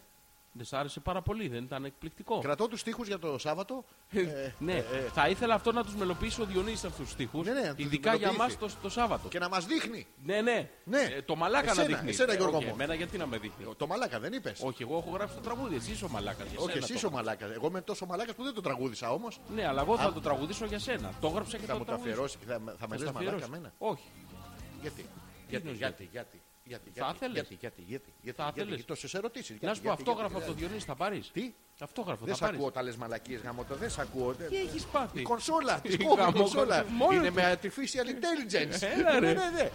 Δεν σ' άρεσε πάρα πολύ, δεν ήταν εκπληκτικό. Κρατώ τους τείχου για το Σάββατο. ε, ναι, θα ήθελα αυτό να τους μελοποιήσει ο Διονύσης αυτούς τους τοίχου. Ναι, ναι, να τους ειδικά για μα μελοποιήσει. το, το Σάββατο. Και να μας δείχνει. Ναι, ναι. Ναι. το μαλάκα να Εσένα, δείχνει. εσένα, Ε, Γιώργο όχι, μου. Εμένα γιατί να με δείχνει. Το μαλάκα δεν είπες. Όχι, εγώ έχω γράψει το τραγούδι, εσύ είσαι ο μαλάκας. Όχι, εσύ είσαι ο μαλάκας. Εγώ είμαι τόσο μαλάκας που δεν το τραγούδισα όμως. Ναι, αλλά εγώ Α. θα το τραγουδήσω για σένα. Το έγραψα και Θα Ε, το μου το τραγουδήσω. αφιερώσει, θα, θα με Θα λε στα μαλάκα αφιερώσω. εμένα. Όχι. Γιατί. Γιατί, Γιατί, γιατί, γιατί. Θα γιατί, ήθελες. Γιατί, γιατί, γιατί. γιατί, Θα γιατί, ήθελες. γιατί, τόσες ερωτήσεις, γιατί, Να σου πω γιατί, αυτόγραφο από γιατί, το Διονύση, θα πάρεις. γιατί. δηλαδή. Τι, Αυτόγραφο δεν σ' θα πάρεις. ακούω όταν λες μαλακίες γάμο το, δεν σ' ακούω. δεν- Τι έχεις πάθει. Η κονσόλα, της Η κόβει η γαμώ- κονσόλα. μόνος Είναι του. Ε, με artificial intelligence. Έλα, Ναι, ρε. ναι, ναι.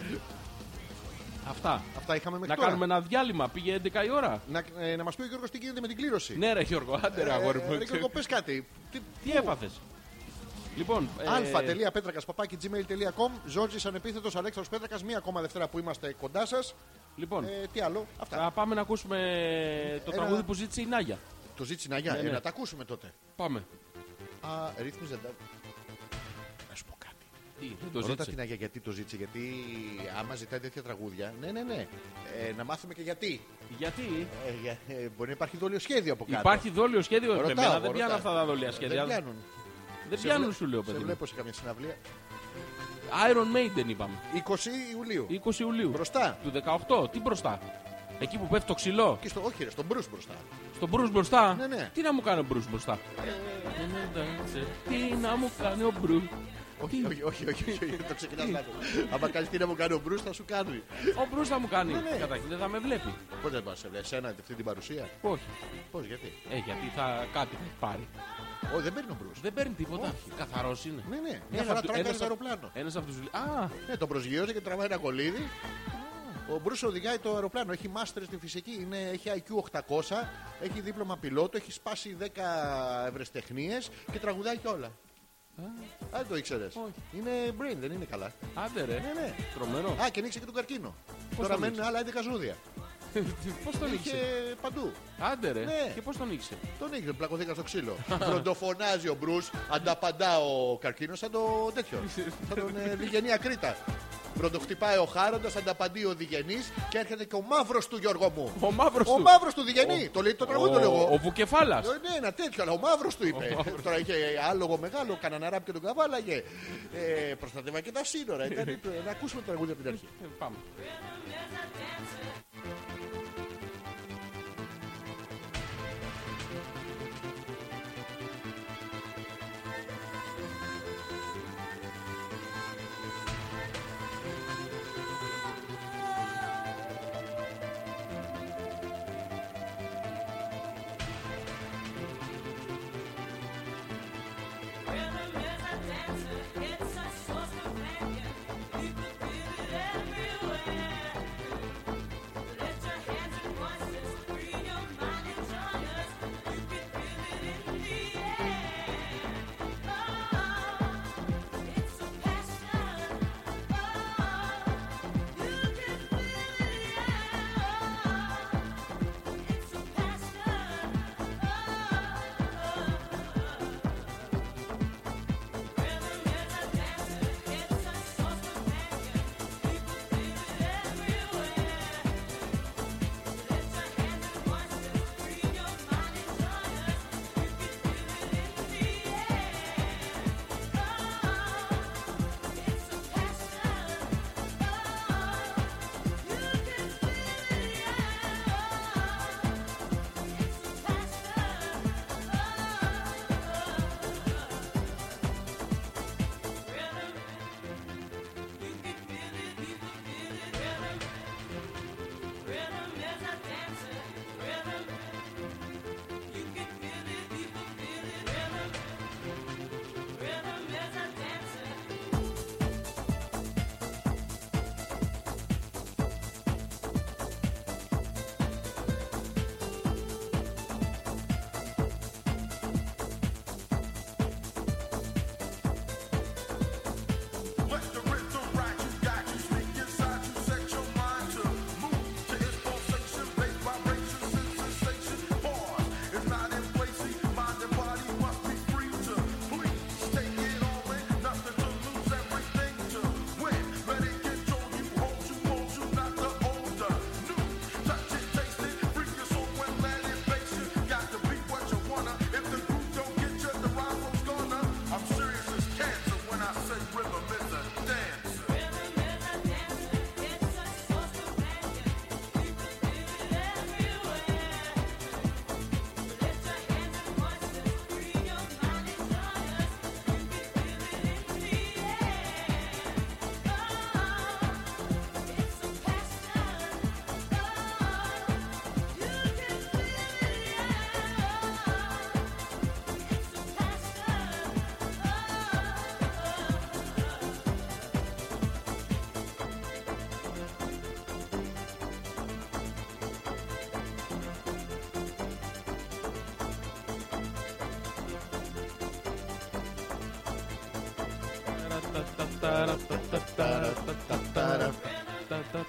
Αυτά. Αυτά είχαμε μέχρι Να τώρα. κάνουμε ένα διάλειμμα. Πήγε 11 η ώρα. Να, ε, να μας πει ο Γιώργος τι γίνεται με την κλήρωση. Ναι, ρε Γιώργο, άντε ρε αγόρι Ε, μου. ρε Γιώργο, πες κάτι. Τι- Τι έπαθες. Λοιπόν, ε, αλφα.πέτρακα.gmail.com Ζόρτζη ανεπίθετος Αλέξανδρος Πέτρακας. Μία ακόμα Δευτέρα που είμαστε κοντά σας. λοιπόν Ε, τι άλλο, αυτά. θα πάμε να ακούσουμε το Ένα- τραγούδι που ζήτησε η Νάγια. Το ζήτησε η Ναγιά, Ναι, ε, ναι. να τα ακούσουμε τότε. Πάμε. Α, ρύθμιζε τα. Να σου πω κάτι. Τι, δεν το Ρώτα την ζήτησε. Αγία γιατί το ζήτησε, γιατί άμα ζητάει τέτοια τραγούδια. Ναι, ναι, ναι. Ε, να μάθουμε και γιατί. Γιατί Ε, για- ε, μπορεί να υπάρχει δόλιο σχέδιο από κάτω. υπάρχει δόλιο σχέδιο. Ρωτάω, Με μένα δεν ρωτάω. πιάνουν αυτά τα δόλια σχέδια. Δεν πιάνουν. Δεν Σε πιάνουν βλέ- σου λέω Σε παιδί. μου. βλέπω σε καμία συναυλία. Iron Maiden είπαμε. 20 Ιουλίου. 20 Ιουλίου. Μπροστά. Του 18. Τι μπροστά. Εκεί που πέφτει το ξυλό. Και στο, όχι, ρε, στον Μπρούς μπροστά. Στον Μπρούς μπροστά. Ναι, ναι. Τι να μου κάνει ο Μπρούς μπροστά. Τι να μου κάνει ο Μπρούς. όχι, όχι, όχι, όχι, όχι, το ξεκινάς λάθος. Άμα κάνεις τι να μου κάνει ο Μπρούς θα σου κάνει. Ο Μπρούς θα μου κάνει. Ναι, ναι. Καταρχήν δεν θα με βλέπει. Πώς δεν πας, εσένα αυτή την παρουσία. Όχι. Πώς, γιατί. Ε, γιατί θα κάτι θα έχει πάρει. Ω, δεν παίρνει ο Μπρούς. Δεν παίρνει τίποτα. Καθαρός είναι. Ναι, ναι. Μια Ένας φορά απ' του- τράκαρε ένας το απ' αεροπλάνο. Ένας από τους... Α, Ναι, τον προσγειώζει και τραβάει ένα κολλίδι. Ο Μπρούς οδηγάει το αεροπλάνο. Έχει μάστερ στη φυσική. Είναι, έχει IQ 800. Έχει δίπλωμα πιλότο. Έχει σπάσει 10 ευρεστεχνίες και τραγουδάει κιόλα. Α, δεν το ήξερες. Όχι. Ε. Είναι brain, δεν είναι καλά. άντε Ναι, ρε. ναι. Τρομερό. Α, και ανοίξε και τον καρκίνο. Τώρα τον μένουν άλλα 11 ζώδια. Πώς τον Είχε νίξε. παντού. Άντε ρε. Ναι. Και πώς τον νίξε. Τον ήξερε, πλακωθήκα στο ξύλο. Φροντοφωνάζει ο Μπρου, ανταπαντά ο καρκίνος σαν το τέτοιο. σαν τον ε, Διγενή Ακρίτα. Φροντοχτυπάει ο Χάροντας, ανταπαντεί ο Διγενής και έρχεται και ο μαύρος του Γιώργο μου. Ο μαύρος Ο του. μαύρος του Διγενή. Το λέει το τραγούδι το λέω Ο- Ο εγώ. Βουκεφάλας. Ε, Ναι, ένα τέτοιο, αλλά ο μαύρος του είπε. Τώρα είχε άλογο μεγάλο, κανένα ράπ και τον καβάλαγε. Ε, προστατεύα και τα σύνορα. Ήταν, ε, να ακούσουμε το τραγούδι από την αρχή. Ε, Πάμε. Let your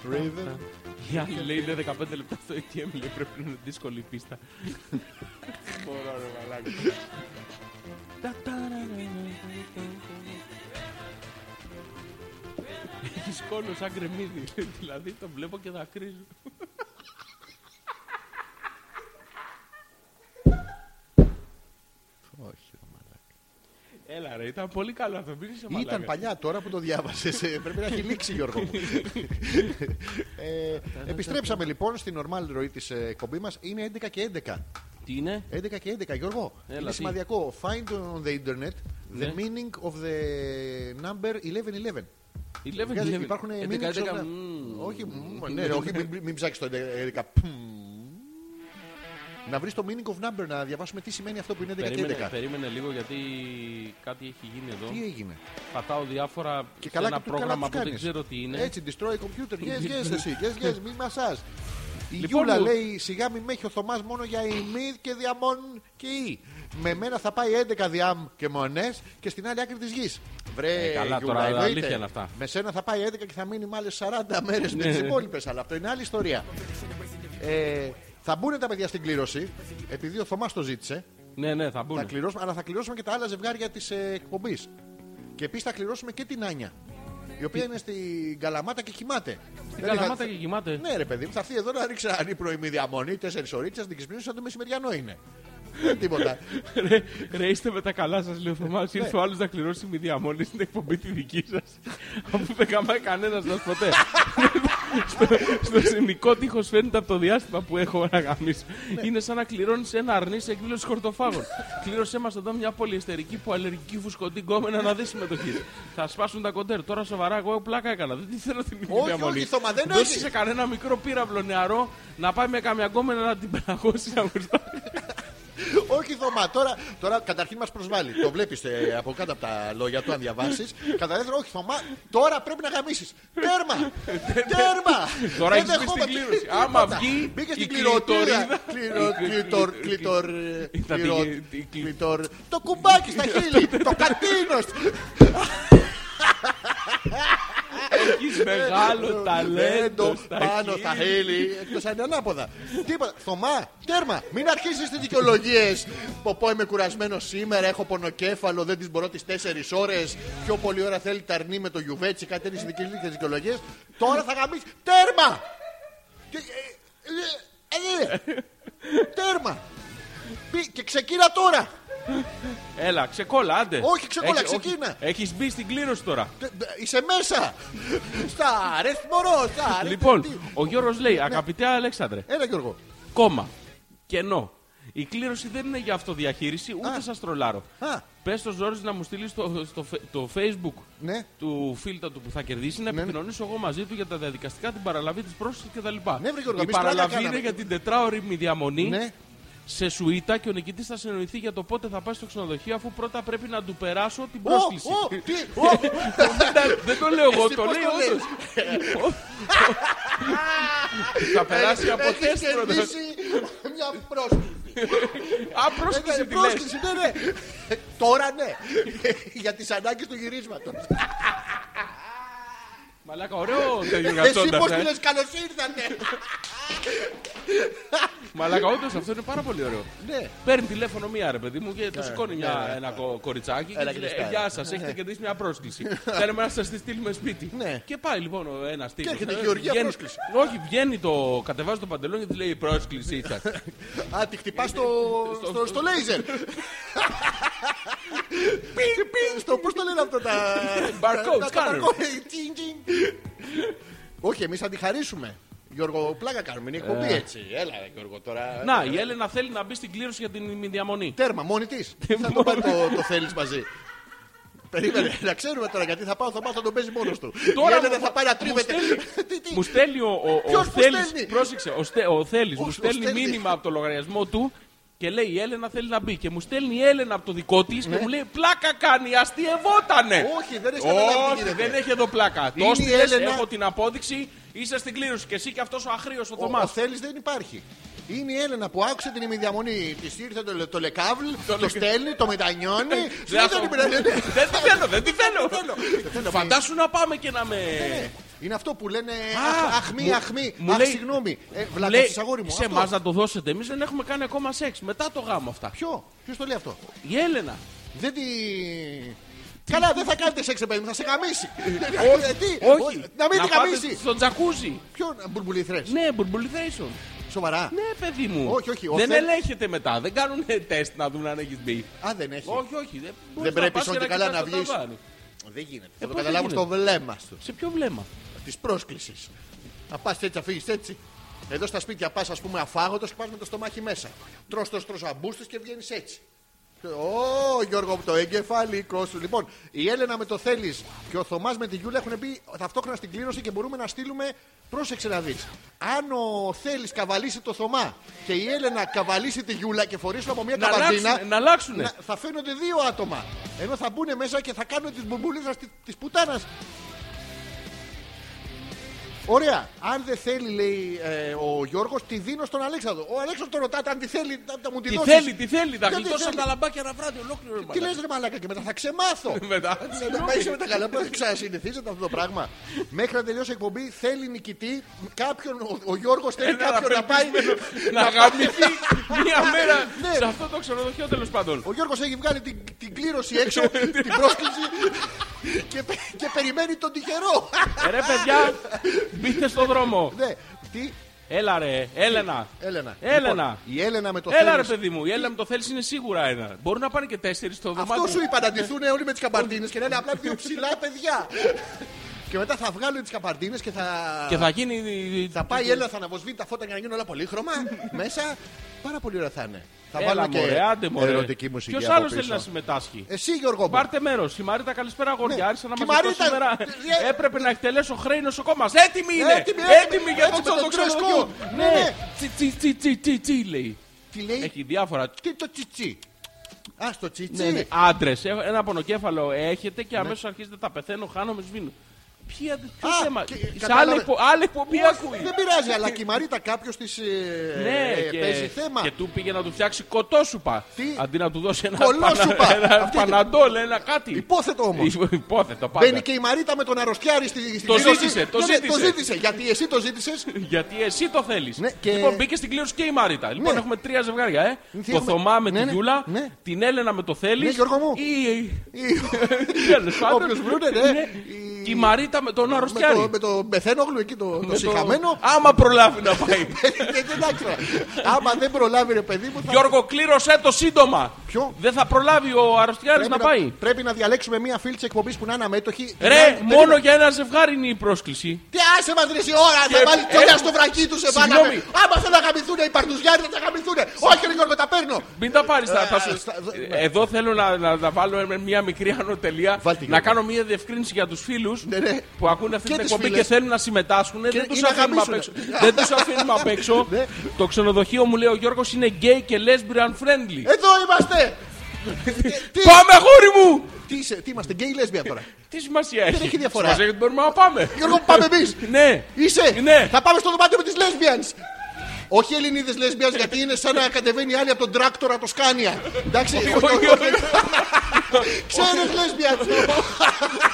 River. Η άλλη λέει είναι 15 λεπτά στο ATM, λέει πρέπει να είναι δύσκολη η πίστα. Μπορώ ρε μαλάκα. Έχει σκόνος σαν κρεμμύδι, δηλαδή τον βλέπω και δακρύζω. Όχι, ρε μαλάκα. Έλα ρε, ήταν πολύ καλό αυτό, μην είσαι μαλάκας. Ήταν παλιά τώρα που το διάβασες. Πρέπει να έχει λήξει, Γιώργο μου. Ε, επιστρέψαμε λοιπόν στην normal ροή της εκπομπής μας. Είναι 11 και 11. Τι είναι? 11 και 11, Γιώργο. Έλα, είναι τι. σημαδιακό. Find on the internet the Ναι. meaning of the number 1111. 11, Βγάζει- 11. Υπάρχουν 11, meanings 11, of the- μμμ. Όχι, μμμ, ναι, ρε, όχι, μην- μην- μην ψάξεις το 11. Πμμ. Να βρεις το meaning of number, να διαβάσουμε τι σημαίνει αυτό που είναι 11 και Περίμενε, 11. περίμενε λίγο γιατί κάτι έχει γίνει εδώ. Τι έγινε. Πατάω διάφορα Και σε καλά ένα και του- καλά πρόγραμμα τους που δεν κάνεις. ξέρω τι είναι. Έτσι, destroy computer. Yes, yes, εσύ. Yes, yes, μη μασάς. Η Λοιπόν, Γιούλα μου- λέει σιγά μη με έχει ο Θωμάς μόνο για ημίδ και διαμόν και η. Με μένα θα πάει 11 διάμ και μονές και στην άλλη άκρη της γης. Βρέ, Ε, καλά, Γιούλα, τώρα, εννοείται. αλήθεια είναι αυτά. Ναι. Με σένα θα πάει 11 και θα μείνει μάλλον 40 μέρες με τις υπόλοιπες, αλλά αυτό είναι άλλη ιστορία. Ε, θα μπουν τα παιδιά στην κλήρωση, επειδή ο Θωμάς το ζήτησε. Ναι, ναι, θα Θα μπουν. κληρώσουμε, αλλά θα κληρώσουμε και τα άλλα ζευγάρια της ε, εκπομπής. Και επίσης θα κληρώσουμε και την Άνια. Η οποία είναι στην Καλαμάτα και κοιμάται. Την Στην καλαμάτα και κοιμάται. Ναι, ρε παιδί μου, θα έρθει εδώ να ρίξει ένα πρωιμή διαμονή, τέσσερις ώρες, να την ξυπνήσει σαν το μεσημεριανό είναι. Δεν τίποτα. Ρε, ρε, είστε με τα καλά σας, λέει ο Θωμάς. Ήρθε Ναι. ο άλλος να κληρώσει μη διαμονή στην εκπομπή τη δική σας. Αφού δεν καμάει κανένας σας ποτέ. στο, στο σκηνικό τείχος φαίνεται από το διάστημα που έχω να γαμίσω. Ναι. Είναι σαν να κληρώνεις ένα αρνί σε εκδήλωση χορτοφάγων. Κλήρωσέ μας εδώ μια πολυεστερική που αλλεργική φουσκωτή γκόμενα να δεις συμμετοχής. Θα σπάσουν τα κοντέρ. Τώρα σοβαρά, εγώ πλάκα έκανα. Δεν τη θέλω την Όχι, διαμονή. όχι, Θωμά, δεν Δώσε έχει. σε κανένα μικρό πύραυλο νεαρό να πάει με καμιά γκόμενα να την παγώσει να γουρτώσει. Όχι, Θωμά, τώρα, τώρα καταρχήν μας προσβάλλει. Το βλέπεις από κάτω από τα λόγια του, αν διαβάσεις. Κατά δεύτερον, όχι, Θωμά, τώρα πρέπει να γαμίσεις. Τέρμα! Τέρμα! Τώρα Δεν έχεις μπει δεχόμαστε στην κλήρωση. τίποτα. Άμα βγει Μπήκες η στην κληροτορίδα. κλειτορίδα. Κλειρο- Η κλειτορ- κλει- κλειτορ- Τα κλειρο- πήγε- η κλει- κλειτορ- Το κουμπάκι στα χείλη! Το κατίνος! Έχεις μεγάλο ταλέντο στα Ε, πάνω στα χέρια. χείλη. Εκτός αν είναι ανάποδα. Τίποτα. Θωμά, τέρμα. Μην αρχίσεις τις δικαιολογίες. Ποπό, είμαι κουρασμένος σήμερα. Έχω πονοκέφαλο. Δεν τις μπορώ τις 4 ώρες. Πιο πολλή ώρα θέλει ταρνί με το γιουβέτσι. Κάτι τέτοιες δικαιολογίες. Τώρα θα γαμίσεις. Τέρμα. Και- ε, ε, ε, ε, Τέρμα. Πι- Και ξεκίνα τώρα. Έλα, ξεκόλα, άντε. Όχι, ξεκόλα, Έχ- όχι. ξεκίνα. Έχεις μπει στην κλήρωση τώρα. Τε- ε, Είσαι μέσα. Στα ρε μωρό. στα, ρε, Λοιπόν, τι- Ναι. ο Γιώργος λέει, αγαπητέ Αλέξανδρε, Έλα Γιώργο. κόμμα, κενό. Η κλήρωση δεν είναι για αυτοδιαχείριση, ούτε σας τρολάρω. Α. Πες στο Ζόρις να μου στείλεις το, στο φε- το facebook Ναι. του φίλτα του που θα κερδίσει, να επικοινωνήσω εγώ μαζί του για τα διαδικαστικά, την παραλαβή της πρόσκλησης κτλ. Ναι, βρε, Γιώργο, Η εμείς πλάκα παραλαβή κάναμε. είναι για την τετράωρη μη διαμονή. Ναι. σε σουίτα και ο νικητής θα συνοηθεί για το πότε θα πάει στο ξενοδοχείο αφού πρώτα πρέπει να του περάσω την Ω, πρόσκληση. ω, τι, ω, Δεν- Δεν το λέω εγώ, Εσύ το πώς λέει το λες? όντως. Θα περάσει από Έχεις τεστ πρώτα. κερδίσει μια πρόσκληση. Α, πρόσκληση Έκανε τη λες. πρόσκληση, ναι, ναι. Τώρα ναι. Για τις ανάγκες του γυρίσματος. Μαλάκα, ωραίο ε. τέτοιο Εσύ γατσόντα. πώς τη λες καλώς ήρθατε. Μαλάκα, όντως αυτό είναι πάρα πολύ ωραίο. Ναι. Παίρνει τηλέφωνο μία ρε παιδί μου και του σηκώνει μια- ναι, ναι. ένα κο- κοριτσάκι και Έλα της και λέει: της «Ε, κάνει. Γεια σας, έχετε κερδίσει μια πρόσκληση. Θέλουμε να σας τη στείλουμε σπίτι. Ναι. Και πάει λοιπόν ένα τύπος. έρχεται η Γεωργία πρόσκληση. Όχι, βγαίνει το. Κατεβάζει το παντελόνι και τη λέει: «Η Πρόσκλησή σας. Α, τη χτυπάς στο, στο, στο λέιζερ. Πιν, πιν, στο πώς το λένε αυτό τα... Barcode τα- τα scanner. barcode, τσιν, τσιν. Όχι, εμείς θα τη χαρίσουμε. Γιώργο, πλάκα κάνουμε, είναι εκπομπή έτσι. Έλα, ρε, Γιώργο, τώρα... ε. Να, η Έλενα θέλει να μπει στην κλήρωση για την μη διαμονή. Τέρμα, μόνη της. Θα το πάρει το, το θέλεις μαζί. Περίμενε, να ξέρουμε τώρα γιατί θα πάω, θα πάω, θα τον παίζει μόνος του. Τώρα Τώρα δεν μου- θα πάει να τρίβεται. μου Τι, τι. Μου στέλνει ο, ο, ο Ποιος μου Θέλης- στέλνει? πρόσεξε, ο, Στε- ο Θέλης μου ο στέλνει Στέλνης. μήνυμα από το λογαριασμό του και λέει η Έλενα θέλει να μπει. Και μου στέλνει η Έλενα από το δικό της και μου λέει πλάκα κάνει, αστείευότανε. Ναι. Όχι, δεν έχεις καταλάβει τι Όχι, γίνεται. δεν έχει εδώ πλάκα. Είναι Το η στείλες, Έλενα- έχω την απόδειξη, είσαι στην κλήρωση και εσύ και αυτός ο αχρίος ο Ο, ο Θωμάς. θέλει δεν υπάρχει. Είναι η Έλενα που άκουσε την ημιδιαμονή. Της ήρθε το, το λεκάβλ, το στέλνει, το Ε, μετανιώνει. Δεν Συνήθως την μετανιώνει. τη θέλω, δεν τη θέλω. Φαντάσου να πάμε και να με. Ναι, Είναι αυτό που λένε Α, αχ, αχμή, μου- αχμή. μου Αχ, λέει- συγγνώμη. Ε, Λέει, Βλάκα, αγόρι μου. σε αυτό. εμά να το δώσετε. Εμείς δεν έχουμε κάνει ακόμα σεξ. Μετά το γάμο αυτά. Ποιο, ποιος το λέει αυτό. Η Έλενα. Δεν τη. Καλά, δεν θα κάνετε σεξ, παιδί μου, θα σε καμίσει. Ε, τι, Όχι. Να μην την πάτε καμίσει. Στον τζακούζι. Ποιο μπουρμπουλήθρε. Ναι, μπουρμπουλιθέσεων. Σοβαρά. Ναι, παιδί μου. Όχι, όχι, ο Δεν Θε- ελέγχεται μετά. Δεν κάνουν τεστ να δουν αν έχεις μπει. Α, δεν έχει. Όχι, όχι. Δεν, Δεν μπορείς να πρέπει πας σαν και να καλά κοιτάς να το βγεις. ταβάνι. Δεν γίνεται. Θα το Ε, πώς δεν καταλάβω στο γίνεται. βλέμμα σου. Σε ποιο βλέμμα. Της πρόσκλησης. Να πας έτσι, να φύγεις έτσι. Εδώ στα σπίτια πας, ας πούμε, αφάγοντα και πας με το στομάχι μέσα. Τρώ το στροσαμπούστες και βγαίνεις έτσι. Και, Ω, Γιώργο, το εγκεφαλικό σου. Λοιπόν, η Έλενα με το θέλεις και ο Θωμάς με τη Γιούλα έχουν μπει ταυτόχρονα στην κλήρωση και μπορούμε να στείλουμε. Πρόσεξε να δεις. Αν ο θέλεις καβαλήσει το Θωμά και η Έλενα καβαλήσει τη Γιούλα και φορήσουν από μια Να καβαλίνα. αλλάξουνε, να αλλάξουνε. Ε, να- Θα φαίνονται δύο άτομα. Ενώ θα μπουν μέσα και θα κάνουν τις μπουμπουλίδε τη πουτάνας. Ωραία. Αν δεν θέλει, λέει ε, ο Γιώργος, τη δίνω στον Αλέξανδρο. Ο Αλέξανδρο το ρωτάτε αν τη θέλει, να, να μου τη Τι δώσεις. θέλει, τι θέλει. Θα Γιατί γλιτώσω θέλει. τα λαμπάκια ένα βράδυ ολόκληρο. ρε Τι μαλάκα. λες, ρε Μαλάκα, και μετά θα ξεμάθω. Μετά. Να πάει με τα καλά, πρέπει να ξανασυνηθίζετε αυτό το πράγμα. Μέχρι να τελειώσει η εκπομπή, θέλει νικητή κάποιον. Ο, ο Γιώργος θέλει Ένα κάποιον να πάει. Να γαμηθεί μία μέρα Ναι. σε αυτό το ξενοδοχείο τέλος πάντων. Ο Γιώργος έχει βγάλει την, την κλήρωση έξω, την πρόσκληση και, πε- και περιμένει τον τυχερό. Ε, Ρε παιδιά, μπείτε στο δρόμο. ναι, τι, Έλα ρε, Έλενα. Έλενα. Έλενα. Λοιπόν, η Έλενα με το Έλα ρε θέλεις. παιδί μου, η Έλενα με το θέλεις είναι σίγουρα ένα. Μπορούν να πάνε και τέσσερις στο Αυτό σου δωμάτιο. είπα να ντυθούν όλοι με τις καμπαρτίνες και να είναι απλά δύο ψηλά παιδιά. και μετά θα βγάλουν τι καμπαρτίνε και θα. Και θα γίνει. θα πάει η Έλληνα, θα αναβοσβήνει τα φώτα για να γίνουν όλα πολύχρωμα μέσα. Πάρα πολύ ωραία θα είναι. Θα Έλα, βάλω και μωρέ, άντε, μωρέ. ερωτική μουσική. Ποιος από άλλος πίσω. θέλει να συμμετάσχει. Εσύ Γιώργο μου. Πάρτε μέρος. Η Μαρίτα, καλησπέρα, αγόρια. Άρχισα να Και μα Ναι. η πει Μαρίτα, σήμερα. ε, ε, Έπρεπε να εκτελέσω χρέη νοσοκόμας. Έτοιμη είναι! Έτοιμη, Έτοιμη, έτοιμη, για έτοιμη, το με το ξενοδοχείο! φρέσκο. Ναι, ναι. Ε. Ναι! Τσι, τσι, τσι, τσι, τσι, τσι, λέει. Τι λέει, Έχει διάφορα. τι το τσιτσί. Ας το τσιτσί. Ναι, ναι. Άντρες, ένα πονοκέφαλο έχετε Ναι. και αμέσως αρχίζετε τα πεθαίνω, χάνομαι, σβήνω. Ποια, ποιος Α, θέμα. και- Σε κατάλαβε. ναι, άλλη, εκπο- άλλη εκπομπή ακούει. Δεν πειράζει, αλλά και η Μαρίτα κάποιος της Ναι, και, ε, παίζει θέμα. και του πήγε να του φτιάξει κοτόσούπα. Τι? Αντί να του δώσει ένα, Κολόσουπα. ένα Αυτή- παναντόλ, ένα κάτι. Υπόθετο όμως. Υπό- Υπόθετο πάντα. Μπαίνει και η Μαρίτα με τον αρρωστιάρη στη, στην Το κλήρωση. ζήτησε, το Ναι, ναι, ζήτησε. το ζήτησε. Γιατί εσύ το ζήτησες. Γιατί εσύ το θέλεις. Ναι, και- Λοιπόν, μπήκε στην κλήρωση και η Μαρίτα. Λοιπόν, Ναι. έχουμε τρία ζευγάρια. Ε. Τι Το έχουμε? Θωμά με Ναι, ναι, τη Γιούλα, ναι. την Έλενα με το θέλεις. Ναι, Γιώργο μου. Ή... τέλος πάντων. Όποιο βρούνε, ναι. Ναι. Η- Και η Μαρίτα με τον Με το, Αρρωστιάρη. με το μεθένογλου εκεί το, το Με το- συχαμένο. Άμα προλάβει να πάει. Ε, Εντάξει, ρε. άμα δεν προλάβει ρε παιδί μου. θα- Γιώργο, κλήρωσέ το σύντομα. Ποιο? Δεν θα προλάβει ο Αρρωστιάρη πρέπει να πάει. Πρέπει να διαλέξουμε μία φίλη της εκπομπής που να είναι αμέτωχη. Ρε, Δεν- μόνο δεν- για ένα ζευγάρι είναι η πρόσκληση. Τι άσε μας τρει ώρα, θα Και- βάλεις ε, τσόλια στο βρακί τους, σε βάλαμε. συγγνώμη. Άμα θέλουν να γαμηθούν οι παρτουζιάροι, θα τα γαμηθούν. Όχι, ρε Γιώργο, τα παίρνω. Μην τα πάρεις. Ε, στα- ναι. Εδώ θέλω να, να, να βάλω με μια μικρή ανωτελεία. Βάλτε, Να Γιώργο. κάνω μια διευκρίνηση για τους φίλους Ναι, ναι. που ακούνε αυτή Και την τις εκπομπή φίλες. και θέλουν να συμμετάσχουν. Και- Δεν ή του να αφήνουμε απ' έξω. γαμίσουνε. Δεν τους αφήνουμε απ' έξω. Ναι. Το ξενοδοχείο μου λέει ο Γιώργος είναι γκέι και lesbian friendly. Εδώ είμαστε. Τι- Πάμε, αγόρι μου! Τι είσαι, τι είμαστε, γκέι ή λέσβια τώρα. Τι σημασία έχει. έχει διαφορά. Σημασία έχει ότι μπορούμε να πάμε. Γιώργο, πάμε εμείς. Ναι. Είσαι! Ναι. Θα πάμε στο δωμάτιο με τις lesbians! Όχι Ελληνίδες lesbians γιατί είναι σαν να κατεβαίνει η άλλη από τον τράκτορα το Σκάνια. Εντάξει, όχι, Ξέρει lesbians!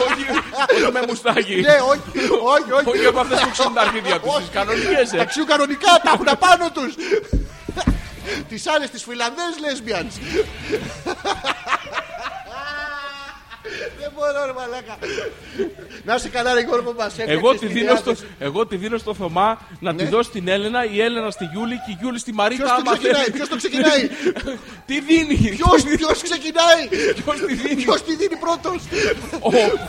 Όχι- Όχι με μουστάκι. Ναι, όχι, όχι, όχι. Όχι από αυτές που ξέρουν τα αρχίδια τους. Τι Όχι. κανονικέ. Ταξιού κανονικά τα έχουν απάνω τους. Τις άλλες τις Φιλανδές lesbians. Δεν μπορώ, ρε μαλάκα. Να είσαι καλά, ρε Γιώργο, μας Εγώ έφτιαξες τη, την δίνω στο, διάθεση. εγώ τη δίνω στο Θωμά να τη δώσει την Έλενα, η Έλενα στη Γιούλη και η Γιούλη στη Μαρίτα. Ναι. Ποιος το άμα ξεκινάει, θέλει. ποιος το ξεκινάει? τι δίνει, Ποιος, ποιος ξεκινάει, ποιος τη δίνει. ποιος τη δίνει πρώτος.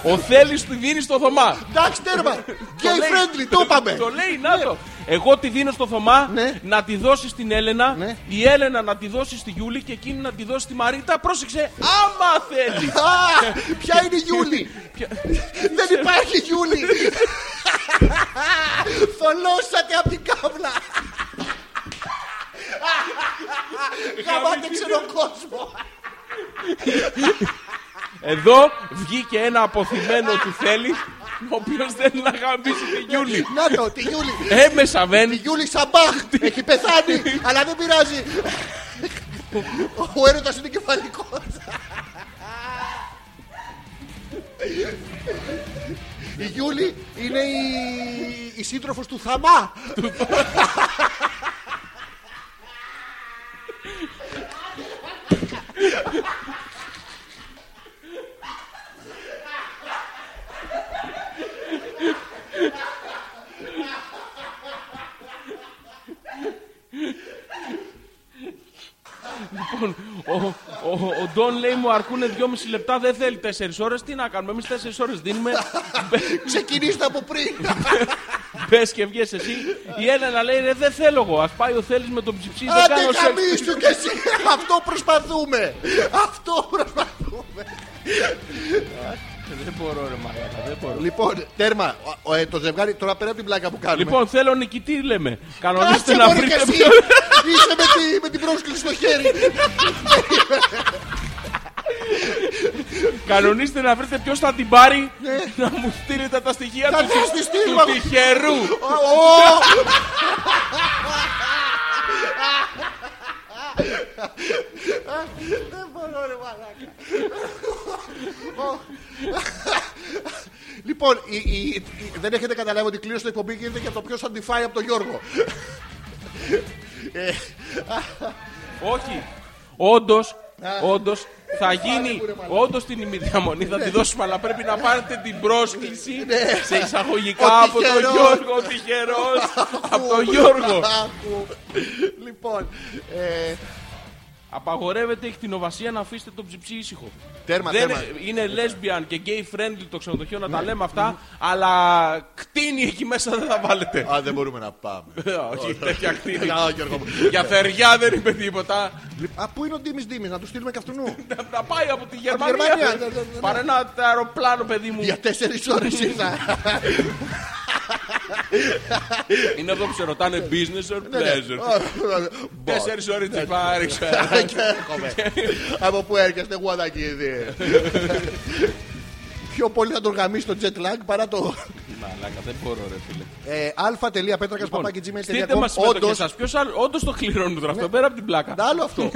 ο, ο Θέλης τη δίνει στο Θωμά. Εντάξει, τέρμα. Το Gay λέει. friendly, το είπαμε. Το λέει, να το. Εγώ τη δίνω στο Θωμά Ναι. να τη δώσει στην Έλενα, Ναι. η Έλενα να τη δώσει στη Γιούλη και εκείνη να τη δώσει στη Μαρίτα. Πρόσεξε, άμα θέλει. Α, ποια είναι η Γιούλη. Ποια- Δεν υπάρχει Γιούλη. Θολώσατε από την κάβλα. Γαμάτε ξένο κόσμο. Εδώ βγήκε ένα αποθυμένο του Θέλη ο οποίος θέλει να γαμπήσει τη Γιούλη. Ε, Να το, τη Γιούλη. Έμεσα Η βεν. Γιούλη Σαμπάχ έχει πεθάνει, αλλά δεν πειράζει. Ο έρωτας είναι κεφαλικός. Η Γιούλη είναι η, η σύντροφος του Θαμά. Ο, ο, ο Ντόν λέει μου αρκούν 2,5 λεπτά, δεν θέλει 4 ώρες. Τι να κάνουμε, εμείς 4 ώρες δίνουμε. Ξεκινήστε από πριν. Μπες και βγες εσύ. Η Έλενα λέει ρε, δεν θέλω εγώ. Ας πάει ο Θέλει με τον ψιψί, δεν κάνω Άντε σεξ. χαμείς του κι εσύ. Αυτό προσπαθούμε. Αυτό προσπαθούμε. Δεν μπορώ, ρε Μαριάτα, δεν μπορώ. Λοιπόν, τέρμα. Ο- ο- ε, Το ζευγάρι τώρα πέρα από την πλάκα που κάνουμε. Λοιπόν, θέλω νικητή, λέμε. Κανονίστε Κάτσε να μωρή και βρείτε εσύ. ποιο. Είσαι με, τη, με την πρόσκληση στο χέρι. Κανονίστε να βρείτε ποιος θα την πάρει να μου στείλετε τα στοιχεία Ναι. Θα του, βγεις στη στήλη, του μα- τυχερού. Ω, ω. Δεν μπορώ ρε μαλάκα. Ω. Λοιπόν, η- η- η- δεν έχετε καταλάβει ότι η κλήρωση στην εκπομπή γίνεται για το ποιος αντιφάει από τον Γιώργο. Όχι. Όντως, Α. όντως θα γίνει. μου, ρε μαλάκα. Ναι. Όντως την ημιδιαμονή θα τη δώσουμε, αλλά πρέπει να πάρετε την πρόσκληση σε εισαγωγικά Ο από τον τυχερός. Γιώργο. Ο τυχερό από τον Γιώργο. Άκου. Λοιπόν, ε, Απαγορεύεται η κτηνοβασία να αφήσετε τον ψυψί ήσυχο. Τέρμα, Δεν τέρμα. Ναι. είναι lesbian και gay friendly το ξενοδοχείο να τα λέμε αυτά, αλλά κτίνη εκεί μέσα δεν θα βάλετε. Α, δεν μπορούμε να πάμε. Ε, Όχι, τέτοια κτίνη. Α, Γιώργο μου. Για θεριά δεν είπε τίποτα. Λοιπόν, Α, πού είναι ο Ντίμης Ντίμης, να του στείλουμε και αυτού. Να- Να πάει από τη Γερμανία, Γερμανία. ναι, ναι, ναι. Πάρε ένα αεροπλάνο, παιδί μου. Για τέσσερις ώρες ήρθα. Είναι εδώ που σε ρωτάνε business or Ναι, pleasure. Μπα. Τέσσερις ώρες τη πάρεξα. Και έρχομαι. Από πού έρχεστε, Γουαδακίδη. Πιο πολύ θα τον γαμίσει το jet lag παρά το. Μαλάκα, δεν μπορώ, ρε φίλε. Ε, Λοιπόν, αλφα.πέτρακα στείλτε μα Όντω. συμμετοχέ σας. Ποιος όντως το κληρώνουν τώρα αυτό, πέρα από την πλάκα. Ναι. Άλλο αυτό.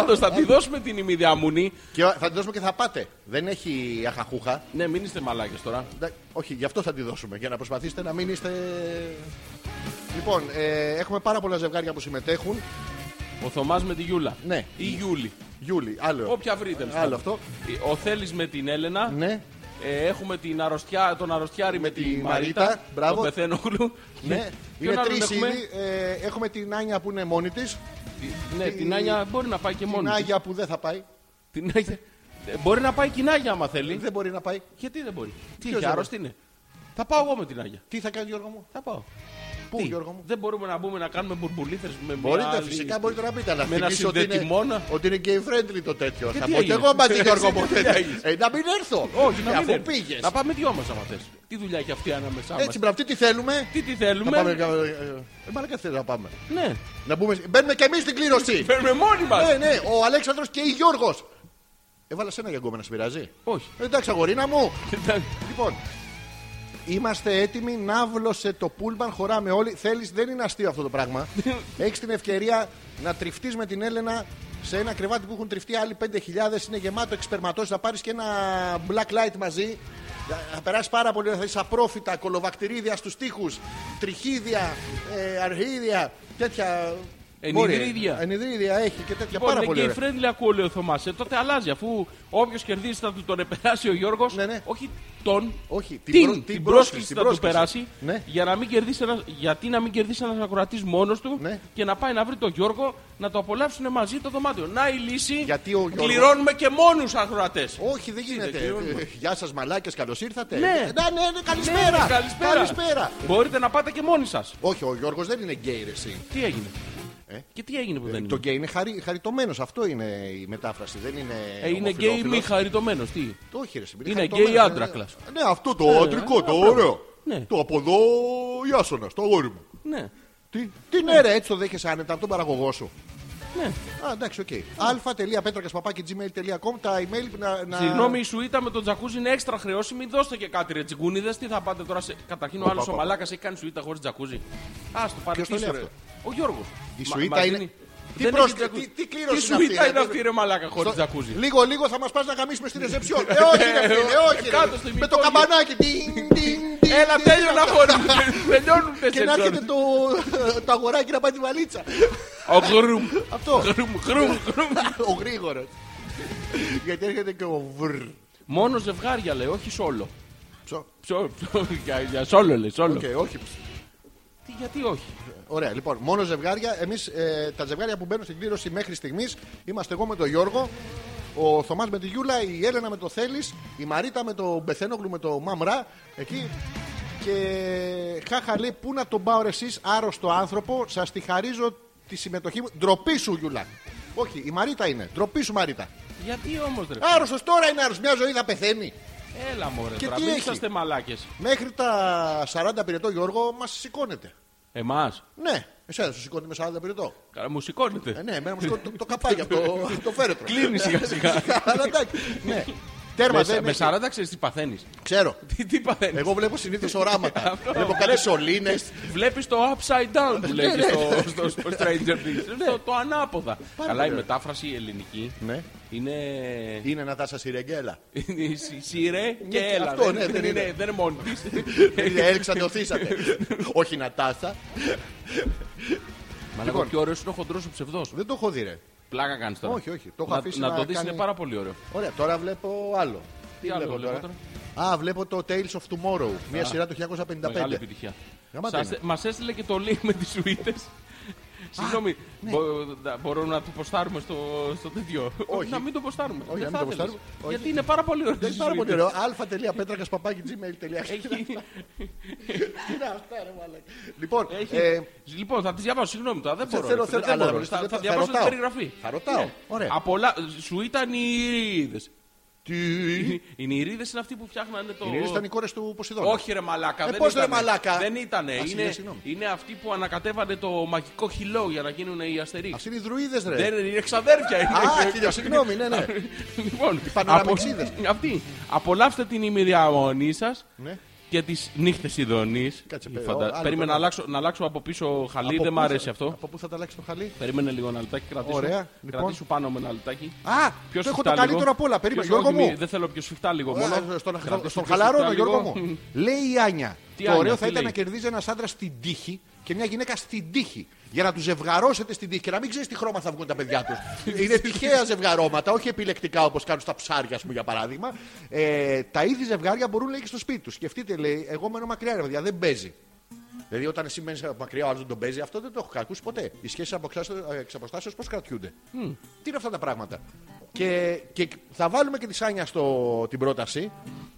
Όντω θα τη δώσουμε την ημιδιαμονή. Και θα τη δώσουμε και θα πάτε. Δεν έχει αχαχούχα. Ναι, μην είστε μαλάκες τώρα. Εντά- Όχι, γι' αυτό θα τη δώσουμε. Για να προσπαθήσετε να μην είστε. Λοιπόν, ε, έχουμε πάρα πολλά ζευγάρια που συμμετέχουν. Ο Θωμάς με τη Γιούλα. Ναι. Ή Γιούλη. Γιούλη, άλλο. Όποια βρείτε. τέλος Άλλο πάντων. αυτό. Ο Θέλης με την Έλενα. Ναι. Ε, έχουμε την αρρωστιά, τον αρρωστιάρη με, Με τη τη Μαρίτα. Μαρίτα, μπράβο. Τον Πεθένογλου. Ναι, Ποιον είναι άλλον τρει έχουμε? ήδη. Ε, έχουμε την Άνια που είναι μόνη της. Τη- Ναι, Τη- την Άνια μπορεί να πάει και Την μόνη. της. Άγια που δεν θα πάει. Την Άγια. Ε, Μπορεί να πάει και η Άγια, άμα θέλει. Δεν μπορεί να πάει. Γιατί δεν μπορεί. Τι Ποιος έχει, δεν άρρωστη είναι. Θα πάω εγώ με την Άγια. Τι θα κάνει, Γιώργο μου. Θα πάω. Πού, Τι, Γιώργο μου. Δεν μπορούμε να μπούμε να κάνουμε μπουρμπουλίθρες με μια Μπορείτε, άλλη- φυσικά μπορείτε να πείτε, αλλά με ένα θυμίσω ότι είναι, συνδετημόνα. ότι είναι gay friendly το τέτοιο. Και θα τι πω και έγινε? εγώ μαζί, Γιώργο μου. Τι τέτοιο. έγινε? Ε, να μην έρθω. Όχι, να Ε, μην αφού έρθεις. πήγες. Να πάμε δυο μας άμα θες. Τι δουλειά έχει αυτή ανάμεσά μας. Έτσι, μπράβο, τι τι θέλουμε. Τι τη Να θέλουμε. πάμε. ε, ε, ε, Μαλάκα τι θέλουμε να πάμε. Ναι. Ε, Να μπούμε. Μπαίνουμε κι εμείς στην κλήρωση. Φέρνουμε μόνοι μας. Ναι, ναι, ο Αλέξανδρος και η Γιώργος. Έβαλα σένα για γκόμενα, σε πειράζει. Όχι. Ε, Εντάξει, αγορίνα μου. Κοίτα, Λοιπόν, είμαστε έτοιμοι. Ναύλωσε το πούλμαν, χωράμε όλοι. Θέλεις, δεν είναι αστείο αυτό το πράγμα. Έχεις την ευκαιρία να τριφτείς με την Έλενα σε ένα κρεβάτι που έχουν τριφτεί άλλοι 5.000. Είναι γεμάτο εξπερματώσεις. Θα πάρεις και ένα black light μαζί. Θα- Θα περάσεις πάρα πολύ. Θα είσαι απρόφητα, κολοβακτηρίδια στους τοίχους, τριχίδια, ε, αρχίδια, τέτοια. Ενιδρύδια. Μπορεί. Ενιδρύδια έχει και τέτοια Λοιπόν, πάρα πολύ. είναι ωραία. και η friendly ακούω, λέει ο Θωμάς. Ε, τότε αλλάζει, αφού όποιος κερδίσει θα του τον επεράσει ο Γιώργος. Ναι, ναι. Όχι τον. Όχι, την την, προ- την την πρόσκληση, πρόσκληση την θα του πρόσκληση. περάσει. Ναι. Για να μην κερδίσει ένας, γιατί να μην κερδίσει ένας ακροατής μόνος του Ναι. και να πάει να βρει τον Γιώργο να το απολαύσουν μαζί το δωμάτιο. Να η λύση. Γιατί ο Γιώργος- Πληρώνουμε και μόνους ακροατές. Όχι, δεν γίνεται. δεν κλείνουμε. Ε, Γεια σας, μαλάκες, καλώς ήρθατε. Ναι. Ε, ναι, ναι, ναι, καλησπέρα. καλησπέρα. καλησπέρα. Μπορείτε να πάτε και μόνοι σας. Όχι, ο Γιώργος δεν είναι γκέι, ρε, εσύ. Τι έγινε. Ε? Και τι έγινε που δεν Το είναι. γκέι είναι χαρι, χαριτωμένος. Αυτό είναι η μετάφραση. Δεν είναι. Ε, είναι γκέι ομοφυλόφιλος. μη χαριτωμένος. Τι. Το όχι, ρε, εσύ, Είναι χαριτωμένος, γκέι ε, άντρακλας. Ναι, αυτό το άντρικο, το ωραίο. Ναι. Το από εδώ Ιάσονα, το αγόρι μου. Ναι. Τι, τι ναι, ρε, έτσι το δέχεσαι άνετα από τον παραγωγό σου. Ναι. Α, εντάξει, οκ. αλφα.πέτρακα.gmail.com Τα email να. να... Συγγνώμη, η σουίτα με τον τζακούζι είναι έξτρα χρεώσιμη. Δώστε και κάτι, ρε τσιγκούνιδε. Τι θα πάτε τώρα. Σε... Καταρχήν ο άλλο οπα, ο οπα. μαλάκας έχει κάνει σουίτα χωρίς τζακούζι. Ας το πάρει Ποιος το λέει ρε. αυτό? Ο Γιώργος. Η σουίτα είναι- Τι Τι πρόσκλη- πρόσκληση. τι- τι κλήρωση Τι είναι αυτή, σουίτα ρε, είναι δεν- αυτή, ρε μαλάκα χωρίς στο- τζακούζι. Λίγο, λίγο θα μας πας να καμίσουμε στην ρεσεψιόν. ε, όχι, ρε, φίλε, όχι. ρε. Κάτω στο με το ημιτόγειο. καμπανάκι. Τιν, τιν, τιν, Έλα, τιν, τέλειωνα αυτό. χωρί. Τελειώνουν Και να έρχεται τέσσερι το, το αγοράκι να πάει τη βαλίτσα. Ο γρουμ. Αυτό. Γρουμ, γρουμ, γρουμ. Ο γρήγορος. Γιατί έρχεται και ο βρ. Μόνο ζευγάρια λέει, όχι σόλο. Ψω. Ψω- ψω- για- Για σόλο λέει, σόλο. Οκ, όχι. Τι, Γιατί όχι. Ωραία, λοιπόν, μόνο ζευγάρια. Εμείς ε, τα ζευγάρια που μπαίνουν στην κλήρωση μέχρι στιγμής είμαστε εγώ με τον Γιώργο, ο Θωμάς με τη Γιούλα, η Έλενα με το Θέλει, η Μαρίτα με τον Μπεθένογλου με το Μαμρά. Εκεί. Και χάχα λέει, πού να τον πάω ρε εσείς άρρωστο άνθρωπο, σας τη χαρίζω τη συμμετοχή μου. Ντροπή σου, Γιούλα. Όχι, η Μαρίτα είναι. Ντροπή σου, Μαρίτα. Γιατί όμως ρε. Άρρωστος τώρα είναι άρρωστος. Μια ζωή θα πεθαίνει. Έλα μωρέ Και τώρα, τι μην έχει? είσαστε μαλάκες. Μέχρι τα 40 πυρετό, Γιώργο, μας σηκώνεται. Εμάς, Ναι, εσένα σου σηκώνεται με 40 πυρετό. Καλά, μου Ε, σηκώνετε. ναι, εμένα μου σηκώνει το, το καπάκι από το, το φέρετρο. Κλείνει σιγά σιγά. Αλλά εντάξει. Ναι. Τέρμα Με, δεν με έχει. 40 ξέρεις τι παθαίνεις. Ξέρω. Τι, τι παθαίνεις. Εγώ βλέπω συνήθως οράματα. Αυτό. βλέπω κάτι σωλήνες. Βλέπεις το upside down που λέγεται ναι. στο, στο, στο Stranger Things. Ναι, το, το ανάποδα. Καλά η ωραία. μετάφραση ελληνική Ναι. είναι... Είναι να δάσα σιρεγγέλα. είναι σι- Σιρέ και και έλα. αυτό, ναι, δεν, δεν είναι, είναι. Ε, δεν είναι μόνη της. Έριξατε, οθήσατε. Όχι να τάσα. Μα λέγω Λοιπόν. πιο ωραίος είναι ο χοντρός ο ψευδός. Δεν το έχω δει, ρε. Πλάκα κάνεις τώρα. Όχι, όχι, το έχω Να- αφήσει να, να το δεις κάνει- είναι πάρα πολύ ωραίο. Ωραία, τώρα βλέπω άλλο. Τι άλλο βλέπω τώρα? Α, βλέπω το Tales of Tomorrow. Μια σειρά του 1955. Μεγάλη επιτυχία. Γαμάτα είναι. Μας έστειλε και το link με τις σουίτες. Συγγνώμη, ναι. μπο- να- μπορώ να το ποστάρουμε στο, στο τέτοιο. Όχι. Να μην το ποστάρουμε. Όχι, Δεν να μην το θα ήθελες. ποστάρουμε. Όχι. Γιατί είναι πάρα πολύ ωραίο. Δεν είναι πάρα πολύ ωραίο. α.πέτρακα.gmail.com Λοιπόν, ε, Λοιπόν, θα τις διαβάσω. Συγγνώμη τώρα, δεν Θε- μπορώ. θέλω- ρε, θέλω- δεν αλλά μπορώ. ορίστε, Θα, δεν θα θα- θα διαβάσω την ρωτάω. περιγραφή. Θα ρωτάω. Ναι. Ωραία. Απ' όλα, σου ήταν οι Ηρίδε. τι- Οι Ηρίδε είναι αυτοί που φτιάχνανε το. Οι Νηρίδες ήταν οι κόρες του Ποσειδώνα. Όχι ρε μαλάκα. Ε, δεν πώς, ρε, ήτανε. μαλάκα. Δεν ήτανε. Ας, Είναι, συγγνώμη, συγγνώμη. είναι αυτοί που ανακατεύανε το μαγικό χυλό για να γίνουν οι αστερίξ. Αυτοί είναι οι δρουίδες, ρε. Δεν Ναι, είναι ξαδέρφια είναι. Α, χίλια, συγγνώμη, ναι, ναι. λοιπόν, πανοραμεξίδες. απο- Αυτή. Απολαύστε την ημιδιαμονή σας Ναι. και τις νύχτες Ιδονή. Κάτσε, παι- ο- άλλο Περίμενα τώρα. να αλλάξω, να αλλάξω από πίσω χαλί, Από δεν μ' πού αρέσει θα- αυτό. Από πού θα τα αλλάξει το χαλί. Περίμενε λίγο ένα λεπτάκι, κρατήσου. Ωραία, λοιπόν. Κρατήσου πάνω με ένα λεπτάκι. Α, Πιο το έχω σφιχτά το καλύτερο λίγο. απ' όλα. Περίμενε, Πιο- Γιώργο όχι, μη- μου. Δεν θέλω πιο σφιχτά λίγο Μόνο μόνο. στον, Κρατήσου στον πιο χαλαρώνω, σφιχτά Γιώργο λίγο. μου. λέει η Άνια. Τι το Άνια, ωραίο τι θα ήταν να λέει? κερδίζει ένας άντρας στην τύχη και μια γυναίκα στην τύχη. Για να τους ζευγαρώσετε στην τύχη και να μην ξέρεις τι χρώμα θα βγουν τα παιδιά τους. Είναι τυχαία ζευγαρώματα, όχι επιλεκτικά όπως κάνουν στα ψάρια, ας πούμε, για παράδειγμα. Ε, τα ίδια ζευγάρια μπορούν λέει και στο σπίτι τους. Σκεφτείτε, λέει, εγώ μένω μακριά, ρε παιδιά, δεν παίζει. Δηλαδή, όταν εσύ μένεις μακριά, ο άλλος δεν τον παίζει, αυτό δεν το έχω ακούσει ποτέ. Οι σχέσεις εξ αποστάσεως πώς κρατιούνται. Τι είναι αυτά τα πράγματα. Και, και θα βάλουμε και τη Σάνια στο, την πρόταση.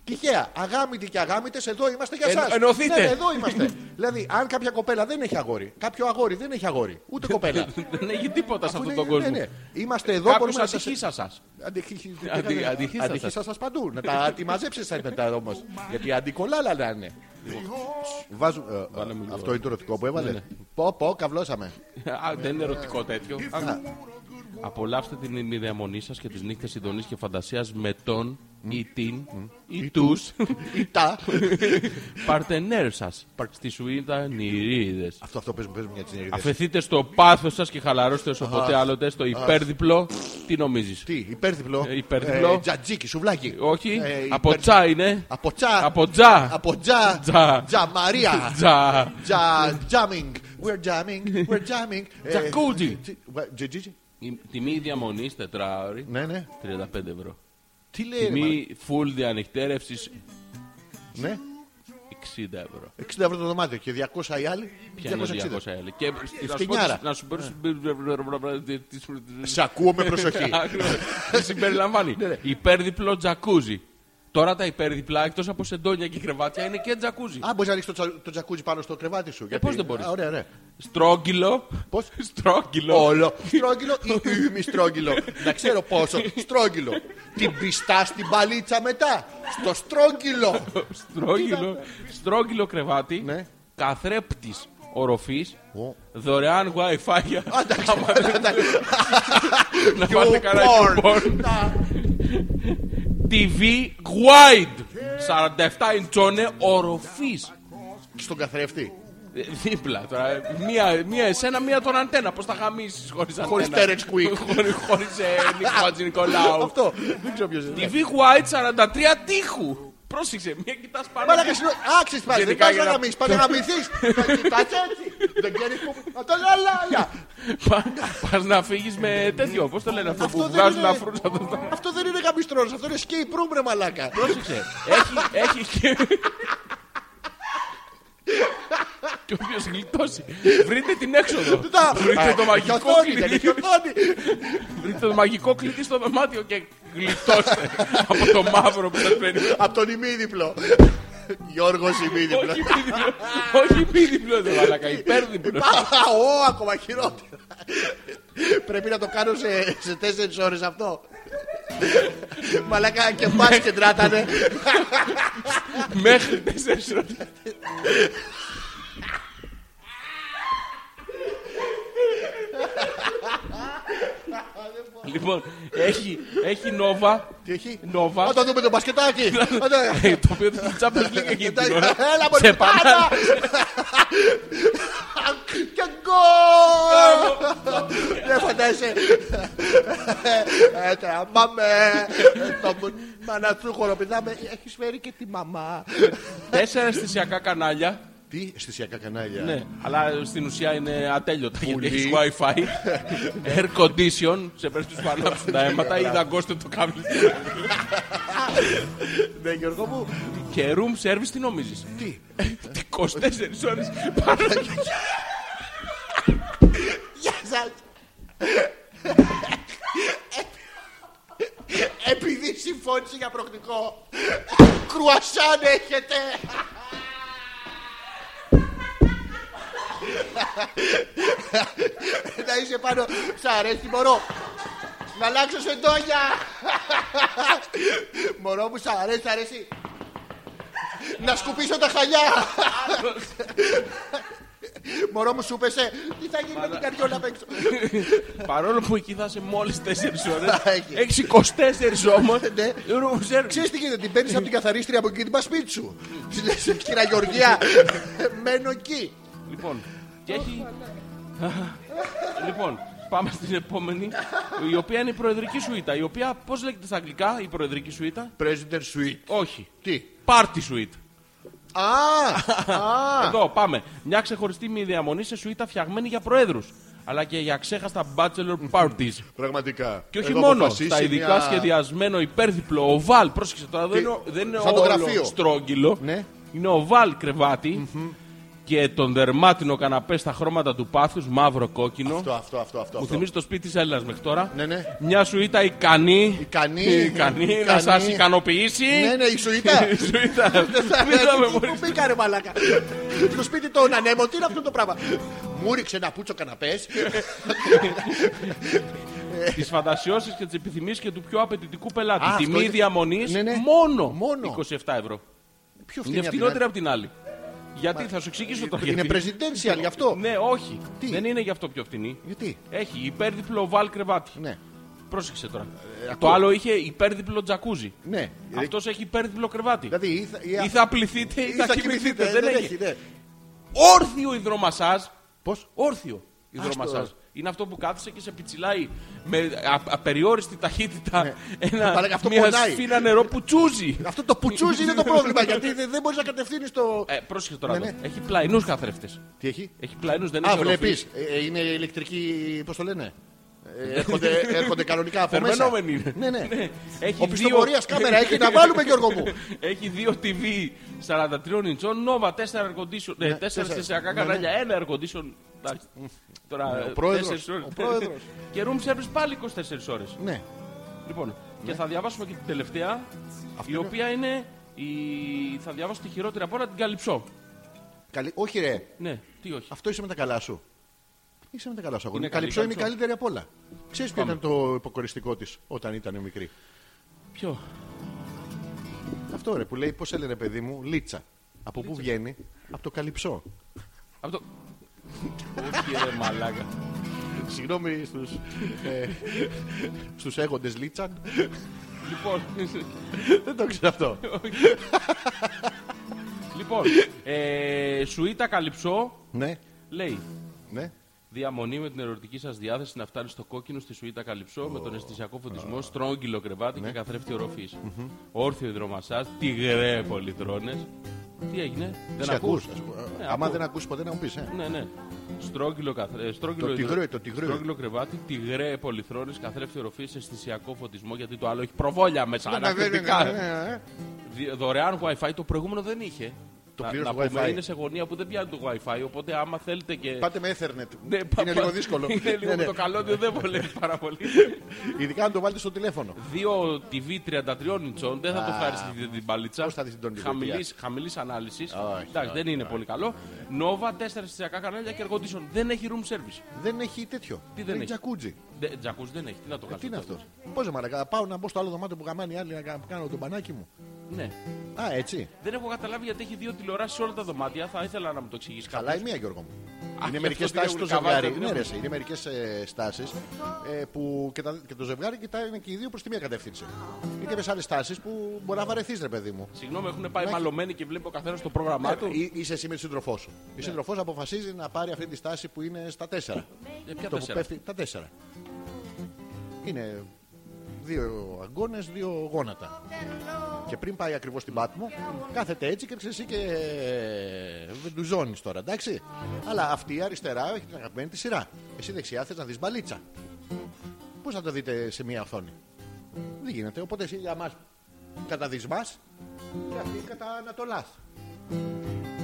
Τυχαία, αγάμητοι και αγάμητε, εδώ είμαστε για Εν- εσά. ενωθείτε. Ναι, ναι, εδώ είμαστε. δηλαδή, αν κάποια κοπέλα δεν έχει αγόρι, κάποιο αγόρι δεν έχει αγόρι, ούτε κοπέλα. Δεν έχει τίποτα σε Αφού αυτόν είναι- τον κόσμο. ναι, ναι. Είμαστε εδώ, μπορούμε Κάποιο να σας- ατυχήσα σας. Αντιχεί- Αντι- ναι, αντιχύσασας. αντιχύσασας σας παντού. Να τα τη μαζέψεις μετά όμως. Γιατί αντικολλάλα να είναι. Λοιπόν, Βάζω, ε, ε, αυτό είναι το ερωτικό που Ναι, έβαλε. Πω, πω, καβλώσαμε. Α, δεν είναι ερωτικό τέτοιο. Ναι. Απολαύστε την ημιδιαμονή σας και τις νύχτες ειδονή και φαντασίας με τον ή την ή του Τα. παρτενέρ σας. Στη σουίτα νηρίδε. Αυτό, αυτό παίζουμε, παίζουμε για τις νερίδες. Αφαιθείτε στο πάθος σας και χαλαρώστε όσο ποτέ άλλοτε στο υπέρδιπλο. Τι νομίζεις. Τι, υπέρδιπλο. Ε, υπέρδιπλο. Ε, Τζατζίκι, σουβλάκι. Όχι, Ε, από υπέρ- τσά είναι. Από τσά. Από τζά. Από τζά. Τζά. Τζα Μαρία. Τζα. Τζα jamming. We're jamming. We're jamming. Ε, Τζακούτζι. τζι- τζι- τζιτζιτζι. Η Τιμή διαμονής τετράωρη Ναι, ναι. 35 ευρώ. Τι λέει. ρε, μάνα. Τιμή full διανυκτέρευσης Ναι. 60 ευρώ. 60 ευρώ το δωμάτιο και 200 οι άλλοι. Ποια είναι 260. 200 έλεγε. Και Ε, να σου πω φτηνιάρα. τις- να σου πω τις- τις- τις- Σε ακούω με προσοχή. τις Ναι. Συμπεριλαμβάνει. Υπέρδιπλο τζακούζι. Τώρα τα υπέρδιπλα εκτός από σεντόνια και κρεβάτια είναι και τζακούζι. Α, μπορείς να ρίξει το, τσα- το τζακούζι πάνω στο κρεβάτι σου. Ε, πώς δεν μπορείς. Α, Ωραία, ωραία. Στρόγγυλο. Πώς? Στρόγγυλο. Όλο. Στρόγγυλο ή ήμι στρόγγυλο. Να ξέρω πόσο. Στρόγγυλο. Την πιστά στην παλίτσα μετά. Στο στρόγγυλο. Στρόγγυλο. Στρόγγυλο κρεβάτι. Ναι. Καθρέπτης. οροφής. Ω. Δωρεάν WiFi για Εντάξει, να You πάτε καλά porn. YouPorn. TV wide. 47 ιντσόνε οροφή. στον καθρέφτη. Δίπλα τώρα. ε, Μία, μία εσένα, μία τον αντένα. Πώς θα γαμίσεις χωρίς αντένα. Χωρίς Terex Quick. Χωρί Νικόλατζη Νικολάου. Αυτό. Δεν ξέρω ποιος είναι. TV wide 43 τείχου. Πρόσεξε, μία κοιτάς πάνω. Μαλάκα σου άξι πάλι. Δεν Γενικά πα να για να- γαμίσεις, πας να γαμηθείς. Θα κοιτάς έτσι. Δεν ξέρεις που. Αυτό είναι λαλάλια. Πα να φύγεις με τέτοιο. Πώς το λένε αυτό Αυτό που δεν βγάζουν είναι- αφρούς από το. Αυτό δεν είναι γαμιστρός, αυτό είναι escape room ρε μαλάκα. Πρόσεξε. Έχει, έχει και. και όποιος γλιτώσει. Βρείτε την έξοδο. Τα- βρείτε, το Α, έχει μαγικό οθόνη, δεν έχει κλειδί, οθόνη. βρείτε το μαγικό κλειδί στο δωμάτιο και γλιτώστε από το μαύρο που σας περιμένει. Απ' τον ημίδιπλο. Γιώργος ημίδιπλο. όχι πίδιπλο. όχι πίδιπλο δεν μαλακά. Υπέρδιπλο. Α, Ω, ακόμα χειρότερα. Πρέπει να το κάνω σε, σε τέσσερις ώρες αυτό. Μαλάκα και μπάσκετ να ήταν. Μέχρι τέσσερις ώρες. Λοιπόν, έχει, έχει Nova. Τι έχει. Nova. Όταν δούμε το μπασκετάκι. Όταν- Ε, το οποίο δεν Champions League εκείνη την ώρα. Έλα μωρή Σε πάτα. πανά- Και γκολ. Δεν φαντάζεσαι. Ε, Τραμάμε. Ε, Το μάνα σου χοροπηδάμε. Έχεις φέρει και τη μαμά. Τέσσερα αισθησιακά κανάλια. Τι αισθησιακά κανάλια. Ναι, αλλά στην ουσία είναι ατέλειωτα γιατί Πουλί. έχεις WiFi, air condition, σε περίπτωση που ανάψουν τα αίματα ή δαγκώστε το κάμπι. Ναι, Γιώργο μου. Και room service τι νομίζεις. Τι. 24 ώρες πάνω Γεια σας. Επειδή συμφώνησε για προκτικό, κρουασάν έχετε. Να είσαι πάνω, σ' αρέσει μωρό. Να αλλάξω σε ντόνια. Μωρό μου, σ' αρέσει, σ' αρέσει. Να σκουπίσω τα χαλιά. Μωρό μου, σου πέσε. Τι θα γίνει με την καριόλα απ' έξω. Παρόλο που εκεί θα είσαι μόλις 4 ώρες, Έχει. έχεις 24 όμως Ε, Ναι. room service. Ξέρεις τι γίνεται, την παίρνεις από την καθαρίστρια από εκείνη την πασπίτη σου. Της λες, Κύρα Γεωργία, μένω εκεί. Λοιπόν, και έχει... Λοιπόν, πάμε στην επόμενη, η οποία είναι η προεδρική σουίτα. Η οποία, πώς λέγεται στα αγγλικά, η προεδρική σουίτα. President Suite. Όχι. Τι. Party suite. Α, α. Εδώ πάμε. Μια ξεχωριστή μη διαμονή σε σουίτα φτιαγμένη για προέδρους. Αλλά και για ξέχαστα bachelor parties. Πραγματικά. Και όχι Έχω μόνο. αποφασίσει Στα ειδικά μια- σχεδιασμένο υπέρδιπλο οβάλ. Πρόσεξε τώρα, δεν είναι, δεν είναι σαν το γραφείο. όλο στρόγγυλο. Ναι. Είναι οβάλ κρεβάτι και τον δερμάτινο καναπέ στα χρώματα του πάθους, μαύρο-κόκκινο. Αυτό, αυτό, αυτό, αυτό. Μου αυτό. θυμίζει το σπίτι της Έλληνας μέχρι τώρα. Ναι, ναι. Μια σουίτα ικανή. Ικανή. ικανή να Ικανή. σας ικανοποιήσει. Ναι, ναι, η Σουήτα. Ε, Η σουίτα. Δεν θα Μην θα με Τι Πού μπορείς. μπήκα ρε μαλάκα. Στο σπίτι των ανέμων, τι είναι αυτό το πράγμα. Μου ρίξε ένα πούτσο καναπές. τις φαντασιώσεις και τις επιθυμίες και του πιο απαιτητικού πελάτη. Α, αυτό Τιμή είναι- διαμονής Ναι, ναι. μόνο, Μόνο. 27 ευρώ. Πιο Είναι φθηνή απ' την φτηνότερη από την άλλη. Γιατί, θα σου εξηγήσω τώρα. άλλη. Ε, Είναι γιατί. presidential γι' αυτό. Ναι, όχι. Τι? Δεν είναι γι' αυτό πιο φτηνή. Γιατί. Έχει υπέρδιπλο βάλ κρεβάτι. Ναι. Πρόσεξε τώρα. το ακούω. άλλο είχε υπέρδιπλο τζακούζι. Ναι. Αυτός έχει υπέρδιπλο κρεβάτι. Δηλαδή ή θα- ή Ή θα πληθείτε ή ή θα, κοιμηθείτε. Δεν, έχει. ναι. Όρθιο υδρομασάζ. Πώς? Όρθιο υδρομασάζ. Άστο. Είναι αυτό που κάθισε και σε πιτσιλάει με α- απεριόριστη ταχύτητα ένα, Μαλάκα, Ναι. αυτό μια πονάει. σφίνα νερό που τσούζει. Αυτό το πουτσούζι είναι το πρόβλημα. Γιατί δεν δεν μπορείς να κατευθύνεις το. Ε, πρόσεχε τώρα. Ναι, εδώ. ναι. Έχει πλαϊνούς καθρέφτες. Τι έχει. Έχει πλαϊνούς, δεν Α, έχει βλέπεις. οροφή. Είναι ηλεκτρική. Πώς το λένε. Ε, Έρχονται, έρχονται κανονικά από μέσα. Θερμενόμενη είναι. Ναι, ναι. Έχει Ο πιστοπορίας κάμερα έχει να βάλουμε, Γιώργο μου. Έχει δύο TV 43 ιντσών, Nova 4 air condition, ε, τέσσερα τέσσερα. αισθησιακά Ναι, ναι. κανάλια, ένα air condition. εντάξει. Τώρα, ο πρόεδρος, τέσσερις ώρες. ο πρόεδρος. Και room service πάλι 24 ώρες. ναι. Λοιπόν, και θα διαβάσουμε και την τελευταία, η οποία είναι. η- Θα διαβάσω τη χειρότερη από όλα, την καλυψώ. Καλή... Όχι, ρε. Ναι, τι όχι. Αυτό είσαι με τα καλά σου. Είσαι με τα καλά σου. αγόρι. Η Είναι Καλυψό καλή, είναι η Καλυψό. καλύτερη απ' όλα. Ξέρεις ποιο Πάμε. ήταν το υποκοριστικό της όταν ήταν μικρή. Ποιο. Αυτό ρε που λέει, πώς έλεγε παιδί μου, Λίτσα. Από πού βγαίνει, από το Καλυψό. Από το... Όχι ρε μαλάκα. Συγγνώμη στους ε, στους έγοντες Λίτσαν. Λοιπόν, Δεν το ξέρω αυτό. λοιπόν ε, Σουίτα Καλυψό ναι, λέει ναι. Διαμονή με την ερωτική σας διάθεση να φτάνει στο κόκκινο στη Σουίτα Καλυψό με τον αισθησιακό φωτισμό, στρόγγυλο κρεβάτι Ναι. και καθρέφτη οροφής. Όρθιο υδρομασάζ, τυγρέ πολυθρόνε. Τι έγινε, δεν Σε ακούς? ακούς, ας πούμε. Ναι, Άμα ακούω. δεν ακούσει ποτέ να μου πεις. Ε. Ναι, ναι. Στρόγγυλο, καθρέ... ε, στρόγγυλο, Το υδρο- τυγρέ, το τυγρέ. στρόγγυλο κρεβάτι, τυγρέ πολυθρόνε, καθρέφτη οροφής, αισθησιακό φωτισμό γιατί το άλλο έχει προβόλια μέσα. ανακριτικά. Ναι, ναι, ναι. Δι- Δωρεάν WiFi το προηγούμενο δεν είχε. Το Να- πλήρωσε να πούμε, Wi-Fi. είναι σε γωνία που δεν πιάνει το WiFi, οπότε άμα θέλετε και. Πάτε με Ethernet. Ναι, πα- Είναι πα- λίγο δύσκολο. Είναι λίγο Ναι, ναι. το καλώδιο δεν βολεύει πάρα πολύ. Ειδικά αν το βάλετε στο τηλέφωνο. Δύο TV 33 ιντσών, δεν θα το Α, ευχαριστείτε την παλίτσα. πώς θα δεις την τόνη Χαμηλής, χαμηλής ανάλυσης. Όχι, Εντάξει, δεν είναι πολύ καλό. Nova, 4 εστιακά κανάλια και air condition. Δεν έχει room service. Δεν έχει τέτοιο. δεν είναι έχει? τζακούτζι. Δε- Τζακούζι δεν έχει, τι να το Ε, κάνω. Τι είναι αυτό. Πώς ρε μαλακά, πάω να μπω στο άλλο δωμάτιο που γαμάνει η άλλη να κα- κάνω τον πανάκι μου. Ναι. Α, έτσι. Δεν έχω καταλάβει γιατί έχει δύο τηλεοράσεις σε όλα τα δωμάτια. Θα ήθελα να μου το εξηγήσει Καλά η μία, Γιώργο μου. γι' είναι αυτό μερικέ την τάσει έχουν το καβάλει, ζευγάρι. την Ναι, ρε, έχουν. σε, είναι μερικές στάσεις ε, που και, τα- και το ζευγάρι κοιτάει και οι δύο προς τη μία κατεύθυνση. Είναι και άλλε τάσει που μπορεί να βαρεθείς, ρε παιδί μου. Συγγνώμη, έχουν πάει μαλωμένοι και βλέπει ο καθένας το πρόγραμμά του. Ε, εί- Είσαι εσύ με τη σύντροφός σου. Η σύντροφός αποφασίζει να πάρει αυτή τη στάση που είναι στα τέσσερα. Ε, Ποια το που τέσσερα. πέφτει, τα τέσσερα. Είναι δύο αγκώνε, δύο γόνατα. Και πριν πάει ακριβώς στην πάτμο, κάθεται έτσι και ξέρεις εσύ και βεντουζώνεις τώρα, εντάξει. Αλλά αυτή αριστερά έχει την αγαπημένη της σειρά. Εσύ δεξιά θες να δεις μπαλίτσα. Πώς θα το δείτε σε μία οθόνη. Δεν γίνεται. Οπότε εσύ για μα κατά δυσμά και αυτή κατά ανατολά.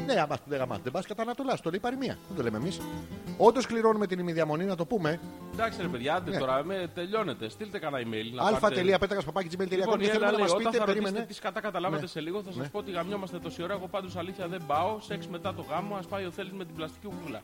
Ναι, άμα δεν γαμάς, δεν πας κατά ανατολά. Το λέει η παροιμία. Δεν το λέμε εμείς. Όντως κληρώνουμε την ημιδιαμονή, να το πούμε. Εντάξει, ρε παιδιά, άντε Ναι. τώρα με, τελειώνετε. Στείλτε κανένα email. να πάρετε- αλφα.πέτρακα.gmail.com και Λοιπόν, η Έλα θέλουμε να λέει, μας πείτε, όταν θα ρωτήσετε περίμενε. τι κατά καταλάβατε Ναι. σε λίγο, θα σας πω ότι γαμιόμαστε τόση ώρα. Εγώ πάντως αλήθεια δεν πάω. Σεξ μετά το γάμο, ας πάει ο θέλει με την πλαστική κούκλα.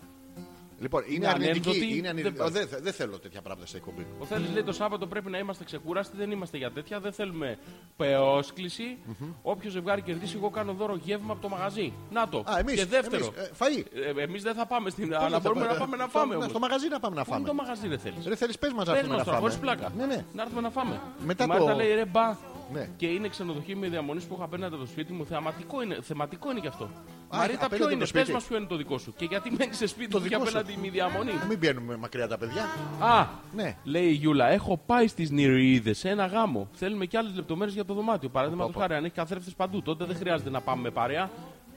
Λοιπόν, είναι είναι ανένδοτη, αρνητική. είναι Ναι, δεν αρνητική. πάει. Ω, Δεν θε- δεν θέλω τέτοια πράγματα σε εκπομπή. Ο Θέλει λέει το Σάββατο πρέπει να είμαστε ξεκούραστοι, δεν είμαστε για τέτοια, δεν θέλουμε πεόσκληση. Όποιο ζευγάρι κερδίσει, εγώ κάνω δώρο γεύμα από το μαγαζί. Να το. Α, εμείς. και δεύτερο. Φαΐ. Εμείς δεν θα πάμε στην. Πώς Αλλά θα μπορούμε πάμε, να πάμε να στο- φάμε ε, να- όμως. Στο μαγαζί να πάμε να Πού είναι φάμε. Ε, το μαγαζί, δεν θέλει. Ρε θέλει, πες μας να Πες έρθουμε μας να τώρα, χωρίς φάμε. πλάκα. Ναι, ναι. Να έρθουμε να φάμε. Μετά Η Μάρτα το- λέει ρε μπα. Ναι. Και είναι ξενοδοχείο με διαμονή που έχω απέναντι από το σπίτι μου. Θεματικό είναι, θεματικό είναι και αυτό. Α, Μαρίτα, απέναντι ποιο από είναι, το πε σπίτι. μας ποιο είναι το δικό σου. Και γιατί μένεις σε σπίτι Το μου και δικό σου. απέναντι η διαμονή. Να μην πιένουμε μακριά τα παιδιά. Α, Ναι. λέει η Γιούλα, έχω πάει στις Νηρίδε σε ένα γάμο. Θέλουμε και άλλες λεπτομέρειες για το δωμάτιο. Παράδειγμα του χάρη, αν έχει καθρέφτες παντού, τότε δεν χρειάζεται να πάμε με παρέα.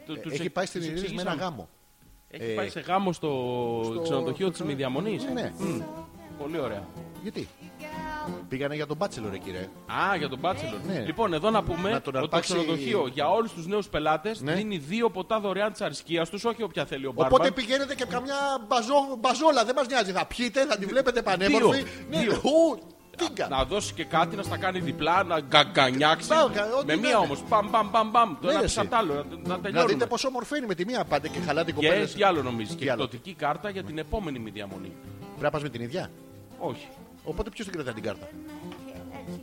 Το- τους Ε, Έχει εξ- πάει στην τους Ειρήνη με ένα εξηγήσαμε. γάμο. Έχει Ε, πάει σε γάμο στο, στο- ξενοδοχείο της στο- Μηδιαμονή. Ναι. Πολύ ωραία. Γιατί. Πήγανε για τον μπάτσελο, ρε κύριε. Α, για τον Bachelor. Ναι. Λοιπόν, εδώ να Να πούμε τον ότι το αρπάξει- ξενοδοχείο για όλους τους νέους πελάτες Ναι. δίνει δύο ποτά δωρεάν της αρισκίας τους, όχι όποια θέλει ο μπάρμπαν. Οπότε πηγαίνετε και καμιά μπαζό- μπαζόλα, δεν μας νοιάζει. Θα πιείτε, θα τη βλέπετε πανέμορφη. Δύο. Ναι, Δύο. ου, τίγκα. Να δώσει και κάτι, να στα κάνει διπλά, να γκαγκανιάξει. Μπράβο, κα- ό,τι Με μία θέλετε. όμως. Παμ, παμ, παμ, παμ. Το Ναι, ένα ρε, πίσω απ' εσύ. το άλλο. να- Να Να τελειώνουμε. δείτε πόσο μορφή είναι με τη μία πάτε και χαλάτε Και κοπέλε. τι άλλο νομίζεις. Και άλλο. Ναι. εκδοτική κάρτα για την επόμενη μη διαμονή. Πρέπει να πας με την ίδια. Όχι. Οπότε ποιος την κρατάει την κάρτα.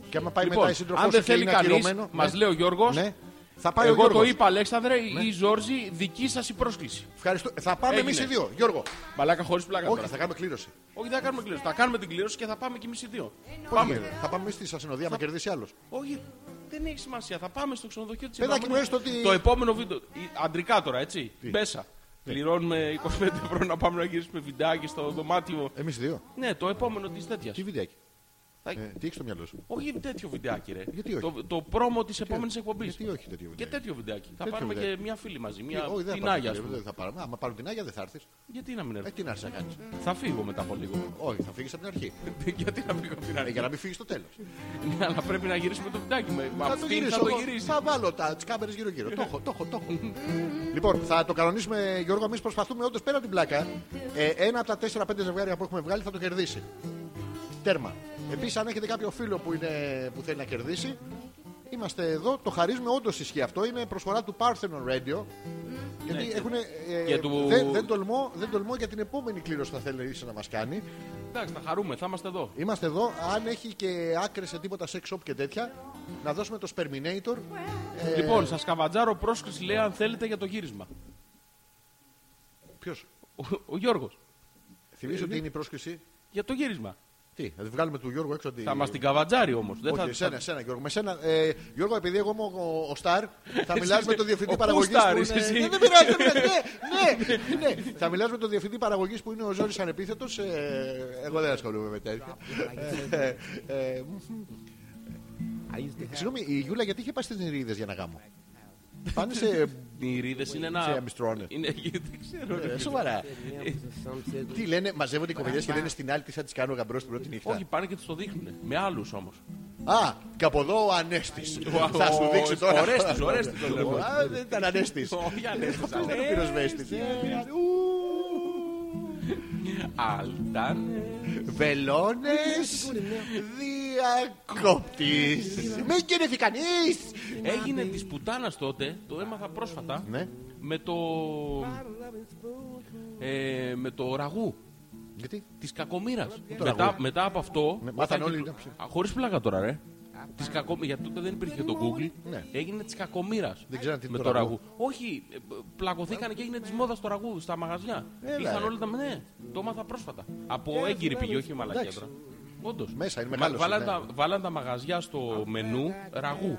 Και άμα πάει Λοιπόν, μετά η σύντροφός σου αν δεν και θέλει είναι κανείς, ακυρωμένος. μας ναι. λέει ο Γιώργος. Ναι. Θα πάει ο Εγώ το Γιώργος. Ναι. είπα, Αλέξανδρε, ή Ζόρζη, δική σας η πρόσκληση. Ευχαριστώ. Ε, Θα πάμε Έγινε. εμείς οι δύο. Γιώργο. Μαλάκα χωρίς πλάκα. Όχι, τώρα. θα κάνουμε κλήρωση. Όχι, δεν θα κάνουμε κλήρωση. Θα κάνουμε την κλήρωση και θα πάμε κι εμείς οι δύο. Πώς γίνεται. Θα πάμε εμείς στη ασυνοδεία, να κερδίσει άλλος. Όχι, δεν έχει σημασία. Θα πάμε στο ξενοδοχείο της Παιδάκι μου, έστω ότι- Το επόμενο βίντεο. η- Αντρικά τώρα, έτσι. Μπέσα. Πληρώνουμε 25 ευρώ να πάμε να γυρίσουμε βιντεάκι στο δωμάτιο. Εμείς δύο. Ναι, το επόμενο της τέτοιας. Τι βιντεάκι. Θα- Ε, τι έχεις στο μυαλό σου. Όχι τέτοιο βιντεάκι, ρε. Γιατί όχι? Το, το πρόμο της επόμενης εκπομπής. γιατί όχι τέτοιο Και βιντεάκι. τέτοιο βιντεάκι. θα Τέτοιο πάρουμε βιντεάκι. και μια φίλη μαζί. Ε, Μια... Όχι, δεν θα την πάρουμε Άγια, ας τέτοιο, πούμε. δεν θα πάρουμε. Άμα πάρουν την Άγια δεν θα έρθεις. Γιατί να μην Ε, έρθει. τι να έρθει να κάνεις. Θα φύγω μετά από λίγο. Όχι, θα φύγεις από την αρχή. Γιατί να φύγω από την Ε, αρχή. Για να μην φύγεις στο τέλος. Ναι, αλλά πρέπει να γυρίσουμε το βιντεάκι. με- με Θα το αυτήν γυρίσω. Θα το εγώ. γυρίσει. Θα βάλω τα κάμερες γύρω-γύρω. το έχω, το έχω, το έχω. λοιπόν, θα το κανονίσουμε, Γιώργο. Εμείς προσπαθούμε όντως πέρα από την πλάκα. Ε, ένα από τα 4-5 ζευγάρια που έχουμε βγάλει θα το κερδίσει. Τέρμα. Επίσης, αν έχετε κάποιο φίλο που, είναι, που θέλει να κερδίσει, είμαστε εδώ. Το χαρίζουμε. Όντως ισχύει αυτό. Είναι προσφορά του Parthenon Radio. Γιατί έχουν, Ναι, και του- δεν, δεν, τολμώ, δεν τολμώ για την επόμενη κλήρωση που θα θέλει να μας κάνει. Εντάξει, θα χαρούμε, θα είμαστε εδώ. Είμαστε εδώ. Αν έχει και άκρες σε τίποτα sex shop και τέτοια, να δώσουμε το Sperminator. Ε, Λοιπόν, σας καβατζάρω πρόσκληση λέει αν θέλετε για το γύρισμα. Ποιος. Ο, ο Γιώργος. Θυμίζω ότι είναι η πρόσκληση. Για το γύρισμα. Τι, θα τη βγάλουμε του Γιώργου έξω. Θα μας την καβατζάρει όμως. Όχι, εσένα, εσένα, Γιώργο. Με σένα, ε, Γιώργο, επειδή εγώ είμαι ο, ο Σταρ, θα μιλάς με τον διευθυντή παραγωγή. Ναι, δεν πειράζει, δεν πειράζει. Ναι, ναι, ναι. Θα μιλάς με τον διευθυντή παραγωγής που είναι ο Ζόρι Ανεπίθετο. εγώ δεν ασχολούμαι με τέτοια. Ε, ε, Συγγνώμη, η Γιούλα γιατί είχε πάει στις Νηρίδες για να γάμω. Πάνε σε. Οι ρίδες είναι ένα. Σε αμυστρώνε. Είναι, δεν ξέρω. Ε, Σοβαρά. Τι λένε, μαζεύονται οι κοπελιέ και λένε στην άλλη τι θα τη κάνω γαμπρός την πρώτη νύχτα. Όχι, πάνε και τους το δείχνουν. Με άλλους όμως. Α, κάπου εδώ ο Ανέστης. Θα σου δείξω τώρα. Ορέστη, ορέστη το λέω. Α, δεν ήταν Ανέστης. Όχι, ανέστης. Αυτό ήταν ο πυροσβέστη. Αλτάνε. Βελόνες διακόπτη. Με κερδίζει κανείς. Έγινε της πουτάνας τότε, το έμαθα πρόσφατα, Ναι, με το. Ε, με το ραγού γιατί. της κακομήρα. το Μετά, ραγού. μετά από αυτό. Ναι, μάθαν όλοι να ψηφ- Χωρίς πλάκα τώρα, ρε. Της κακο... Γιατί τότε δεν υπήρχε το Google. Ναι. Έγινε της κακομήρα. Δεν ξέραν τι με το το ραγού. ραγού. Όχι, ε, πλακωθήκανε και έγινε της μόδας το ραγού στα μαγαζιά. Έλα, Είχαν ρε. όλα τα. Ναι, το έμαθα πρόσφατα. Από έγκυρη πηγή, όχι μαλακιά Εντάξει. τώρα. Όντως. Μέσα, είναι μεγάλος, Βάλαν ναι. τα, βάλαν τα μαγαζιά στο μενού Ε, ραγού.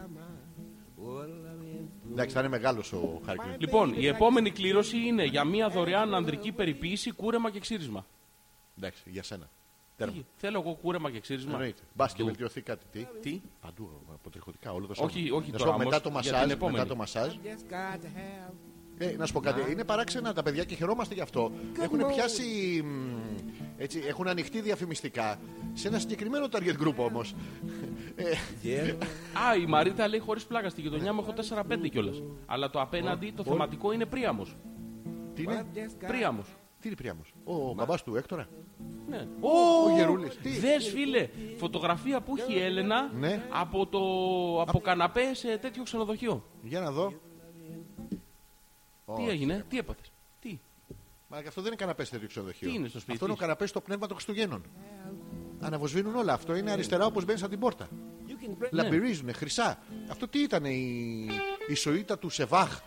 Εντάξει, θα είναι μεγάλος ο Χάρκιν. Λοιπόν, η επόμενη κλήρωση είναι για Ε, μία δωρεάν ανδρική περιποίηση, κούρεμα και ξύρισμα. Εντάξει, για σένα. Τέρμα. Τι, Θέλω εγώ κούρεμα και ξύρισμα. Ε. Εννοείται. Μπας και Του. βελτιωθεί κάτι. Τι. Τι. Παντού, αποτριχωτικά, όλο το σώμα. Όχι, όχι να σου τώρα, πω, μετά όμως, το για την μασάζ, μετά επόμενη. το μασάζ Just got to have. Ε, να σου πω κάτι. Είναι παράξενα τα παιδιά και χαιρόμαστε γι' αυτό. Έχουν πιάσει. μ, Έτσι, έχουν ανοιχτεί διαφημιστικά σε ένα συγκεκριμένο target group όμως. Α, η Μαρίτα λέει χωρίς πλάκα. Στη γειτονιά μου έχω 4-5 κιόλας. Αλλά το απέναντι το θεματικό είναι πρίαμος. τι είναι, Just got Πρίαμος. τι είναι Πριάμος? Ο, ο μπαμπάς του Έκτορα. Ναι. ο Γερούλης. Τι? Δες φίλε, φωτογραφία που έχει η Έλενα Ναι. από, το, από καναπέ σε τέτοιο ξενοδοχείο. Για να δω. Ω, Τι έγινε, τι έπαθες. Τι. Μα και αυτό δεν είναι καναπές τέτοιο ξενοδοχείο. Τι είναι στο σπίτι Ε, Αυτό είναι ο της? καναπές στο πνεύμα των Χριστουγέννων. Αναβοσβήνουν όλα. Αυτό είναι αριστερά όπως μπαίνεις από την πόρτα. Ναι. Λαμπυρίζουνε, χρυσά. Αυτό τι ήταν η, η σοίτα του Σεβάχ.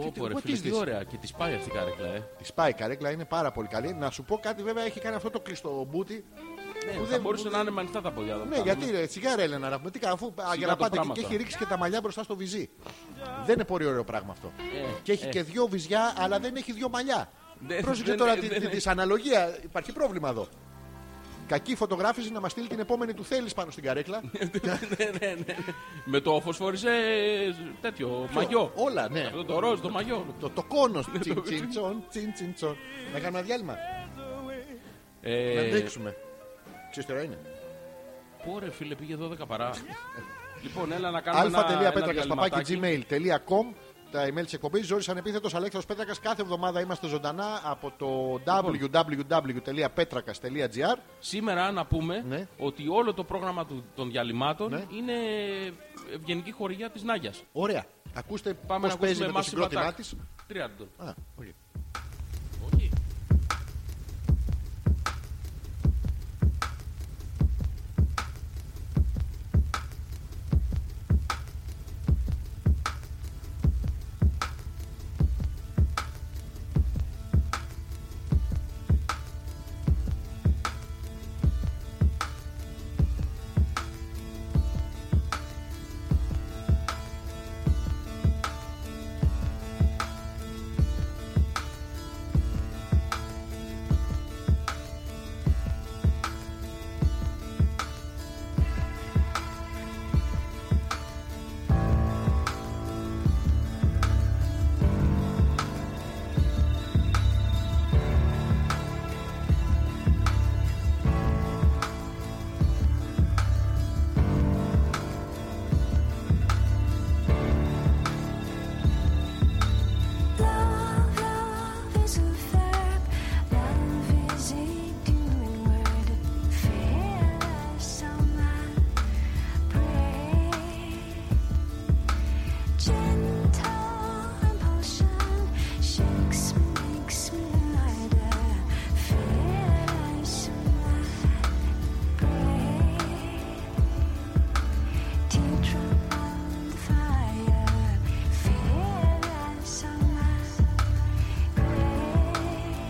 Πω, τι- πω, ρε, what φίλε, is τι this? ωραία και τη πάει αυτή η καρέκλα, ε. Τη πάει η καρέκλα, είναι πάρα πολύ καλή. Να σου πω κάτι, βέβαια έχει κάνει αυτό το κλειστό μπούτι. Ναι, Που θα δεν- μπορούσε να είναι με ανοιχτά τα πόδια εδώ. Ναι, γιατί ρε, τσιγάρα Έλενα να πούμε. Τι κάνω, αφού α, για να πάτε το εκεί πράγμα και έχει τώρα. ρίξει και τα μαλλιά μπροστά στο βυζί. Δεν είναι πολύ ωραίο πράγμα αυτό. και έχει ε. και δύο βυζιά, αλλά δεν έχει δύο μαλλιά. Δεν- Πρόσεξε δεν- τώρα δεν- τη, τη, δεν- της αναλογία. Υπάρχει πρόβλημα εδώ. Κακή φωτογράφηση να μας στείλει την επόμενη του θέλει πάνω στην καρέκλα. ναι, ναι, ναι. Με το φωσφοριζέ ε, τέτοιο μαγιό. Όλα, ναι. Αυτό το Ναι, ροζ, το μαγιό. Το, το κόνος. τσιν, τσιν, τσον, τσιν, τσιν, τσον. Να κάνουμε ένα διάλειμμα. Ε, Να δείξουμε. Ξέρεις τώρα είναι. Πω ρε φίλε, πήγε 12 παρά. λοιπόν, έλα να κάνουμε ένα, ένα διαλυματάκι. αλφα.πέτρακα.gmail.com τα email της εκπομπής. Ζόρι ανεπίθετος Αλέξανδρος Πέτρακας. Κάθε εβδομάδα είμαστε ζωντανά από το Λοιπόν. www.petrakas.gr. Σήμερα να πούμε Ναι. ότι όλο το πρόγραμμα του, των διαλυμάτων Ναι. είναι ευγενική χορηγία της Νάγιας. Ωραία. Ακούστε Πάμε πώς να παίζει ακούσουμε με το Massive συγκρότημά τη. Attack. Τρία λεπτό. Α, όχι. Όχι. Love is a verb. Love is a doing word. Fear is Gentle impulsion shakes me, makes me lighter. Fear is Teardrop on the fire, fearless on my grave.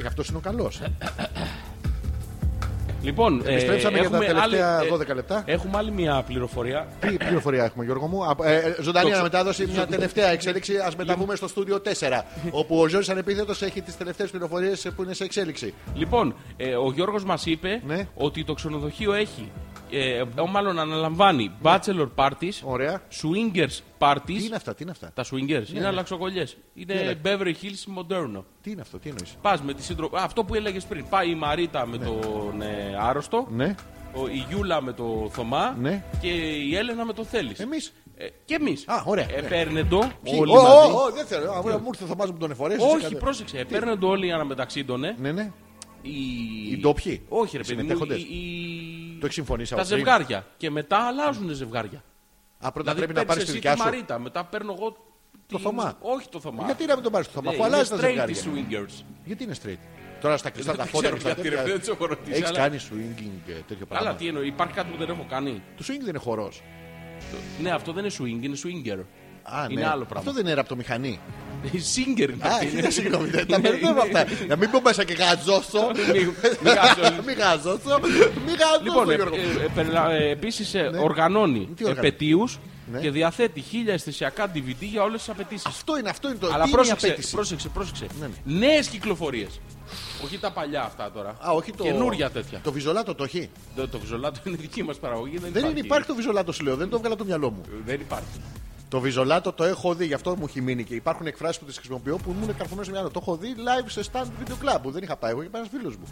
και αυτό είναι ο καλός. Ε, Λοιπόν, ε, Επιστρέψαμε για τα έχουμε τελευταία άλλη, ε, 12 λεπτά. Έχουμε άλλη μια πληροφορία. Τι πληροφορία έχουμε, Γιώργο μου. Α, ε, ε, Ζωντανή Το- αναμετάδοση, μια τελευταία εξέλιξη. Ας μεταβούμε στο στούντιο 4. Όπου ο Ζόρι Ανεπίθετος έχει τις τελευταίες πληροφορίες που είναι σε εξέλιξη. Λοιπόν, ε, ο Γιώργος μας είπε Ναι. ότι το ξενοδοχείο έχει, ε, ο, μάλλον αναλαμβάνει bachelor parties, Ωραία. swingers Τι parties. είναι αυτά, τι είναι αυτά. Τα swingers είναι αλλαξοκολλιές. Είναι είναι. Beverly Hills Moderno. Τι είναι αυτό, τι εννοείς. Πας με τη σύντροφο. Αυτό που έλεγες πριν. Πάει η Μαρίτα με τον ε, άρρωστο, Ναι, ο, η Γιούλα με το Θωμά Ναι. και η Έλενα με το Θέλης. εμείς. Ε, και εμείς. Α, ωραία, Ε, ναι. παίρνε το όλοι Ω, μαζί. ω, ω, δεν θέλω. Α, Μου ήρθε ο Θωμάς μου τον εφορέσεις. Όχι, πρόσεξε. Παίρνε το όλοι αναμεταξύ των. ε. Ναι, ναι. Οι... Οι ντόπιοι. Όχι, ρε παιδί μου. Συμμετέχοντες. οι- οι- Το έχεις συμφωνήσει Τα από πριν. ζευγάρια. Και μετά αλλάζουν ζευγάρια. Α, πρώτα πρέπει δηλαδή να παίρνεις πάρεις τη εσύ δικιά τη σου. Μαρίτα, μετά παίρνω εγώ. την- Θωμά. Όχι το Θωμά. Ε, Γιατί να μην τον πάρεις το Θωμά, αφού είναι αλλάζεις τα straight ζευγάρια. οι swingers. Γιατί είναι straight. Τώρα στα κλειστά Δεν τα το φώτα ξέρω και στα γιατί, ρε, τέτοια. δεν τους έχω ρωτήσει, Έχει αλλά- κάνει swinging ε, τέτοιο Καλά, πράγμα. τι εννοώ, υπάρχει κάτι που δεν έχω κάνει. Το swing δεν είναι χορός. Το- Ναι, αυτό δεν είναι swing, είναι swinger. Α, Είναι ναι. άλλο πράγμα. Αυτό δεν είναι ραπτομηχανή. Η singer είναι Α, αυτή, είναι. χίλια συγγνώμη, δεν τα Είναι- μπερδεύω είναι- αυτά. Να μην πω μέσα και γαζώσω. Μη- μη γάζω. Μην γαζώσω. Μην γαζώσω, Λοιπόν, Γιώργο. Ναι. επίσης ε, οργανώνει Τι οργανώνει? επαιτίους Ναι. και διαθέτει χίλια αισθησιακά DVD για όλες τις απαιτήσεις. Αυτό είναι, αυτό είναι το. Αλλά τι είναι η πρόσεξε, απέτηση? πρόσεξε, πρόσεξε. Ναι, ναι. Νέες κυκλοφορίες. Όχι τα παλιά αυτά τώρα. Α, όχι το. Καινούρια τέτοια. Το βιζολάτο το έχει. Το, το Βυζολάτο είναι δική μας παραγωγή. Δεν, Δεν είναι, υπάρχει το βιζολάτο, σου λέω. Δεν το έβγαλα από το μυαλό μου. Δεν υπάρχει. Το βιζολάτο το έχω δει, γι' αυτό μου έχει μείνει και υπάρχουν εκφράσεις που τις χρησιμοποιώ που μου είναι καρφωμένο στο μυαλό. Το έχω δει live σε stand video club που δεν είχα πάει εγώ και πάει ένας φίλος μου.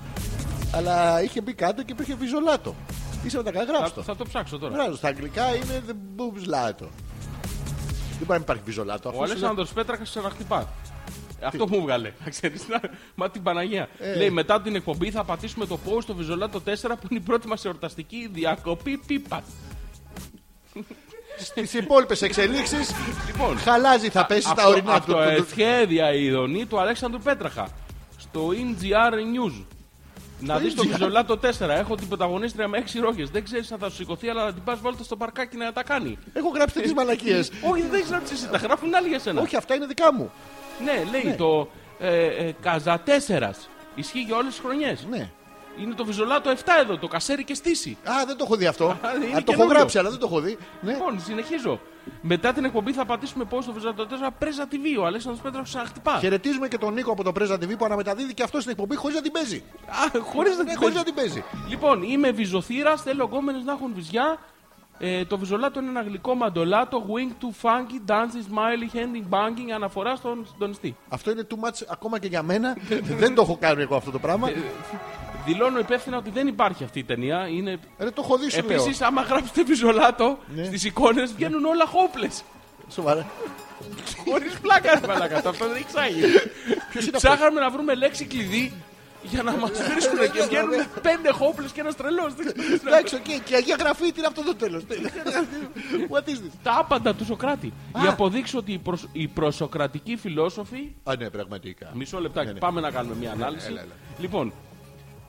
Αλλά είχε μπει κάτω και υπήρχε βιζολάτο. Είσαι με τα καλά, Θα, γράψτε το. θα το ψάξω τώρα. Γράψτε το. Στα αγγλικά είναι the boobs lato. Δεν πάει να υπάρχει βιζολάτο. Ο αφού σου λέω- Αλέξανδρος Πέτρακα ξαναχτυπά. Αυτό μου βγάλε. Να ξέρεις, να- Μα την Παναγία. Ε. Λέει μετά την εκπομπή θα πατήσουμε το post στο Βιζολάτο 4 που είναι η πρώτη μας εορταστική διακοπή πίπα. Στις υπόλοιπες εξελίξεις Λοιπόν, χαλάζει, θα πέσει στα ορεινά από του. το του- του- ευχέδια ειδονή του Αλέξανδρου Πέτραχα στο NGR News. Να δει το NGR. Βιζολάτο 4. Έχω την πρωταγωνίστρια με 6 ρόγε. Δεν ξέρεις αν θα σου σηκωθεί, αλλά να την πας βάλτε στο παρκάκι να τα κάνει. Έχω γράψει τι μαλακίε. Όχι, δεν έχει γράψεις εσύ. Τα γράφουν άλλοι για σένα. Όχι, αυτά είναι δικά μου. Ναι, λέει το ε, ε, Καζα 4. Ισχύει για όλες τις χρονιές. Ναι. Είναι το Βιζολάτο 7 εδώ, το κασέρι και στήσει. Α, δεν το έχω δει αυτό. είναι Α, το έχω καινούριο. γράψει, αλλά δεν το έχω δει. Ναι. Λοιπόν, συνεχίζω. Μετά την εκπομπή θα πατήσουμε πώς στο Βιζολάτο 4 πρέζα TV. Ο Αλέξανδρος Πέτραχος ξαναχτυπά. Χαιρετίζουμε και τον Νίκο από το Πρέζα TV που αναμεταδίδει και αυτό στην εκπομπή χωρίς να την παίζει. Α, χωρίς να Ναι, την χωρίς παίζει. να την παίζει. Λοιπόν, είμαι βυζοθύρας, θέλω γκόμενες να έχουν βυζιά. Ε, το βυζολάτο είναι ένα γλυκό μαντολάτο, wing to funky, dancing, smiley, handing, banging, αναφορά στον συντονιστή. Αυτό είναι too much ακόμα και για μένα. δεν το έχω κάνει εγώ αυτό το πράγμα. Δηλώνω υπεύθυνα ότι δεν υπάρχει αυτή η ταινία. Είναι... Ρε, το έχω δει σου λέω. Επίση, άμα γράψετε βυζολάτο Ε, Ναι. στις εικόνες, βγαίνουν όλα χόπλε. Σοβαρά. Χωρίς πλάκα, ρε μαλάκα. το Αυτό δεν ξάγει. Ποιος είναι αυτός? Ψάχαμε να βρούμε λέξη κλειδί για να μας βρίσκουν και βγαίνουν πέντε χόπλε και ένας τρελός. Εντάξει, οκ, και η Αγία Γραφή τι είναι αυτό το τέλος. What is this? Τα άπαντα του Σοκράτη. Α. Για αποδείξει ότι οι, προσ... οι προσοκρατικοί φιλόσοφοι. Α, ναι, πραγματικά. Μισό λεπτάκι, Ναι, ναι. πάμε να κάνουμε μια ανάλυση. έλα, έλα. Λοιπόν,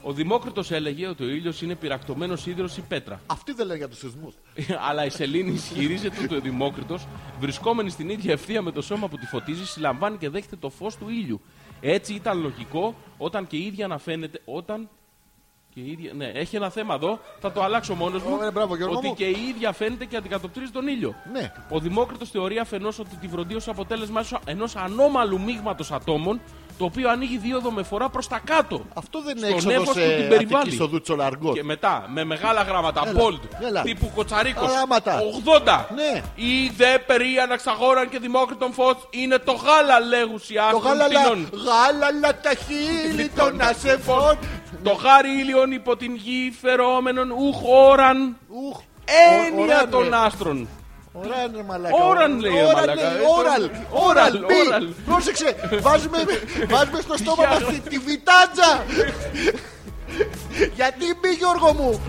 ο Δημόκριτος έλεγε ότι ο ήλιος είναι πυρακτωμένο ίδρυο ή πέτρα. Αυτή δεν λέει για τους σεισμούς. Αλλά η Σελήνη ισχυρίζεται ότι ο Δημόκριτος, βρισκόμενη στην ίδια ευθεία με το σώμα που τη φωτίζει, συλλαμβάνει και δέχεται το φως του ήλιου. Έτσι ήταν λογικό όταν και η ίδια αναφαίνεται. Όταν και η ίδια... Ναι, έχει ένα θέμα εδώ, θα το αλλάξω μόνος μου. Ωραία, μπράβο, Γιώργο ότι μου. και η ίδια φαίνεται και αντικατοπτρίζει τον ήλιο. Ναι. Ο Δημόκριτος θεωρεί αφενός ότι τη βροντεί ως αποτέλεσμα ενός ανώμαλου μείγματος ατόμων, το οποίο ανοίγει δύο δομεφορά προς τα κάτω. Αυτό δεν είναι Στον νέφος έξοδο του ε, την περιβάλλει. Αττική στο Δούτσολαργό. Και μετά με μεγάλα γράμματα Έλα, bold έλα. τύπου Κοτσαρίκος Γράμματα. 80. Ναι. Η δε περί αναξαγόραν και δημόκριτων φως είναι το γάλα λέγουσι Το άστον γάλαλα, πυλών. Λοιπόν. γάλαλα τα χείλη των ασεφών. Το χάρι ήλιον υπό την γη φερόμενον ουχ όραν. Ουχ. Έννοια Ωραν, των ρε. άστρων. Ωραν, ρε μαλάκα. Ωραν, λέει, ρε, Ωραν, μαλάκα. λέει, Ε, Ωραλ, το- ωραλ, Ωραλ, μπι. ωραλ. Πρόσεξε, βάζουμε, βάζουμε στο στόμα Για- μας τη, τη βιτάντζα. Γιατί μπει Γιώργο μου.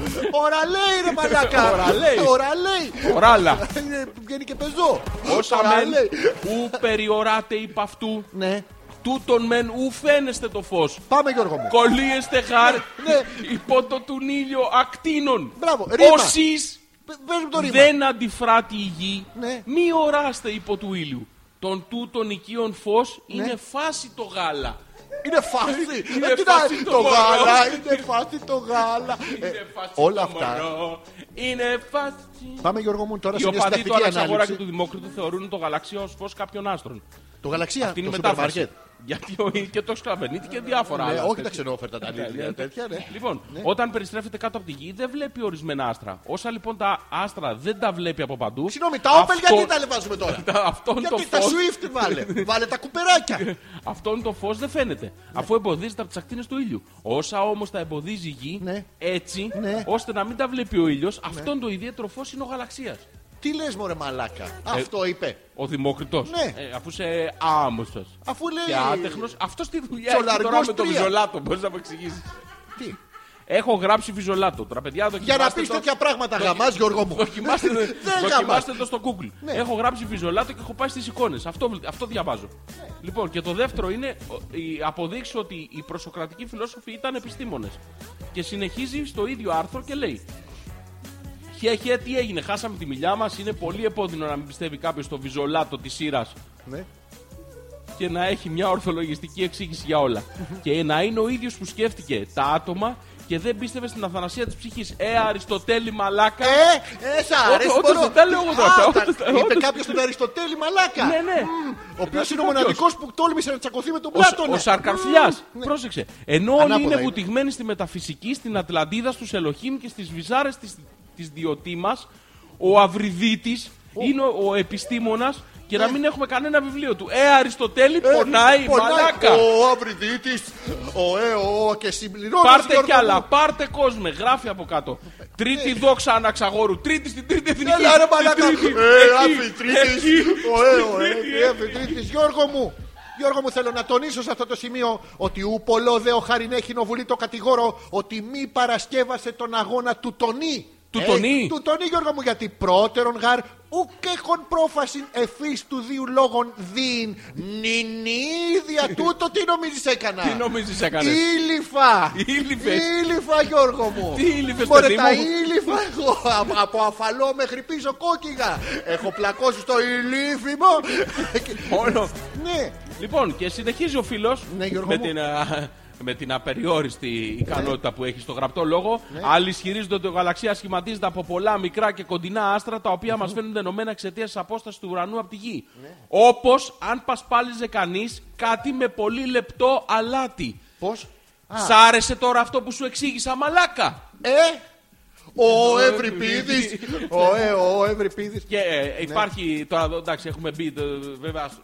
Ωραλέι ρε μαλάκα. Ωραλέι. Ωραλέι. Οράλα. Είναι- Βγαίνει και πεζό. Όσα μεν Ωραλέι. ου περιοράτε υπ' αυτού, Ναι. τούτον μεν ου φαίνεστε το φως. Πάμε Γιώργο μου. Κολλείεστε χάρ ναι. υπό το τον ήλιο ακτίνων. Μπράβο, ρήμα. Όσις Πε- Πες μου το ρήμα. δεν αντιφράττει η γη, Ναι. μη Ναι. οράστε υπό του ήλιου. Τον τούτον οικείον φως είναι φάση το γάλα. Είναι φάση. Είναι Ε, τι να- φάση το το μωρό. γάλα. Είναι φάση το γάλα. Ε, Είναι φάση Όλα το αυτά. μωρό. Είναι φάση. Πάμε Γιώργο μου τώρα Οι στην οπαδοί του συντακτική Αλεξαγόρα και ανάλυση. του Δημόκριτου θεωρούν το γαλαξία ω φω κάποιων άστρων. Το γαλαξία, Αυτή είναι το η σούπερ μετάφραση. μάρκετ. Γιατί ο- και το εξκλαβενίτη και διάφορα Ναι, άλλα. όχι τα τέτοια. ξενόφερτα τα αλήθεια. Τέτοια, ναι. Λοιπόν, Ναι. όταν περιστρέφεται κάτω από τη γη, δεν βλέπει ορισμένα άστρα. Όσα λοιπόν τα άστρα δεν τα βλέπει από παντού. Συγγνώμη, τα Opel αυτό- γιατί τα λεβάζουμε τώρα. Αυτό είναι το Γιατί τα φως Swift βάλε. Βάλε τα κουπεράκια. Αυτό είναι το φως δεν φαίνεται. Ναι. Αφού εμποδίζεται από τις ακτίνες του ήλιου. Όσα όμως τα εμποδίζει η γη, Ναι. έτσι, Ναι. ώστε να μην τα βλέπει ο ήλιος, αυτό είναι το ιδιαίτερο φως είναι ο γαλαξίας. Τι λες μωρέ Ε, μαλάκα. Αυτό είπε. Ο Δημόκριτος. Ναι. αφού είσαι άμεσο. Αφού λέει. Και άτεχνος. Αυτό τη δουλειά έχει Τσολαργός τώρα με τον τρία. Βιζολάτο. Μπορείς να μου εξηγήσεις. Τι. Έχω γράψει Βιζολάτο. Τώρα, παιδιά, το Για να κοιτάξτε πεις το. Ναι. τέτοια πράγματα γαμάς Γιώργο μου. Δοκιμάστε, Δεν γαμάς. δοκιμάστε το στο Google. Ναι. Έχω γράψει βιζολάτο και έχω πάει στις εικόνες. Αυτό, αυτό διαβάζω. Ναι. Λοιπόν, και το δεύτερο είναι ο, η αποδείξη ότι οι προσοκρατικοί φιλόσοφοι ήταν επιστήμονες. Και συνεχίζει στο ίδιο άρθρο και λέει. Χε, χε, τι έγινε, χάσαμε τη μιλιά μας. Είναι πολύ επώδυνο να μην πιστεύει κάποιος στο βιζολάτο τη σειρά Ναι. και να έχει μια ορθολογιστική εξήγηση για όλα. και να είναι ο ίδιος που σκέφτηκε τα άτομα και δεν πίστευε στην αθανασία της ψυχής. Ε, Αριστοτέλη, μαλάκα. Ε, ε, σ' αρέσει Όντως, μωρό. δεν τα λέω εγώ Α, τώρα, τα- όντως, τα- Είπε όντως. κάποιος τον Αριστοτέλη μαλάκα. Ναι, ναι. Μμμ, Ο οποίος Εντάξει, είναι ο κάποιος. μοναδικός που τόλμησε να τσακωθεί με τον Ο, Σ- Πλάτωνα. ο Σαρκαρφλιά. Μμμ, ναι. Πρόσεξε. Ενώ όλοι Ανάποδα είναι είναι. βουτυγμένοι στη μεταφυσική, στην Ατλαντίδα, στους Ελοχήμ και στις βυζάρες της διωτή μας, ο Αυριδίτη είναι ο, ο επιστήμονας και να μην έχουμε κανένα βιβλίο του. Ε, Αριστοτέλη, Ναι. Ε, πονάει, μαλάκα. Ο Αυριδίτη, ο ΕΟ και συμπληρώνει. Πάρτε κι άλλα, πάρτε κόσμε, γράφει από κάτω. Τρίτη δόξα αναξαγόρου, τρίτη στην τρίτη εθνική. Ε. Έλα ρε στην μαλάκα. τρίτη, Ε, εκεί, αφιτρίτης. εκεί, Ο ΕΟ, ε, τρίτη, ε, αφιτρίτης. Γιώργο μου. Γιώργο μου θέλω να τονίσω σε αυτό το σημείο ότι ούπολο δε ο Χαρινέχινο βουλή το κατηγόρο ότι μη παρασκεύασε τον αγώνα του Τονί. Του Ε, Τονί. Του Τονί Γιώργο μου γιατί πρώτερον γαρ ουκ έχον πρόφαση εφής του δύο λόγων δίν νινίδια τούτο τι νομίζεις έκανα Τι νομίζεις έκανες? Ήλιφα Ήλιφες. Ήλιφα Γιώργο μου Τι ήλιφες, Μωρέ παιδί τα μου? ήλιφα εγώ α- από αφαλό μέχρι πίσω κόκκιγα. Έχω πλακώσει στο ηλίφιμο. Μόνο. ναι, Λοιπόν, και συνεχίζει ο φίλος Ναι, Γιώργο με, μου. Ναι. την, α, με την απεριόριστη ικανότητα που έχει στο γραπτό λόγο. Άλλοι ισχυρίζονται ότι ο γαλαξία σχηματίζεται από πολλά μικρά και κοντινά άστρα τα οποία μας φαίνονται ενωμένα εξαιτίας της απόστασης του ουρανού από τη γη. Ναι. Όπως αν πασπάλιζε κανείς κάτι με πολύ λεπτό αλάτι. πώς. Α, Σ' άρεσε τώρα αυτό που σου εξήγησα, μαλάκα! Ε, ο Ευρυπίδης. Ο, ε, ο Ευρυπίδης. Και ε, υπάρχει τώρα, εδώ, εντάξει, έχουμε μπει ε, βέβαια σ-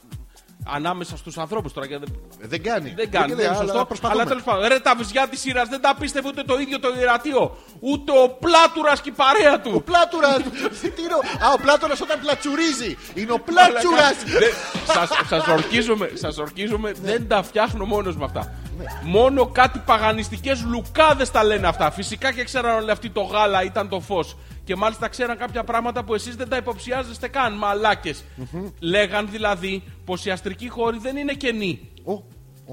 ανάμεσα στους ανθρώπους τώρα. Και δεν, Δεν κάνει. δεν κάνουν, λέει, δεν είναι αλλά σωστό. προσπαθούμε. Αλλά τέλος πάντων, ρε τα βυζιά της σειράς δεν τα πίστευε ούτε το ίδιο το Ιερατείο, ούτε ο Πλάτουρας και η παρέα του. Πλάτουρας! Τι είναι ο- Α, ο Πλάτωνας όταν πλατσουρίζει! Είναι ο Πλάτσουρας! Σα ορκίζομαι, σας ορκίζομαι Ναι. δεν τα φτιάχνω μόνος με αυτά. Μόνο κάτι παγανιστικές λουκάδες τα λένε αυτά. Φυσικά και ξέραν όλοι αυτοί το γάλα ήταν το φως. Και μάλιστα ξέραν κάποια πράγματα που εσείς δεν τα υποψιάζεστε καν, μαλάκες. Λέγαν δηλαδή πως οι αστρικοί χώροι δεν είναι κενοί. Ω,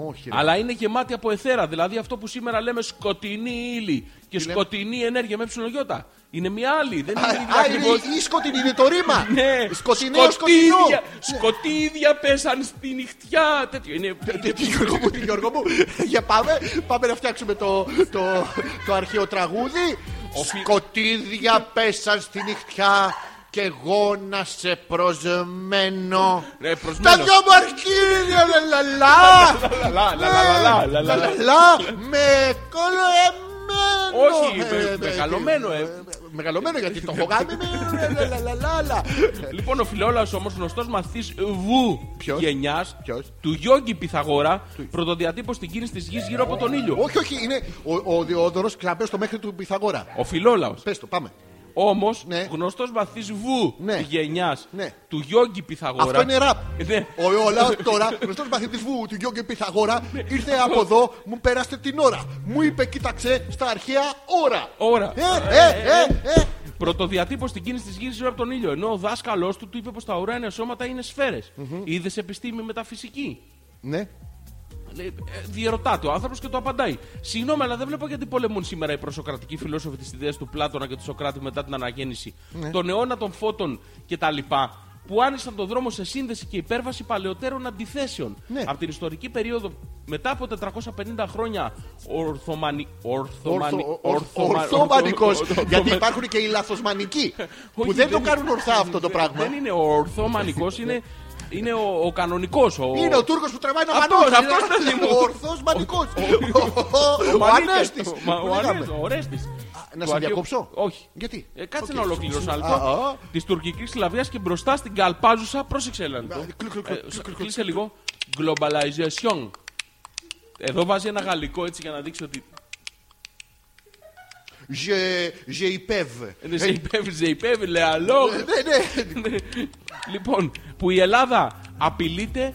Όχι, ρε. Αλλά είναι γεμάτη από εθέρα. Δηλαδή αυτό που σήμερα λέμε σκοτεινή ύλη και λέμε? σκοτεινή ενέργεια με ψιλογιώτα. Είναι μια άλλη. Δεν Α, είναι η ίδια α, είναι ακριβώς. η- η σκοτεινή, είναι το ρήμα! Ναι, Σκοτεινό, σκοτεινό! σκοτίδια- Σκοτίδια πέσαν στη νυχτιά. Τέτοιο είναι. Ε, Τι- Τι Γιώργο μου, τι Γιώργο μου. Για πάμε, πάμε να φτιάξουμε το, το, το αρχαίο τραγούδι. Ο Φι- Σκοτίδια πέσαν στη νυχτιά και εγώ να σε προσμένω. Ρε, προσμένω. Τα δυο μου αρχίδια, λαλαλά. Λα, λα, λα, λα, λα, λα, λα, λα. Λαλαλά, με κολοεμένο. Όχι, Ε, με- ε, μεγαλωμένο, ε. Μεγαλωμένο, γιατί το έχω γάμι με, λαλαλαλαλα. Λοιπόν, ο φιλόλαος όμως γνωστός μαθητής Βου ε. Ποιος? γενιάς Ποιος? του Γιώργη Πυθαγόρα, πρωτοδιατύπος στην κίνηση της γης γύρω από τον ήλιο. Όχι, όχι, είναι ο, ο Διόδωρος κλαμπέστο μέχρι του Πυθαγόρα. Ο φιλόλαος. Πες το, πάμε. Όμως, Ναι. γνωστός βαθύς βου Ναι. της γενιάς Ναι. του Γιώργη Πυθαγόρα. Αυτό είναι ραπ. Ναι. Ο, ο λαό τώρα, γνωστός μαθητή μου του Γιώργη Πυθαγόρα, ήρθε από εδώ, μου πέρασε την ώρα. Μου είπε, κοίταξε στα αρχαία ώρα. Ώρα. Ε, ε, ε, ε. Πρωτοδιατύπω στην κίνηση τη γη γύρω από τον ήλιο. Ενώ ο δάσκαλός του του είπε πως τα ουράνια σώματα είναι σφαίρες. Είδες επιστήμη μεταφυσική. Ναι. Λέει, ε, Διερωτάται ο άνθρωπος και το απαντάει. Συγγνώμη, αλλά δεν βλέπω γιατί πολεμούν σήμερα οι προσοκρατικοί φιλόσοφοι Ναι. τις ιδέες του Πλάτωνα και του Σοκράτη μετά την αναγέννηση. Τον αιώνα των φώτων κτλ. που άνοιξαν τον δρόμο σε σύνδεση και υπέρβαση παλαιότερων αντιθέσεων. Ναι. Από την ιστορική περίοδο, μετά από 450 χρόνια, ορθωμανι... ορθωμανι... Ορθο- ορθο- ορθωμα- Ορθομανικός. ορθο- Γιατί ορθωμα- υπάρχουν και οι λαθοσμανικοί που Όχι, δεν το είναι- κάνουν ορθά αυτό το πράγμα. Δεν είναι ο ορθωμανικός, είναι, είναι ο, ο κανονικός. Ο... Είναι ο Τούρκος που τραβάει ένα Αυτός, μανός. αυτός, παιδί μου. είναι ο ορθός μανικός. Ο Μανίκες. Ανέστης. Ο, μα- που ο, λέγαμε. Ανέστης, ο Ρέστης. Να Του σε Αγίου- διακόψω. Όχι. Γιατί. Ε, κάτσε Οκ. να ολοκληρώσω άλλο. Α, α. Της τουρκικής Σλαβίας και μπροστά στην καλπάζουσα. Πρόσεξε ένα λεπτό. Α, κλικ, κλικ, κλικ, Ε, κλικ, σ- κλικ. Κλείσε λίγο. Globalization. Εδώ βάζει ένα γαλλικό έτσι για να δείξει ότι. Je- je υπέβ. Ε, Σε υπέβη, σε υπέβη, λέει αλλό. Ναι, ναι. Λοιπόν, που η Ελλάδα απειλείται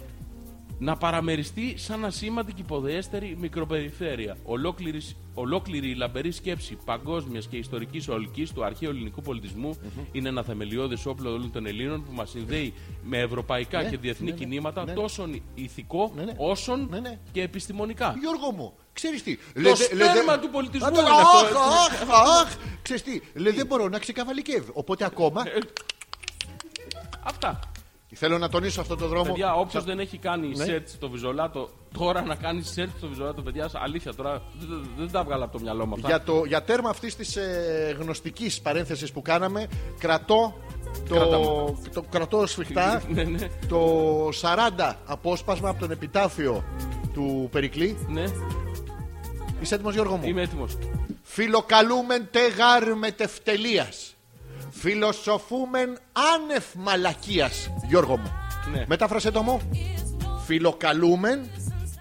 να παραμεριστεί σαν ασήμαντη και υποδεέστερη μικροπεριφέρεια. Ολόκληρη, ολόκληρη η λαμπερή σκέψη παγκόσμιας και ιστορικής ολικής του αρχαίου ελληνικού πολιτισμού είναι ένα θεμελιώδε όπλο όλων των Ελλήνων που μας συνδέει με ευρωπαϊκά και διεθνή κινήματα τόσο ηθικό Ναι, ναι. όσον Ναι, ναι. και επιστημονικά. Γιώργο μου, ξέρεις τι. Το σπέρμα του πολιτισμού είναι Αχ, αυτό. αχ, αχ. Ξέρεις τι. Λέει δεν μπορώ να ξεκαβαλικεύω. Οπότε ακόμα Ε, Αυτά. θέλω να τονίσω αυτό το δρόμο. ε. Παιδιά, όποιος δεν έχει κάνει Ναι. search στο Βιζολάτο, τώρα να κάνει search στο Βιζολάτο, παιδιά, αλήθεια τώρα δεν- δεν- δεν τα βγάλα από το μυαλό μου αυτά. Για, το, για τέρμα αυτής της ε, γνωστικής παρένθεσης που κάναμε, κρατώ το, Κράταμε. το κρατώ σφιχτά Ναι, ναι. το 40 απόσπασμα από τον επιτάφιο του Περικλή. Ναι, Είσαι έτοιμος, Γιώργο μου. είμαι έτοιμος. Φιλοκαλούμεν τε γάρ μετευτελείας. Φιλοσοφούμεν άνευ μαλακίας. Γιώργο μου. Ναι. Μετάφρασε το μου. Φιλοκαλούμεν.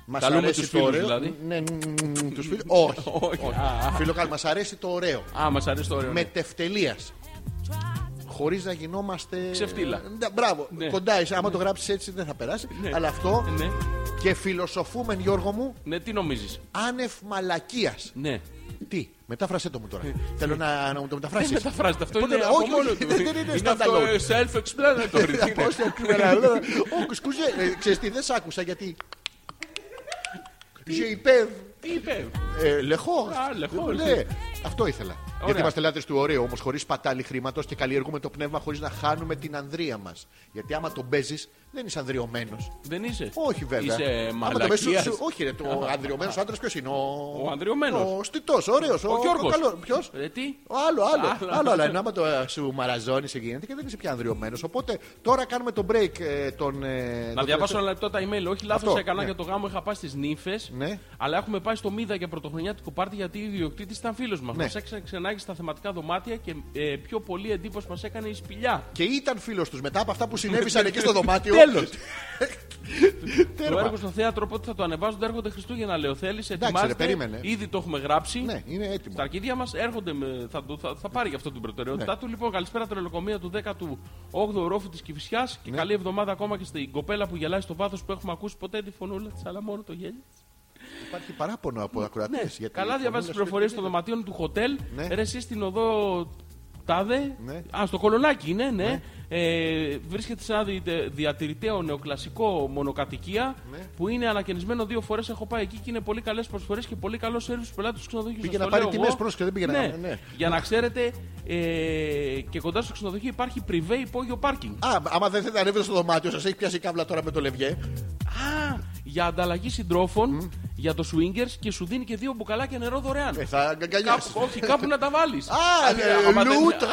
Μας Καλούμε αρέσει τους το φίλους, ωραίο. δηλαδή. Ναι, ναι, ναι, ναι, τους φίλους. Όχι. Όχι. Α, α. Φιλοκαλ, μας αρέσει το ωραίο. Α, μας αρέσει το ωραίο. Μετευτελείας. Χωρίς να γινόμαστε. Ξεφτύλα. Ναι, Μπράβο. Ναι. Κοντά είσαι. Άμα το γράψεις έτσι δεν θα περάσει. Αλλά αυτό. Ναι. Και φιλοσοφούμεν, Γιώργο μου, Ναι, τι νομίζεις. άνευ μαλακίας. Ναι. Τι, μετάφρασέ το μου τώρα. Θέλω να, να μου το Δεν μεταφράσει. μεταφράζεται αυτό. Πότε- Είναι όχι, από μόνο όχι, του. δεν- δεν είναι Είναι αυτό standalone. Ναι, ε, self-explanatory. τι είναι. Ο κουσκουζέ, ε, ξέρεις τι, δεν σ' άκουσα γιατί. Je υπέβ. Τι είπε. Λεχό. Α, ναι. le ε, Hors. Ναι, Αυτό ήθελα. Γιατί είμαστε λάτρες του ωραίου όμως, χωρίς πατάλη χρήματος και καλλιεργούμε το πνεύμα χωρίς να χάνουμε την ανδρεία μας. Γιατί άμα τον παίζεις, δεν είσαι ανδριωμένος. Δεν είσαι. Όχι βέβαια. Είσαι Άμα το παίζεις, μαλακία. σου- Όχι, ρε, το ανδριωμένος άντρας ποιος είναι. Ο ανδριωμένος. Ο στιτός, ωραίος. Ο Γιώργο. Ποιο. Τι. Ο Άλλο, άλλο. Άλλο. άλλο, αλλά είναι άμα το ε, σου μαραζώνεις σε γίνεται και δεν είσαι πια ανδριωμένος. Οπότε τώρα κάνουμε το break ε, τον. ε, Να τον διαβάσω τελευταίο- ένα λεπτό τα email. Όχι, λάθος Αυτό, έκανα ναι. για το γάμο. Είχα πάει στις νύφες. Ναι. Αλλά έχουμε πάει στο Μίδα για πρωτοχρονιάτικο πάρτι γιατί ο ιδιοκτήτης ήταν φίλος μας. Ναι. Μας Μα ξενάγει στα θεματικά δωμάτια και ε, πιο πολύ εντύπωση μας έκανε η σπηλιά. Και ήταν φίλος τους μετά από αυτά που συνέβησαν εκεί στο δωμάτιο. Τέλος! το Τέρμα. έργο στο θέατρο πότε θα το ανεβάζουν, έρχονται Χριστούγεννα, λέω. Θέλεις, ρε, ετοιμάζεται. περίμενε. Ήδη το έχουμε γράψει. Ναι, είναι έτοιμο. Στα αρχίδια μας έρχονται, με, θα, το- θα, θα πάρει γι' αυτό την προτεραιότητά Ναι. του. Λοιπόν, καλησπέρα τρελοκομεία του 18ου ρόφου της Κυφυσιάς και Ναι. καλή εβδομάδα ακόμα και στην κοπέλα που γελάει στο βάθος που έχουμε ακούσει ποτέ τη φωνούλα της, αλλά μόνο το γέλιο. Υπάρχει παράπονο από ακροατέ. Ναι, Καλά διαβάζει τι πληροφορίε των δωματίων του χοτέλ. Ναι. Ρε, εσύ στην οδό Τάδε. Ναι. Α, στο κολονάκι είναι, ναι. Ε, βρίσκεται σε ένα δι- διατηρητέο νεοκλασικό μονοκατοικία Ναι. που είναι ανακαινισμένο δύο φορές. Έχω πάει εκεί και είναι πολύ καλές προσφορές και πολύ καλός σερβι στους πελάτες τους ξενοδοχείους. Πήγε Σας να το πάρει λέω τιμές, εγώ. πρόσεχε, δεν πήγε να- ναι. ναι. Για να ξέρετε, ε, και κοντά στο ξενοδοχείο υπάρχει πριβέ υπόγειο πάρκινγκ. Α, άμα δεν θέλετε να ανέβετε στο δωμάτιο, σας έχει πιάσει η κάβλα τώρα με το λευγέ. Α, για ανταλλαγή συντρόφων, για το swingers και σου δίνει και δύο μπουκαλάκια νερό δωρεάν. Ε, θα αγκαλιάσεις. Κάπου, όχι, κάπου να τα βάλεις. Α, ε, λούτρα,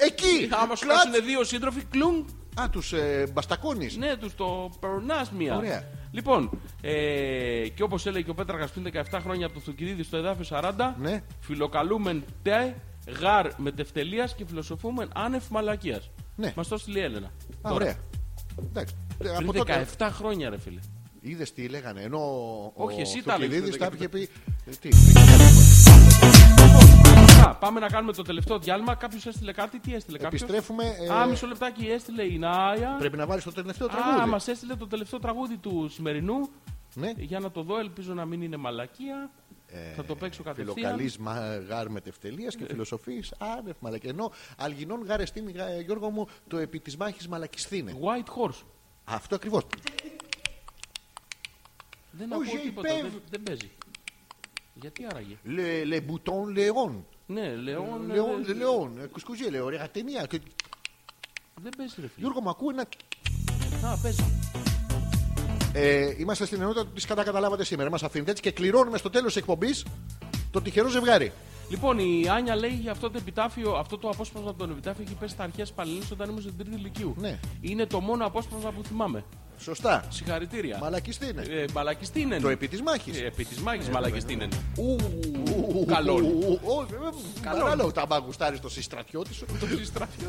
εκεί. Ε, Άμα σου Κλατς. κάτσουν δύο σύντροφοι, κλουν. Α, ε, του μπαστακώνεις. Ναι, τους το περνάς μία. Ωραία. Λοιπόν, ε, και όπως έλεγε και ο Πέτρακα πριν 17 χρόνια από το Θουκυδίδης στο εδάφιο 40, Ναι. φιλοκαλούμεν τε γαρ μετευτελεία και φιλοσοφούμεν άνευ μαλακίας. Ναι. Μας το στείλει η Έλενα. Α, ωραία. Εντάξει. Ε, Πριν Από τότε. 17 χρόνια, ρε φίλε. Είδες τι λέγανε. Ενώ Όχι, εσύ τα τα λέγες, τα δεν είχε πει. Ε, Τι. Λοιπόν. Α, πάμε να κάνουμε το τελευταίο διάλειμμα. Κάποιος έστειλε κάτι, τι έστειλε κάποιος. Επιστρέφουμε. ε, Α, μισό λεπτάκι έστειλε η Νάια. Πρέπει να βάλεις το τελευταίο Α, μα τραγούδι. έστειλε το τελευταίο τραγούδι του σημερινού. Ναι. Ε, Για να το δω, ελπίζω να μην είναι μαλακία. Ε, θα το παίξω κατευθείαν. Ε. Φιλοκαλή γάρ μετευτελεία και φιλοσοφή άνευ μαλακή. Ενώ αλγινών γαρεστήν, γα- ε, Γιώργο μου, το επί της μάχης μαλακιστήνε. White Horse. Αυτό ακριβώς. Δεν Ο ακούω Jay τίποτα. Pev. Δεν, δεν παίζει. Γιατί άραγε. Le, le bouton Leon. Ναι, Λεόν. Leon, ε, Leon. Κουσκουζέ, λέω, ωραία ταινία. Και- Δεν παίζει ρε φίλε. Γιώργο, μου ακούω ένα. Α, παίζει. Ε, είμαστε στην ενότητα του τι κατά καταλάβατε σήμερα. Μας αφήνετε έτσι και κληρώνουμε στο τέλος της εκπομπής το τυχερό ζευγάρι. Λοιπόν, η Άνια λέει για αυτό το επιτάφιο, αυτό το απόσπασμα από τον επιτάφιο έχει πέσει στα αρχαία Παλαινή όταν ήμουν στην τρίτη ηλικίου. Ναι. Είναι το μόνο απόσπασμα που θυμάμαι. Σωστά. Συγχαρητήρια. Μαλακιστή είναι. Ε, μαλακιστή είναι. Το επί Ε, της μάχης. Επί της μάχης μαλακιστή είναι. Καλό. Καλό. Καλό. Τα μπαγκουστάρι στο συστρατιώτη σου. Το συστραφιό.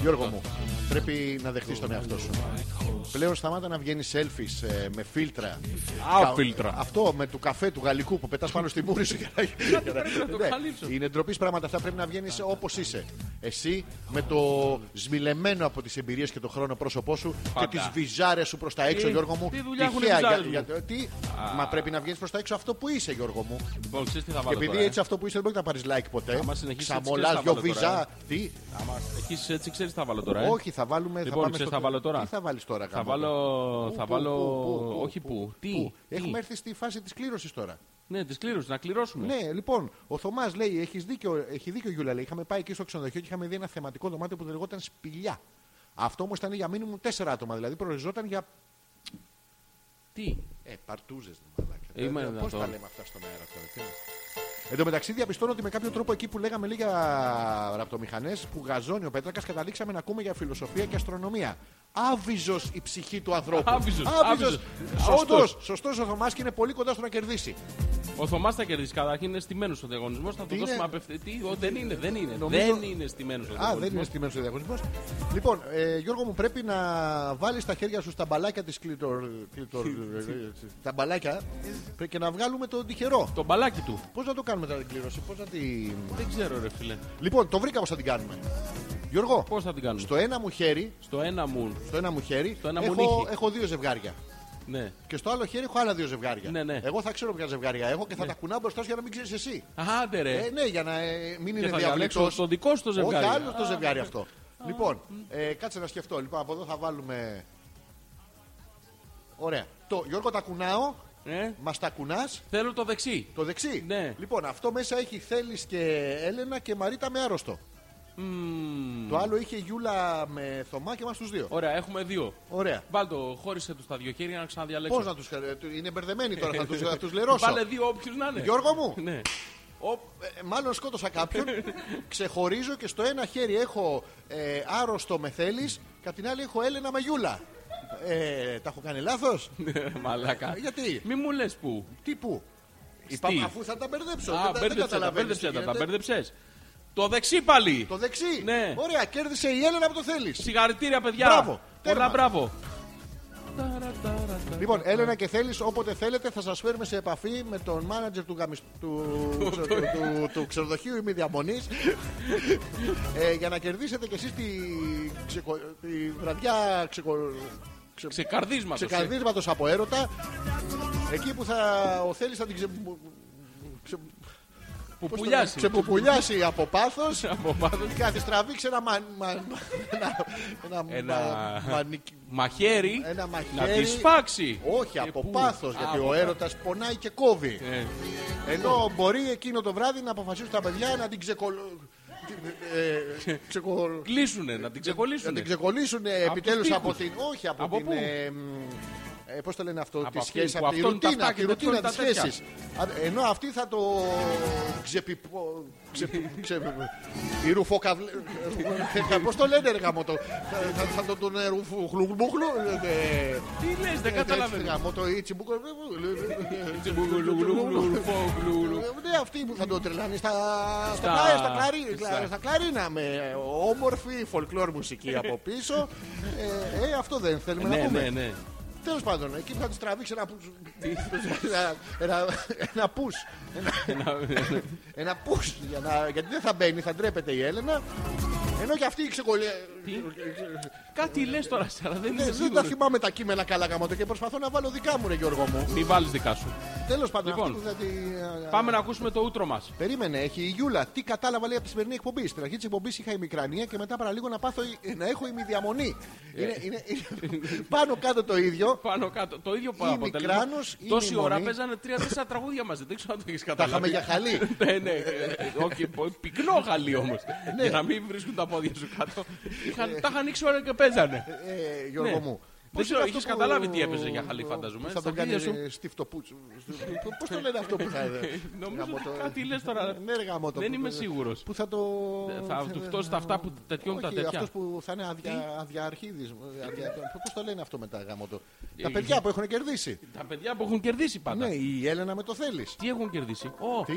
Γιώργο μου, πρέπει να δεχτείς τον εαυτό σου. Πλέον σταμάτα να βγαίνεις selfies ε, με φίλτρα. Α, Κα- φίλτρα. Αυτό με του καφέ του γαλλικού που πετάς πάνω στη μούρη σου. για να- για να- πρέπει να το Ναι, καλύψω. Είναι ντροπής πράγματα αυτά. Πρέπει να βγαίνεις όπως είσαι. Εσύ με το σμιλεμένο από τις εμπειρίες και τον χρόνο πρόσωπό σου Πάντα. και τις βυζάρες σου προς τα έξω, Τι- Γιώργο μου. τι δουλειά έχουν οι Τυχαία, βυζάρες για- μου. για- τι- Μα πρέπει να βγαίνει προς τα έξω αυτό που είσαι, Γιώργο μου. Λοιπόν, ξέρεις τι θα βάλω. Επειδή τώρα, ε. έτσι αυτό που είσαι δεν μπορεί να πάρεις like ποτέ. Άμα συνεχίσεις έτσι, Ξαμολάς ξέρεις, θα δυο βάλω τώρα, ε. βυζά. Τι. Άμα έχεις έτσι, ξέρεις τι θα βάλω τώρα. ε. Όχι, θα βάλουμε. Λοιπόν, πάμε ξέρεις στο- θα βάλω τώρα. Τι θα βάλεις τώρα, Θα γάμο βάλω. το. Πού, θα πού, βάλω. πού, πού, όχι που. Τι. τι. Έχουμε έρθει στη φάση της κλήρωσης τώρα. Ναι, της κλήρωσης, να κληρώσουμε. Ναι, λοιπόν, ο Θωμάς λέει: Έχεις δίκιο, Έχει δίκιο, Γιούλα. Λέει: Είχαμε πάει εκεί στο ξενοδοχείο και είχαμε δει ένα θεματικό δωμάτιο που λεγόταν Σπηλιά. Αυτό όμως ήταν για μήνυμου τέσσερα άτομα. Δηλαδή προοριζόταν για. Τι. Ε, παρτούζες, μαλάκα. Ε, Είμαι Πώς δυνατόν. τα λέμε αυτά στον αέρα τώρα. τι. Εν τω μεταξύ, διαπιστώνω ότι με κάποιο τρόπο εκεί που λέγαμε λίγα ραπτομηχανές που γαζώνει ο Πέτρακας, καταλήξαμε να ακούμε για φιλοσοφία και αστρονομία. Άβυζος η ψυχή του ανθρώπου. Άβυζος, άβυζος. Όντω, Σωστός. σωστός ο Θωμάς και είναι πολύ κοντά στο να κερδίσει. Ο Θωμάς θα κερδίσει. Καταρχήν είναι στημένος ο διαγωνισμός. Θα του είναι? δώσουμε απευθεία. Τι, ο, δεν είναι, δεν είναι. Νομίζω- Δεν είναι στημένος ο Α, δεν διαγωνισμός. είναι στημένος ο διαγωνισμός. Λοιπόν, ε, Γιώργο μου, πρέπει να βάλεις τα χέρια σου στα μπαλάκια της κλειτορ. κλειτορ- ε, τα μπαλάκια πρέπει και να βγάλουμε τον τυχερό. Το μπαλάκι του. Πώς να το κάνουμε τώρα την κλήρωση, πώς να την. Δεν ξέρω, ρε φίλε. Λοιπόν, το βρήκα πώς θα την κάνουμε. Γιώργο, Πώς θα την κάνουμε. Στο, στο ένα μου χέρι, ένα μου. στο ένα μου χέρι Στο ένα μου έχω, νύχι. έχω δύο ζευγάρια. Ναι. Και στο άλλο χέρι έχω άλλα δύο ζευγάρια. Ναι, ναι. Εγώ θα ξέρω ποια ζευγάρια έχω και θα τα κουνάω μπροστά σου για να μην ξέρεις εσύ. Άντε ρε. Ε, ναι, για να ε, μην και είναι θα διαλέξω διαβλεκτός. το δικό σου το ζευγάρι. Όχι άλλο το ζευγάρι αυτό. Λοιπόν, ε, κάτσε να σκεφτώ. Λοιπόν, από εδώ θα βάλουμε. Ωραία. Το Γιώργο τα κουνάω. Ε, Μας τα κουνάς. Θέλω το δεξί. Το δεξί. Ναι. Λοιπόν, αυτό μέσα έχει Θέλει και Έλενα και Μαρίτα με άρρωστο. Μμμ. Το άλλο είχε Γιούλα με Θωμά και μα τους δύο. Ωραία, έχουμε δύο. Ωραία. Βάλ το, χώρισε τους τα δύο χέρια να ξαναδιαλέξω. Πώς να τους. Είναι μπερδεμένοι τώρα, θα τους θα τους λερώσω. Βάλε δύο όποιους να είναι. Γιώργο μου, Ναι. ε, μάλλον σκότωσα κάποιον. Ξεχωρίζω και στο ένα χέρι έχω ε, άρρωστο με θέλει, κατά την άλλη έχω Έλενα με Γιούλα. Ε, τα έχω κάνει λάθος. Μαλάκα. Ε, Γιατί? Μη μου λες που. Τι που. Είπα, Στι. αφού θα τα μπερδέψω. δεν, τα- Α, δεν μπέρδεψε τα, καταλαβαίνεις μπέρδεψε τι τα, τα γίνεται. μπέρδεψες. Το δεξί πάλι. Το δεξί. Ναι. Ωραία, κέρδισε η Έλενα που το θέλεις. Συγχαρητήρια, παιδιά. Μπράβο. Πολλά Τέρμα. μπράβο. ταρα, ταρα, ταρα. Λοιπόν, Έλενα και θέλεις, όποτε θέλετε, θα σας φέρουμε σε επαφή με τον μάνατζερ του, γαμισ... του... ξε- του- του- του ξενοδοχείου ή μη διαμονή. για να κερδίσετε κι εσείς τη... ξεκο- τη βραδιά ξεκο... ξε- Ξεκαρδίσματος. ξεκαρδίσματος από έρωτα. Εκεί που θα ο Θέλης θα την ξε... ξε- ε, Που πώς το πουλιάσει. λένε, ξεπουπουλιάσει από πάθος Από πάνω. και θα της τραβήξει ένα, μα... μα- ένα... ένα... Ένα- μα- μανικ- Μαχαίρι. ένα μαχαίρι. Να τη σφάξει. Όχι, Και από Ε, πού? πάθος. Α, Γιατί από ο έρωτας πονάει και κόβει. Ε, Ενώ μπορεί εκείνο το βράδυ να αποφασίσουν τα παιδιά να την ξεκολ- ε, ε, ξεκολ- Κλείσουνε, να την Να ξεκολλήσουνε. την ξεκολλήσουν επιτέλους τους από τοίχους. την. Όχι, από, Από την. πού? Ε, μ, ε, Πώς το λένε αυτό, Από τη αυτή σχέση, που από τη αυτόν τα ρουτίνα, φτάκια, τη ρουτίνα αυτόν της τα τέτοια. σχέσης. Ενώ αυτή θα το ξεπιπώ. ξεπι- ξε- Η ε, ρουφοκαβλέ. Πώς το λένε, ρε γαμώτο. Θα- θα- Θα τον- τον ε, ρουφουχλουμπουχλου. ε, ε, Τι λες, δεν καταλαβαίνω. Γαμώ το Ιτσιμπούκο. Τσιμπουλουλουλουλουλουλουλουλουλου. Ναι, αυτή που θα το τρελάνει στα, στα, Στα- πλάι- στα, κλαρί- στα- κλα- στα κλαρίνα με όμορφη φολκλόρ μουσική από πίσω. ε, ε, αυτό δεν θέλουμε να Ναι, πούμε. ναι, ναι. Τέλος πάντων, εκεί θα τους τραβήξει ένα πους. ένα, ένα, ένα πους. Ένα, ένα πους. Για να, γιατί δεν θα μπαίνει, θα ντρέπεται η Έλενα. Ενώ και αυτή ξεκολλεί. Κάτι λες τώρα, Σάρα, δεν Ναι, είσαι δεν τα σίγουρος. θυμάμαι τα κείμενα καλά γαμώτο και προσπαθώ να βάλω δικά μου, ρε Γιώργο μου. Μη βάλεις δικά σου. Τέλος πάντων, Λοιπόν, αυτή που θα τη- Πάμε να ακούσουμε το ούτρο μας. Περίμενε, έχει η Γιούλα. Τι κατάλαβα λέει από τη σημερινή εκπομπή. Στην αρχή της εκπομπής είχα ημικρανία και μετά παραλίγο να, πάθω, η- να έχω ημιδιαμονή. Ε. Είναι, είναι, είναι πάνω κάτω το ίδιο. Πάνω κάτω. Το ίδιο Ή αποτέλεσμα. μικράνος ή Τόση μνημονή. ώρα παίζανε τρία-τέσσερα τραγούδια μαζί. Δεν ξέρω αν το έχεις Τα είχαμε καταλάβει. για χαλή. Ναι, ναι. ε, Όχι, πο- πυκνό χαλί όμως. Ναι. Για να μην βρίσκουν τα πόδια σου κάτω. Είχαν- Τα είχαν ανοίξει ώρα και παίζανε. Ε, Γιώργο Ναι. μου. Δεν Πώς είναι ξέρω, αυτό είχες που- καταλάβει τι έπαιζε για χαλί, φανταζομαι. που Θα Στα τον κάνει βίντεο σου. ε, στιφτοπούτσο. Πώς το λένε αυτό που θα. Νομίζω Γαμώτο. ε. ότι κάτι λες τώρα. Ναι, ρε γαμώτο, Δεν που- είμαι που- σίγουρος. Που θα το. Θα του φτώσει τα αυτά που τέτοιον τα ε, Όχι, τέτοια. αυτός που θα είναι αδια, αδιαρχίδης. Πώς το λένε αυτό μετά, γαμώτο. Τα Ε, παιδιά που έχουν κερδίσει. Τα παιδιά που έχουν κερδίσει πάντα. Ναι, η Έλενα με το θέλεις. Τι έχουν κερδίσει. Ω, Τι.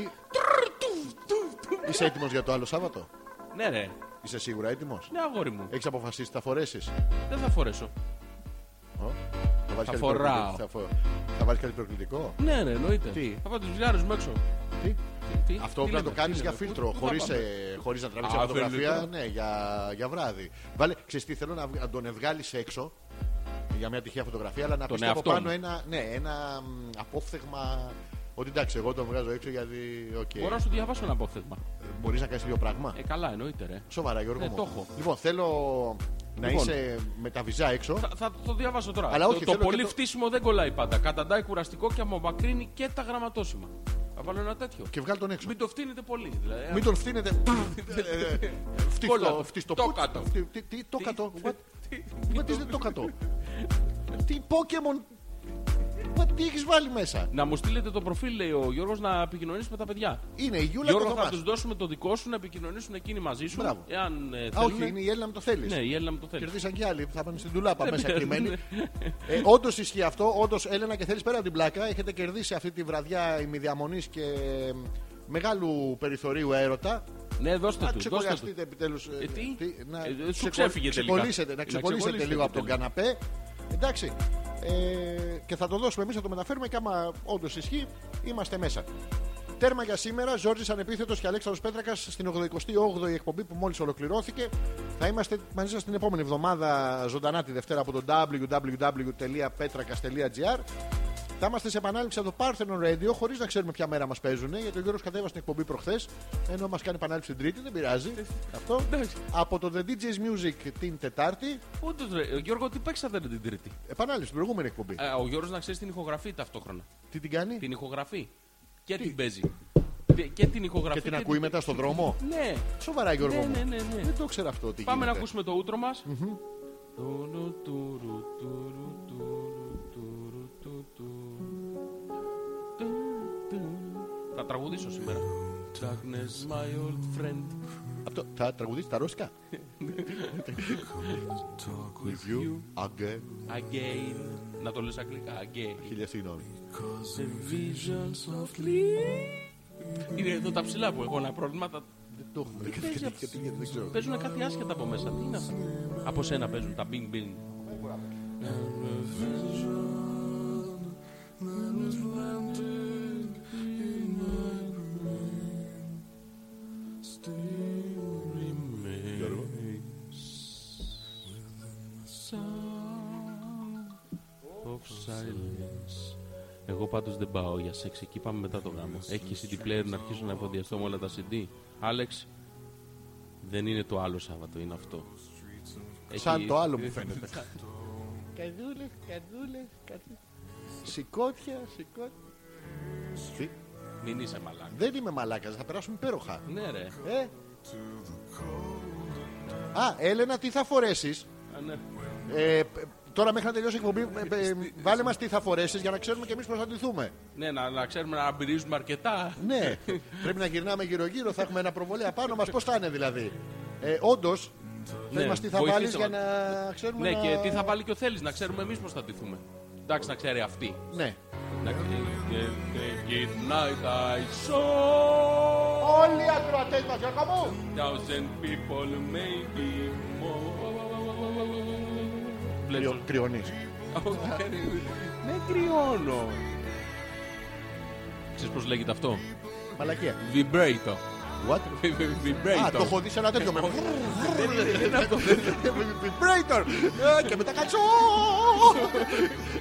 Είσαι έτοιμος για το άλλο Σάββατο. Ναι, ρε. Είσαι σίγουρα έτοιμος. Ναι, αγόρι μου. Έχεις αποφασίσει τι θα φορέσεις. Δεν θα φορέσω. Ω, Θα, βάλεις κάτι φοράω. προκλητικό. Θα, φο... θα βάλεις κάτι προκλητικό. Ναι, ναι, εννοείται. Τι? Θα πάω του βιλιάρου μου έξω. Τι? Τι- τι- Αυτό πρέπει τι να λέμε, το κάνεις τι για λέμε, πού- φίλτρο, πού θα χωρίς, πάμε. ε, χωρίς να τραβήξεις Α, φωτογραφία. φίλτρο. Ναι, για, για βράδυ. Βάλε, ξέρεις τι, θέλω να, βγ- να τον ευγάλεις έξω για μια τυχαία φωτογραφία, αλλά να Τον πεις από εαυτό πάνω μου. ένα, ναι, ένα μ, απόφθεγμα ότι εντάξει, εγώ τον βγάζω έξω γιατί. Okay. Μπορώ να σου διαβάσω ένα απόθεσμα. Μπορείς να κάνεις δύο πράγμα. Ε, καλά, εννοείται, ρε. Σοβαρά, Γιώργο. Ναι, μου. το έχω. Λοιπόν, θέλω να Λοιπόν. είσαι με τα βυζά έξω. Θα, θα το διαβάσω τώρα. Αλλά το, όχι, το θέλω και πολύ το- φτύσιμο δεν κολλάει πάντα. Καταντάει κουραστικό και απομακρύνει και τα γραμματόσημα. Θα βάλω ένα τέτοιο. Και βγάλ τον έξω. Μην το φτύνετε πολύ. Δηλαδή, Μην τον φτύνετε. Κόλλατο. Φτύστο Το κάτω. Τι το κατώ. Τι- What τι- what is the το κατώ. Τι Pokemon. What, Τι έχεις βάλει μέσα. Να μου στείλετε το προφίλ, λέει ο Γιώργος, να επικοινωνήσει με τα παιδιά. Είναι η Γιούλα και ο Γιώργο, θα του Θωμάς. δώσουμε το δικό σου να επικοινωνήσουν εκείνοι μαζί σου. Μπράβο. Εάν ε, Α, όχι, θέλουνε. είναι η Έλληνα με το θέλεις. Ναι, η Έλληνα μου το θέλεις. Κερδίσαν και άλλοι που θα πάνε στην τουλάπα μέσα πειράζει, κρυμμένοι. ναι. Ε, Όντως ισχύει αυτό. Όντως, Έλενα, και θέλεις πέρα από την πλάκα, έχετε κερδίσει αυτή τη βραδιά ημιδιαμονής και ε, μεγάλου περιθωρίου έρωτα. Ναι, δώστε Να τους. Δώστε τους. ξεκολλιαστείτε επιτέλους. Ε, τι? να Ε, σου ξεκο- ξέφυγε τελικά. ξεκολλήσετε, να Να ξεκολλήσετε ξεκολλήσετε λίγο από τον τελικά. καναπέ. Εντάξει. Ε, και θα το δώσουμε εμείς, θα το μεταφέρουμε και άμα όντως ισχύει, είμαστε μέσα. Τέρμα για σήμερα. Ζόρζη Ανεπίθετος και Αλέξανδρος Πέτρακας στην 88η εκπομπή που μόλις ολοκληρώθηκε. Θα είμαστε μαζί σας την επόμενη εβδομάδα ζωντανά τη Δευτέρα από το www.petrakas.gr. Θα είμαστε σε επανάληψη από το Parthenon Radio χωρίς να ξέρουμε ποια μέρα μας παίζουν. Γιατί ο Γιώργος κατέβασε την εκπομπή προχθές, ενώ μας κάνει επανάληψη την Τρίτη, δεν πειράζει. Αυτό. Εντάξει. από το The DJ's Music την Τετάρτη, Όντως, ρε, ο Γιώργο, τι παίξατε ρε, την Τρίτη. επανάληψη την προηγούμενη εκπομπή. Ε, ο Γιώργος να ξέρεις την ηχογραφή ταυτόχρονα. Τι την κάνει Την ηχογραφή. Και την παίζει. Και- Και την ηχογραφή. Ε. και την ακούει μετά στον δρόμο. Ναι, Σοβαρά, Γιώργο. ναι, μου. ναι, ναι. ναι. Δεν το ξέρω αυτό. Τι Πάμε να γίνεται. ακούσουμε το ούτρο μας. Θα τραγουδήσω σήμερα. Darkness, my old friend. Αυτό, θα τραγουδίσει τα ρώσικα. With you again. Again. Να το λες αγγλικά. Again. Χίλια συγγνώμη. The vision softly. Είναι εδώ τα ψηλά που έχω ένα πρόβλημα. τα- Δεν το έχουμε. Τι παίζει Γιατί- γιατί- γιατί Δεν ξέρω. Παίζουν κάτι άσχετα από μέσα. Τι είναι αυτά. Από σένα παίζουν τα bing bing. Γιώργο. Εγώ πάντως δεν πάω για σεξ. Εκεί πάμε μετά το γάμο. Έχει και CD player να αρχίσω να εφοδιαστώ με όλα τα CD. Άλεξ, δεν είναι το άλλο Σάββατο, είναι αυτό. Σαν Έχει- το άλλο μου φαίνεται. Καδούλες, καδούλες, καδούλες. Σηκώτια, σηκώτια. Τι? Μην είσαι μαλάκας. Δεν είμαι μαλάκας, θα περάσουμε υπέροχα. Ναι, ρε. Ε. Α, Έλενα, τι θα φορέσεις. Α, ναι. Ε, π- τώρα μέχρι να τελειώσει η εκπομπή, ε, ε, βάλε μας τι θα φορέσεις για να ξέρουμε και εμείς προστατηθούμε. Ναι, να, να ξέρουμε να αμπειρίζουμε αρκετά. Ναι, πρέπει να γυρνάμε γύρω-γύρω, θα έχουμε ένα προβολέα πάνω μας. Πώς θα είναι δηλαδή. Ε, Όντως, Ναι, ναι, μας τι θα βοηθήσε βάλεις για μας. να ξέρουμε. Ναι, να... και τι θα βάλει και ο Θέλει, να ξέρουμε εμείς πώς θα ντυθούμε. Εντάξει, να ξέρει αυτή. Ναι. Να- Take it night I saw Όλοι οι ακροατές μας, Γιώργο μου! thousand people maybe more. Βλέπεις, Κρυονή. Δεν κρυώνω. Ξέρεις πώς λέγεται αυτό. Μαλακία. Vibrator. What? Α, το Vibrator. έχω δει σε ένα τέτοιο με. Vibrator! Ε, Και μετά κάτσω.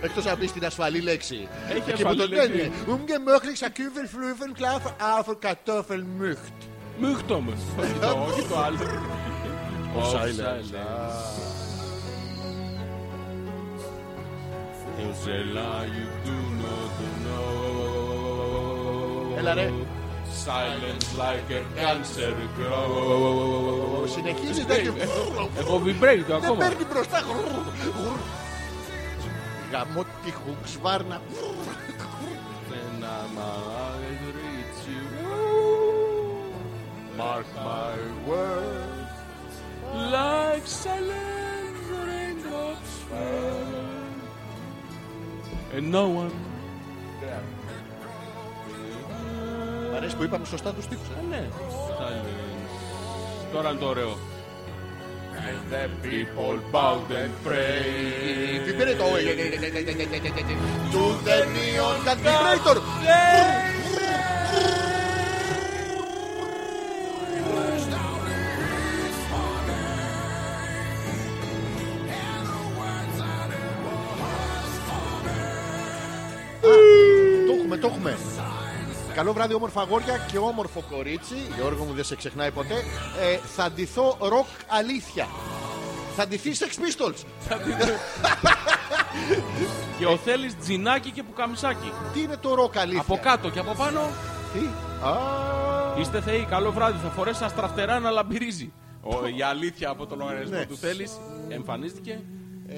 Εκτό αν πεις την ασφαλή λέξη. Έχει Εκεί που ασφαλή το λέξη. λένε. Umgemöchlich Saküvel Flüvel Klaff auf Kartoffelmücht. Μύχτωμε. Όχι το- Όχι το άλλο. Silence. There's a lie you do not know. Έλα, ρε. Silence like a cancer grows. Συνεχίζει τέτοιο. Εγώ vibrate Δεν Ε, ακόμα. παίρνει μπροστά. Γαμό τη χουξβάρνα. And I'm alive, reach you. Mark my words. Like silent raindrops fall. And no one Μ' αρέσει που είπαμε σωστά τους τύπους. Ε, Ναι. Τώρα είναι το ωραίο. And the people bowed and prayed. Πιπέρε το. Του δεν Cat Vibrator. Το έχουμε, το έχουμε. Καλό βράδυ, όμορφα αγόρια και όμορφο κορίτσι. Γιώργο μου δεν σε ξεχνάει ποτέ. Ε, θα ντυθώ ροκ αλήθεια. Θα ντυθεί Sex Pistols. Και ο Θέλης τζινάκι και πουκαμισάκι. Τι είναι το ροκ αλήθεια. Από κάτω και από πάνω Τι. Α, είστε θεοί. Καλό βράδυ. Θα φορέσει τα στραφτερά να λαμπυρίζει. Ο- Η αλήθεια από τον λογαριασμό Ναι. Ε, του Θέλης εμφανίστηκε.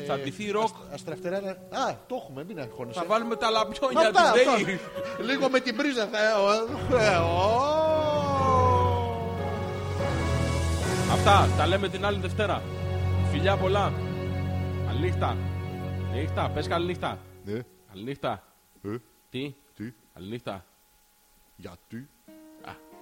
Θα ντυθεί ροκ. ασ- Αστραφτερά. να- Α, το έχουμε, μην αγχώνεσαι. Θα βάλουμε τα λαμπιόνια Αυτά, της αυτά. ΔΕΗ. Λίγο με την πρίζα θα. ο- ε, ο- Αυτά τα λέμε την άλλη Δευτέρα. Φιλιά πολλά. Καληνύχτα. Νύχτα. Πες καληνύχτα. Ναι, Καληνύχτα. ε, Τι. τι, Καληνύχτα. γιατί. Α,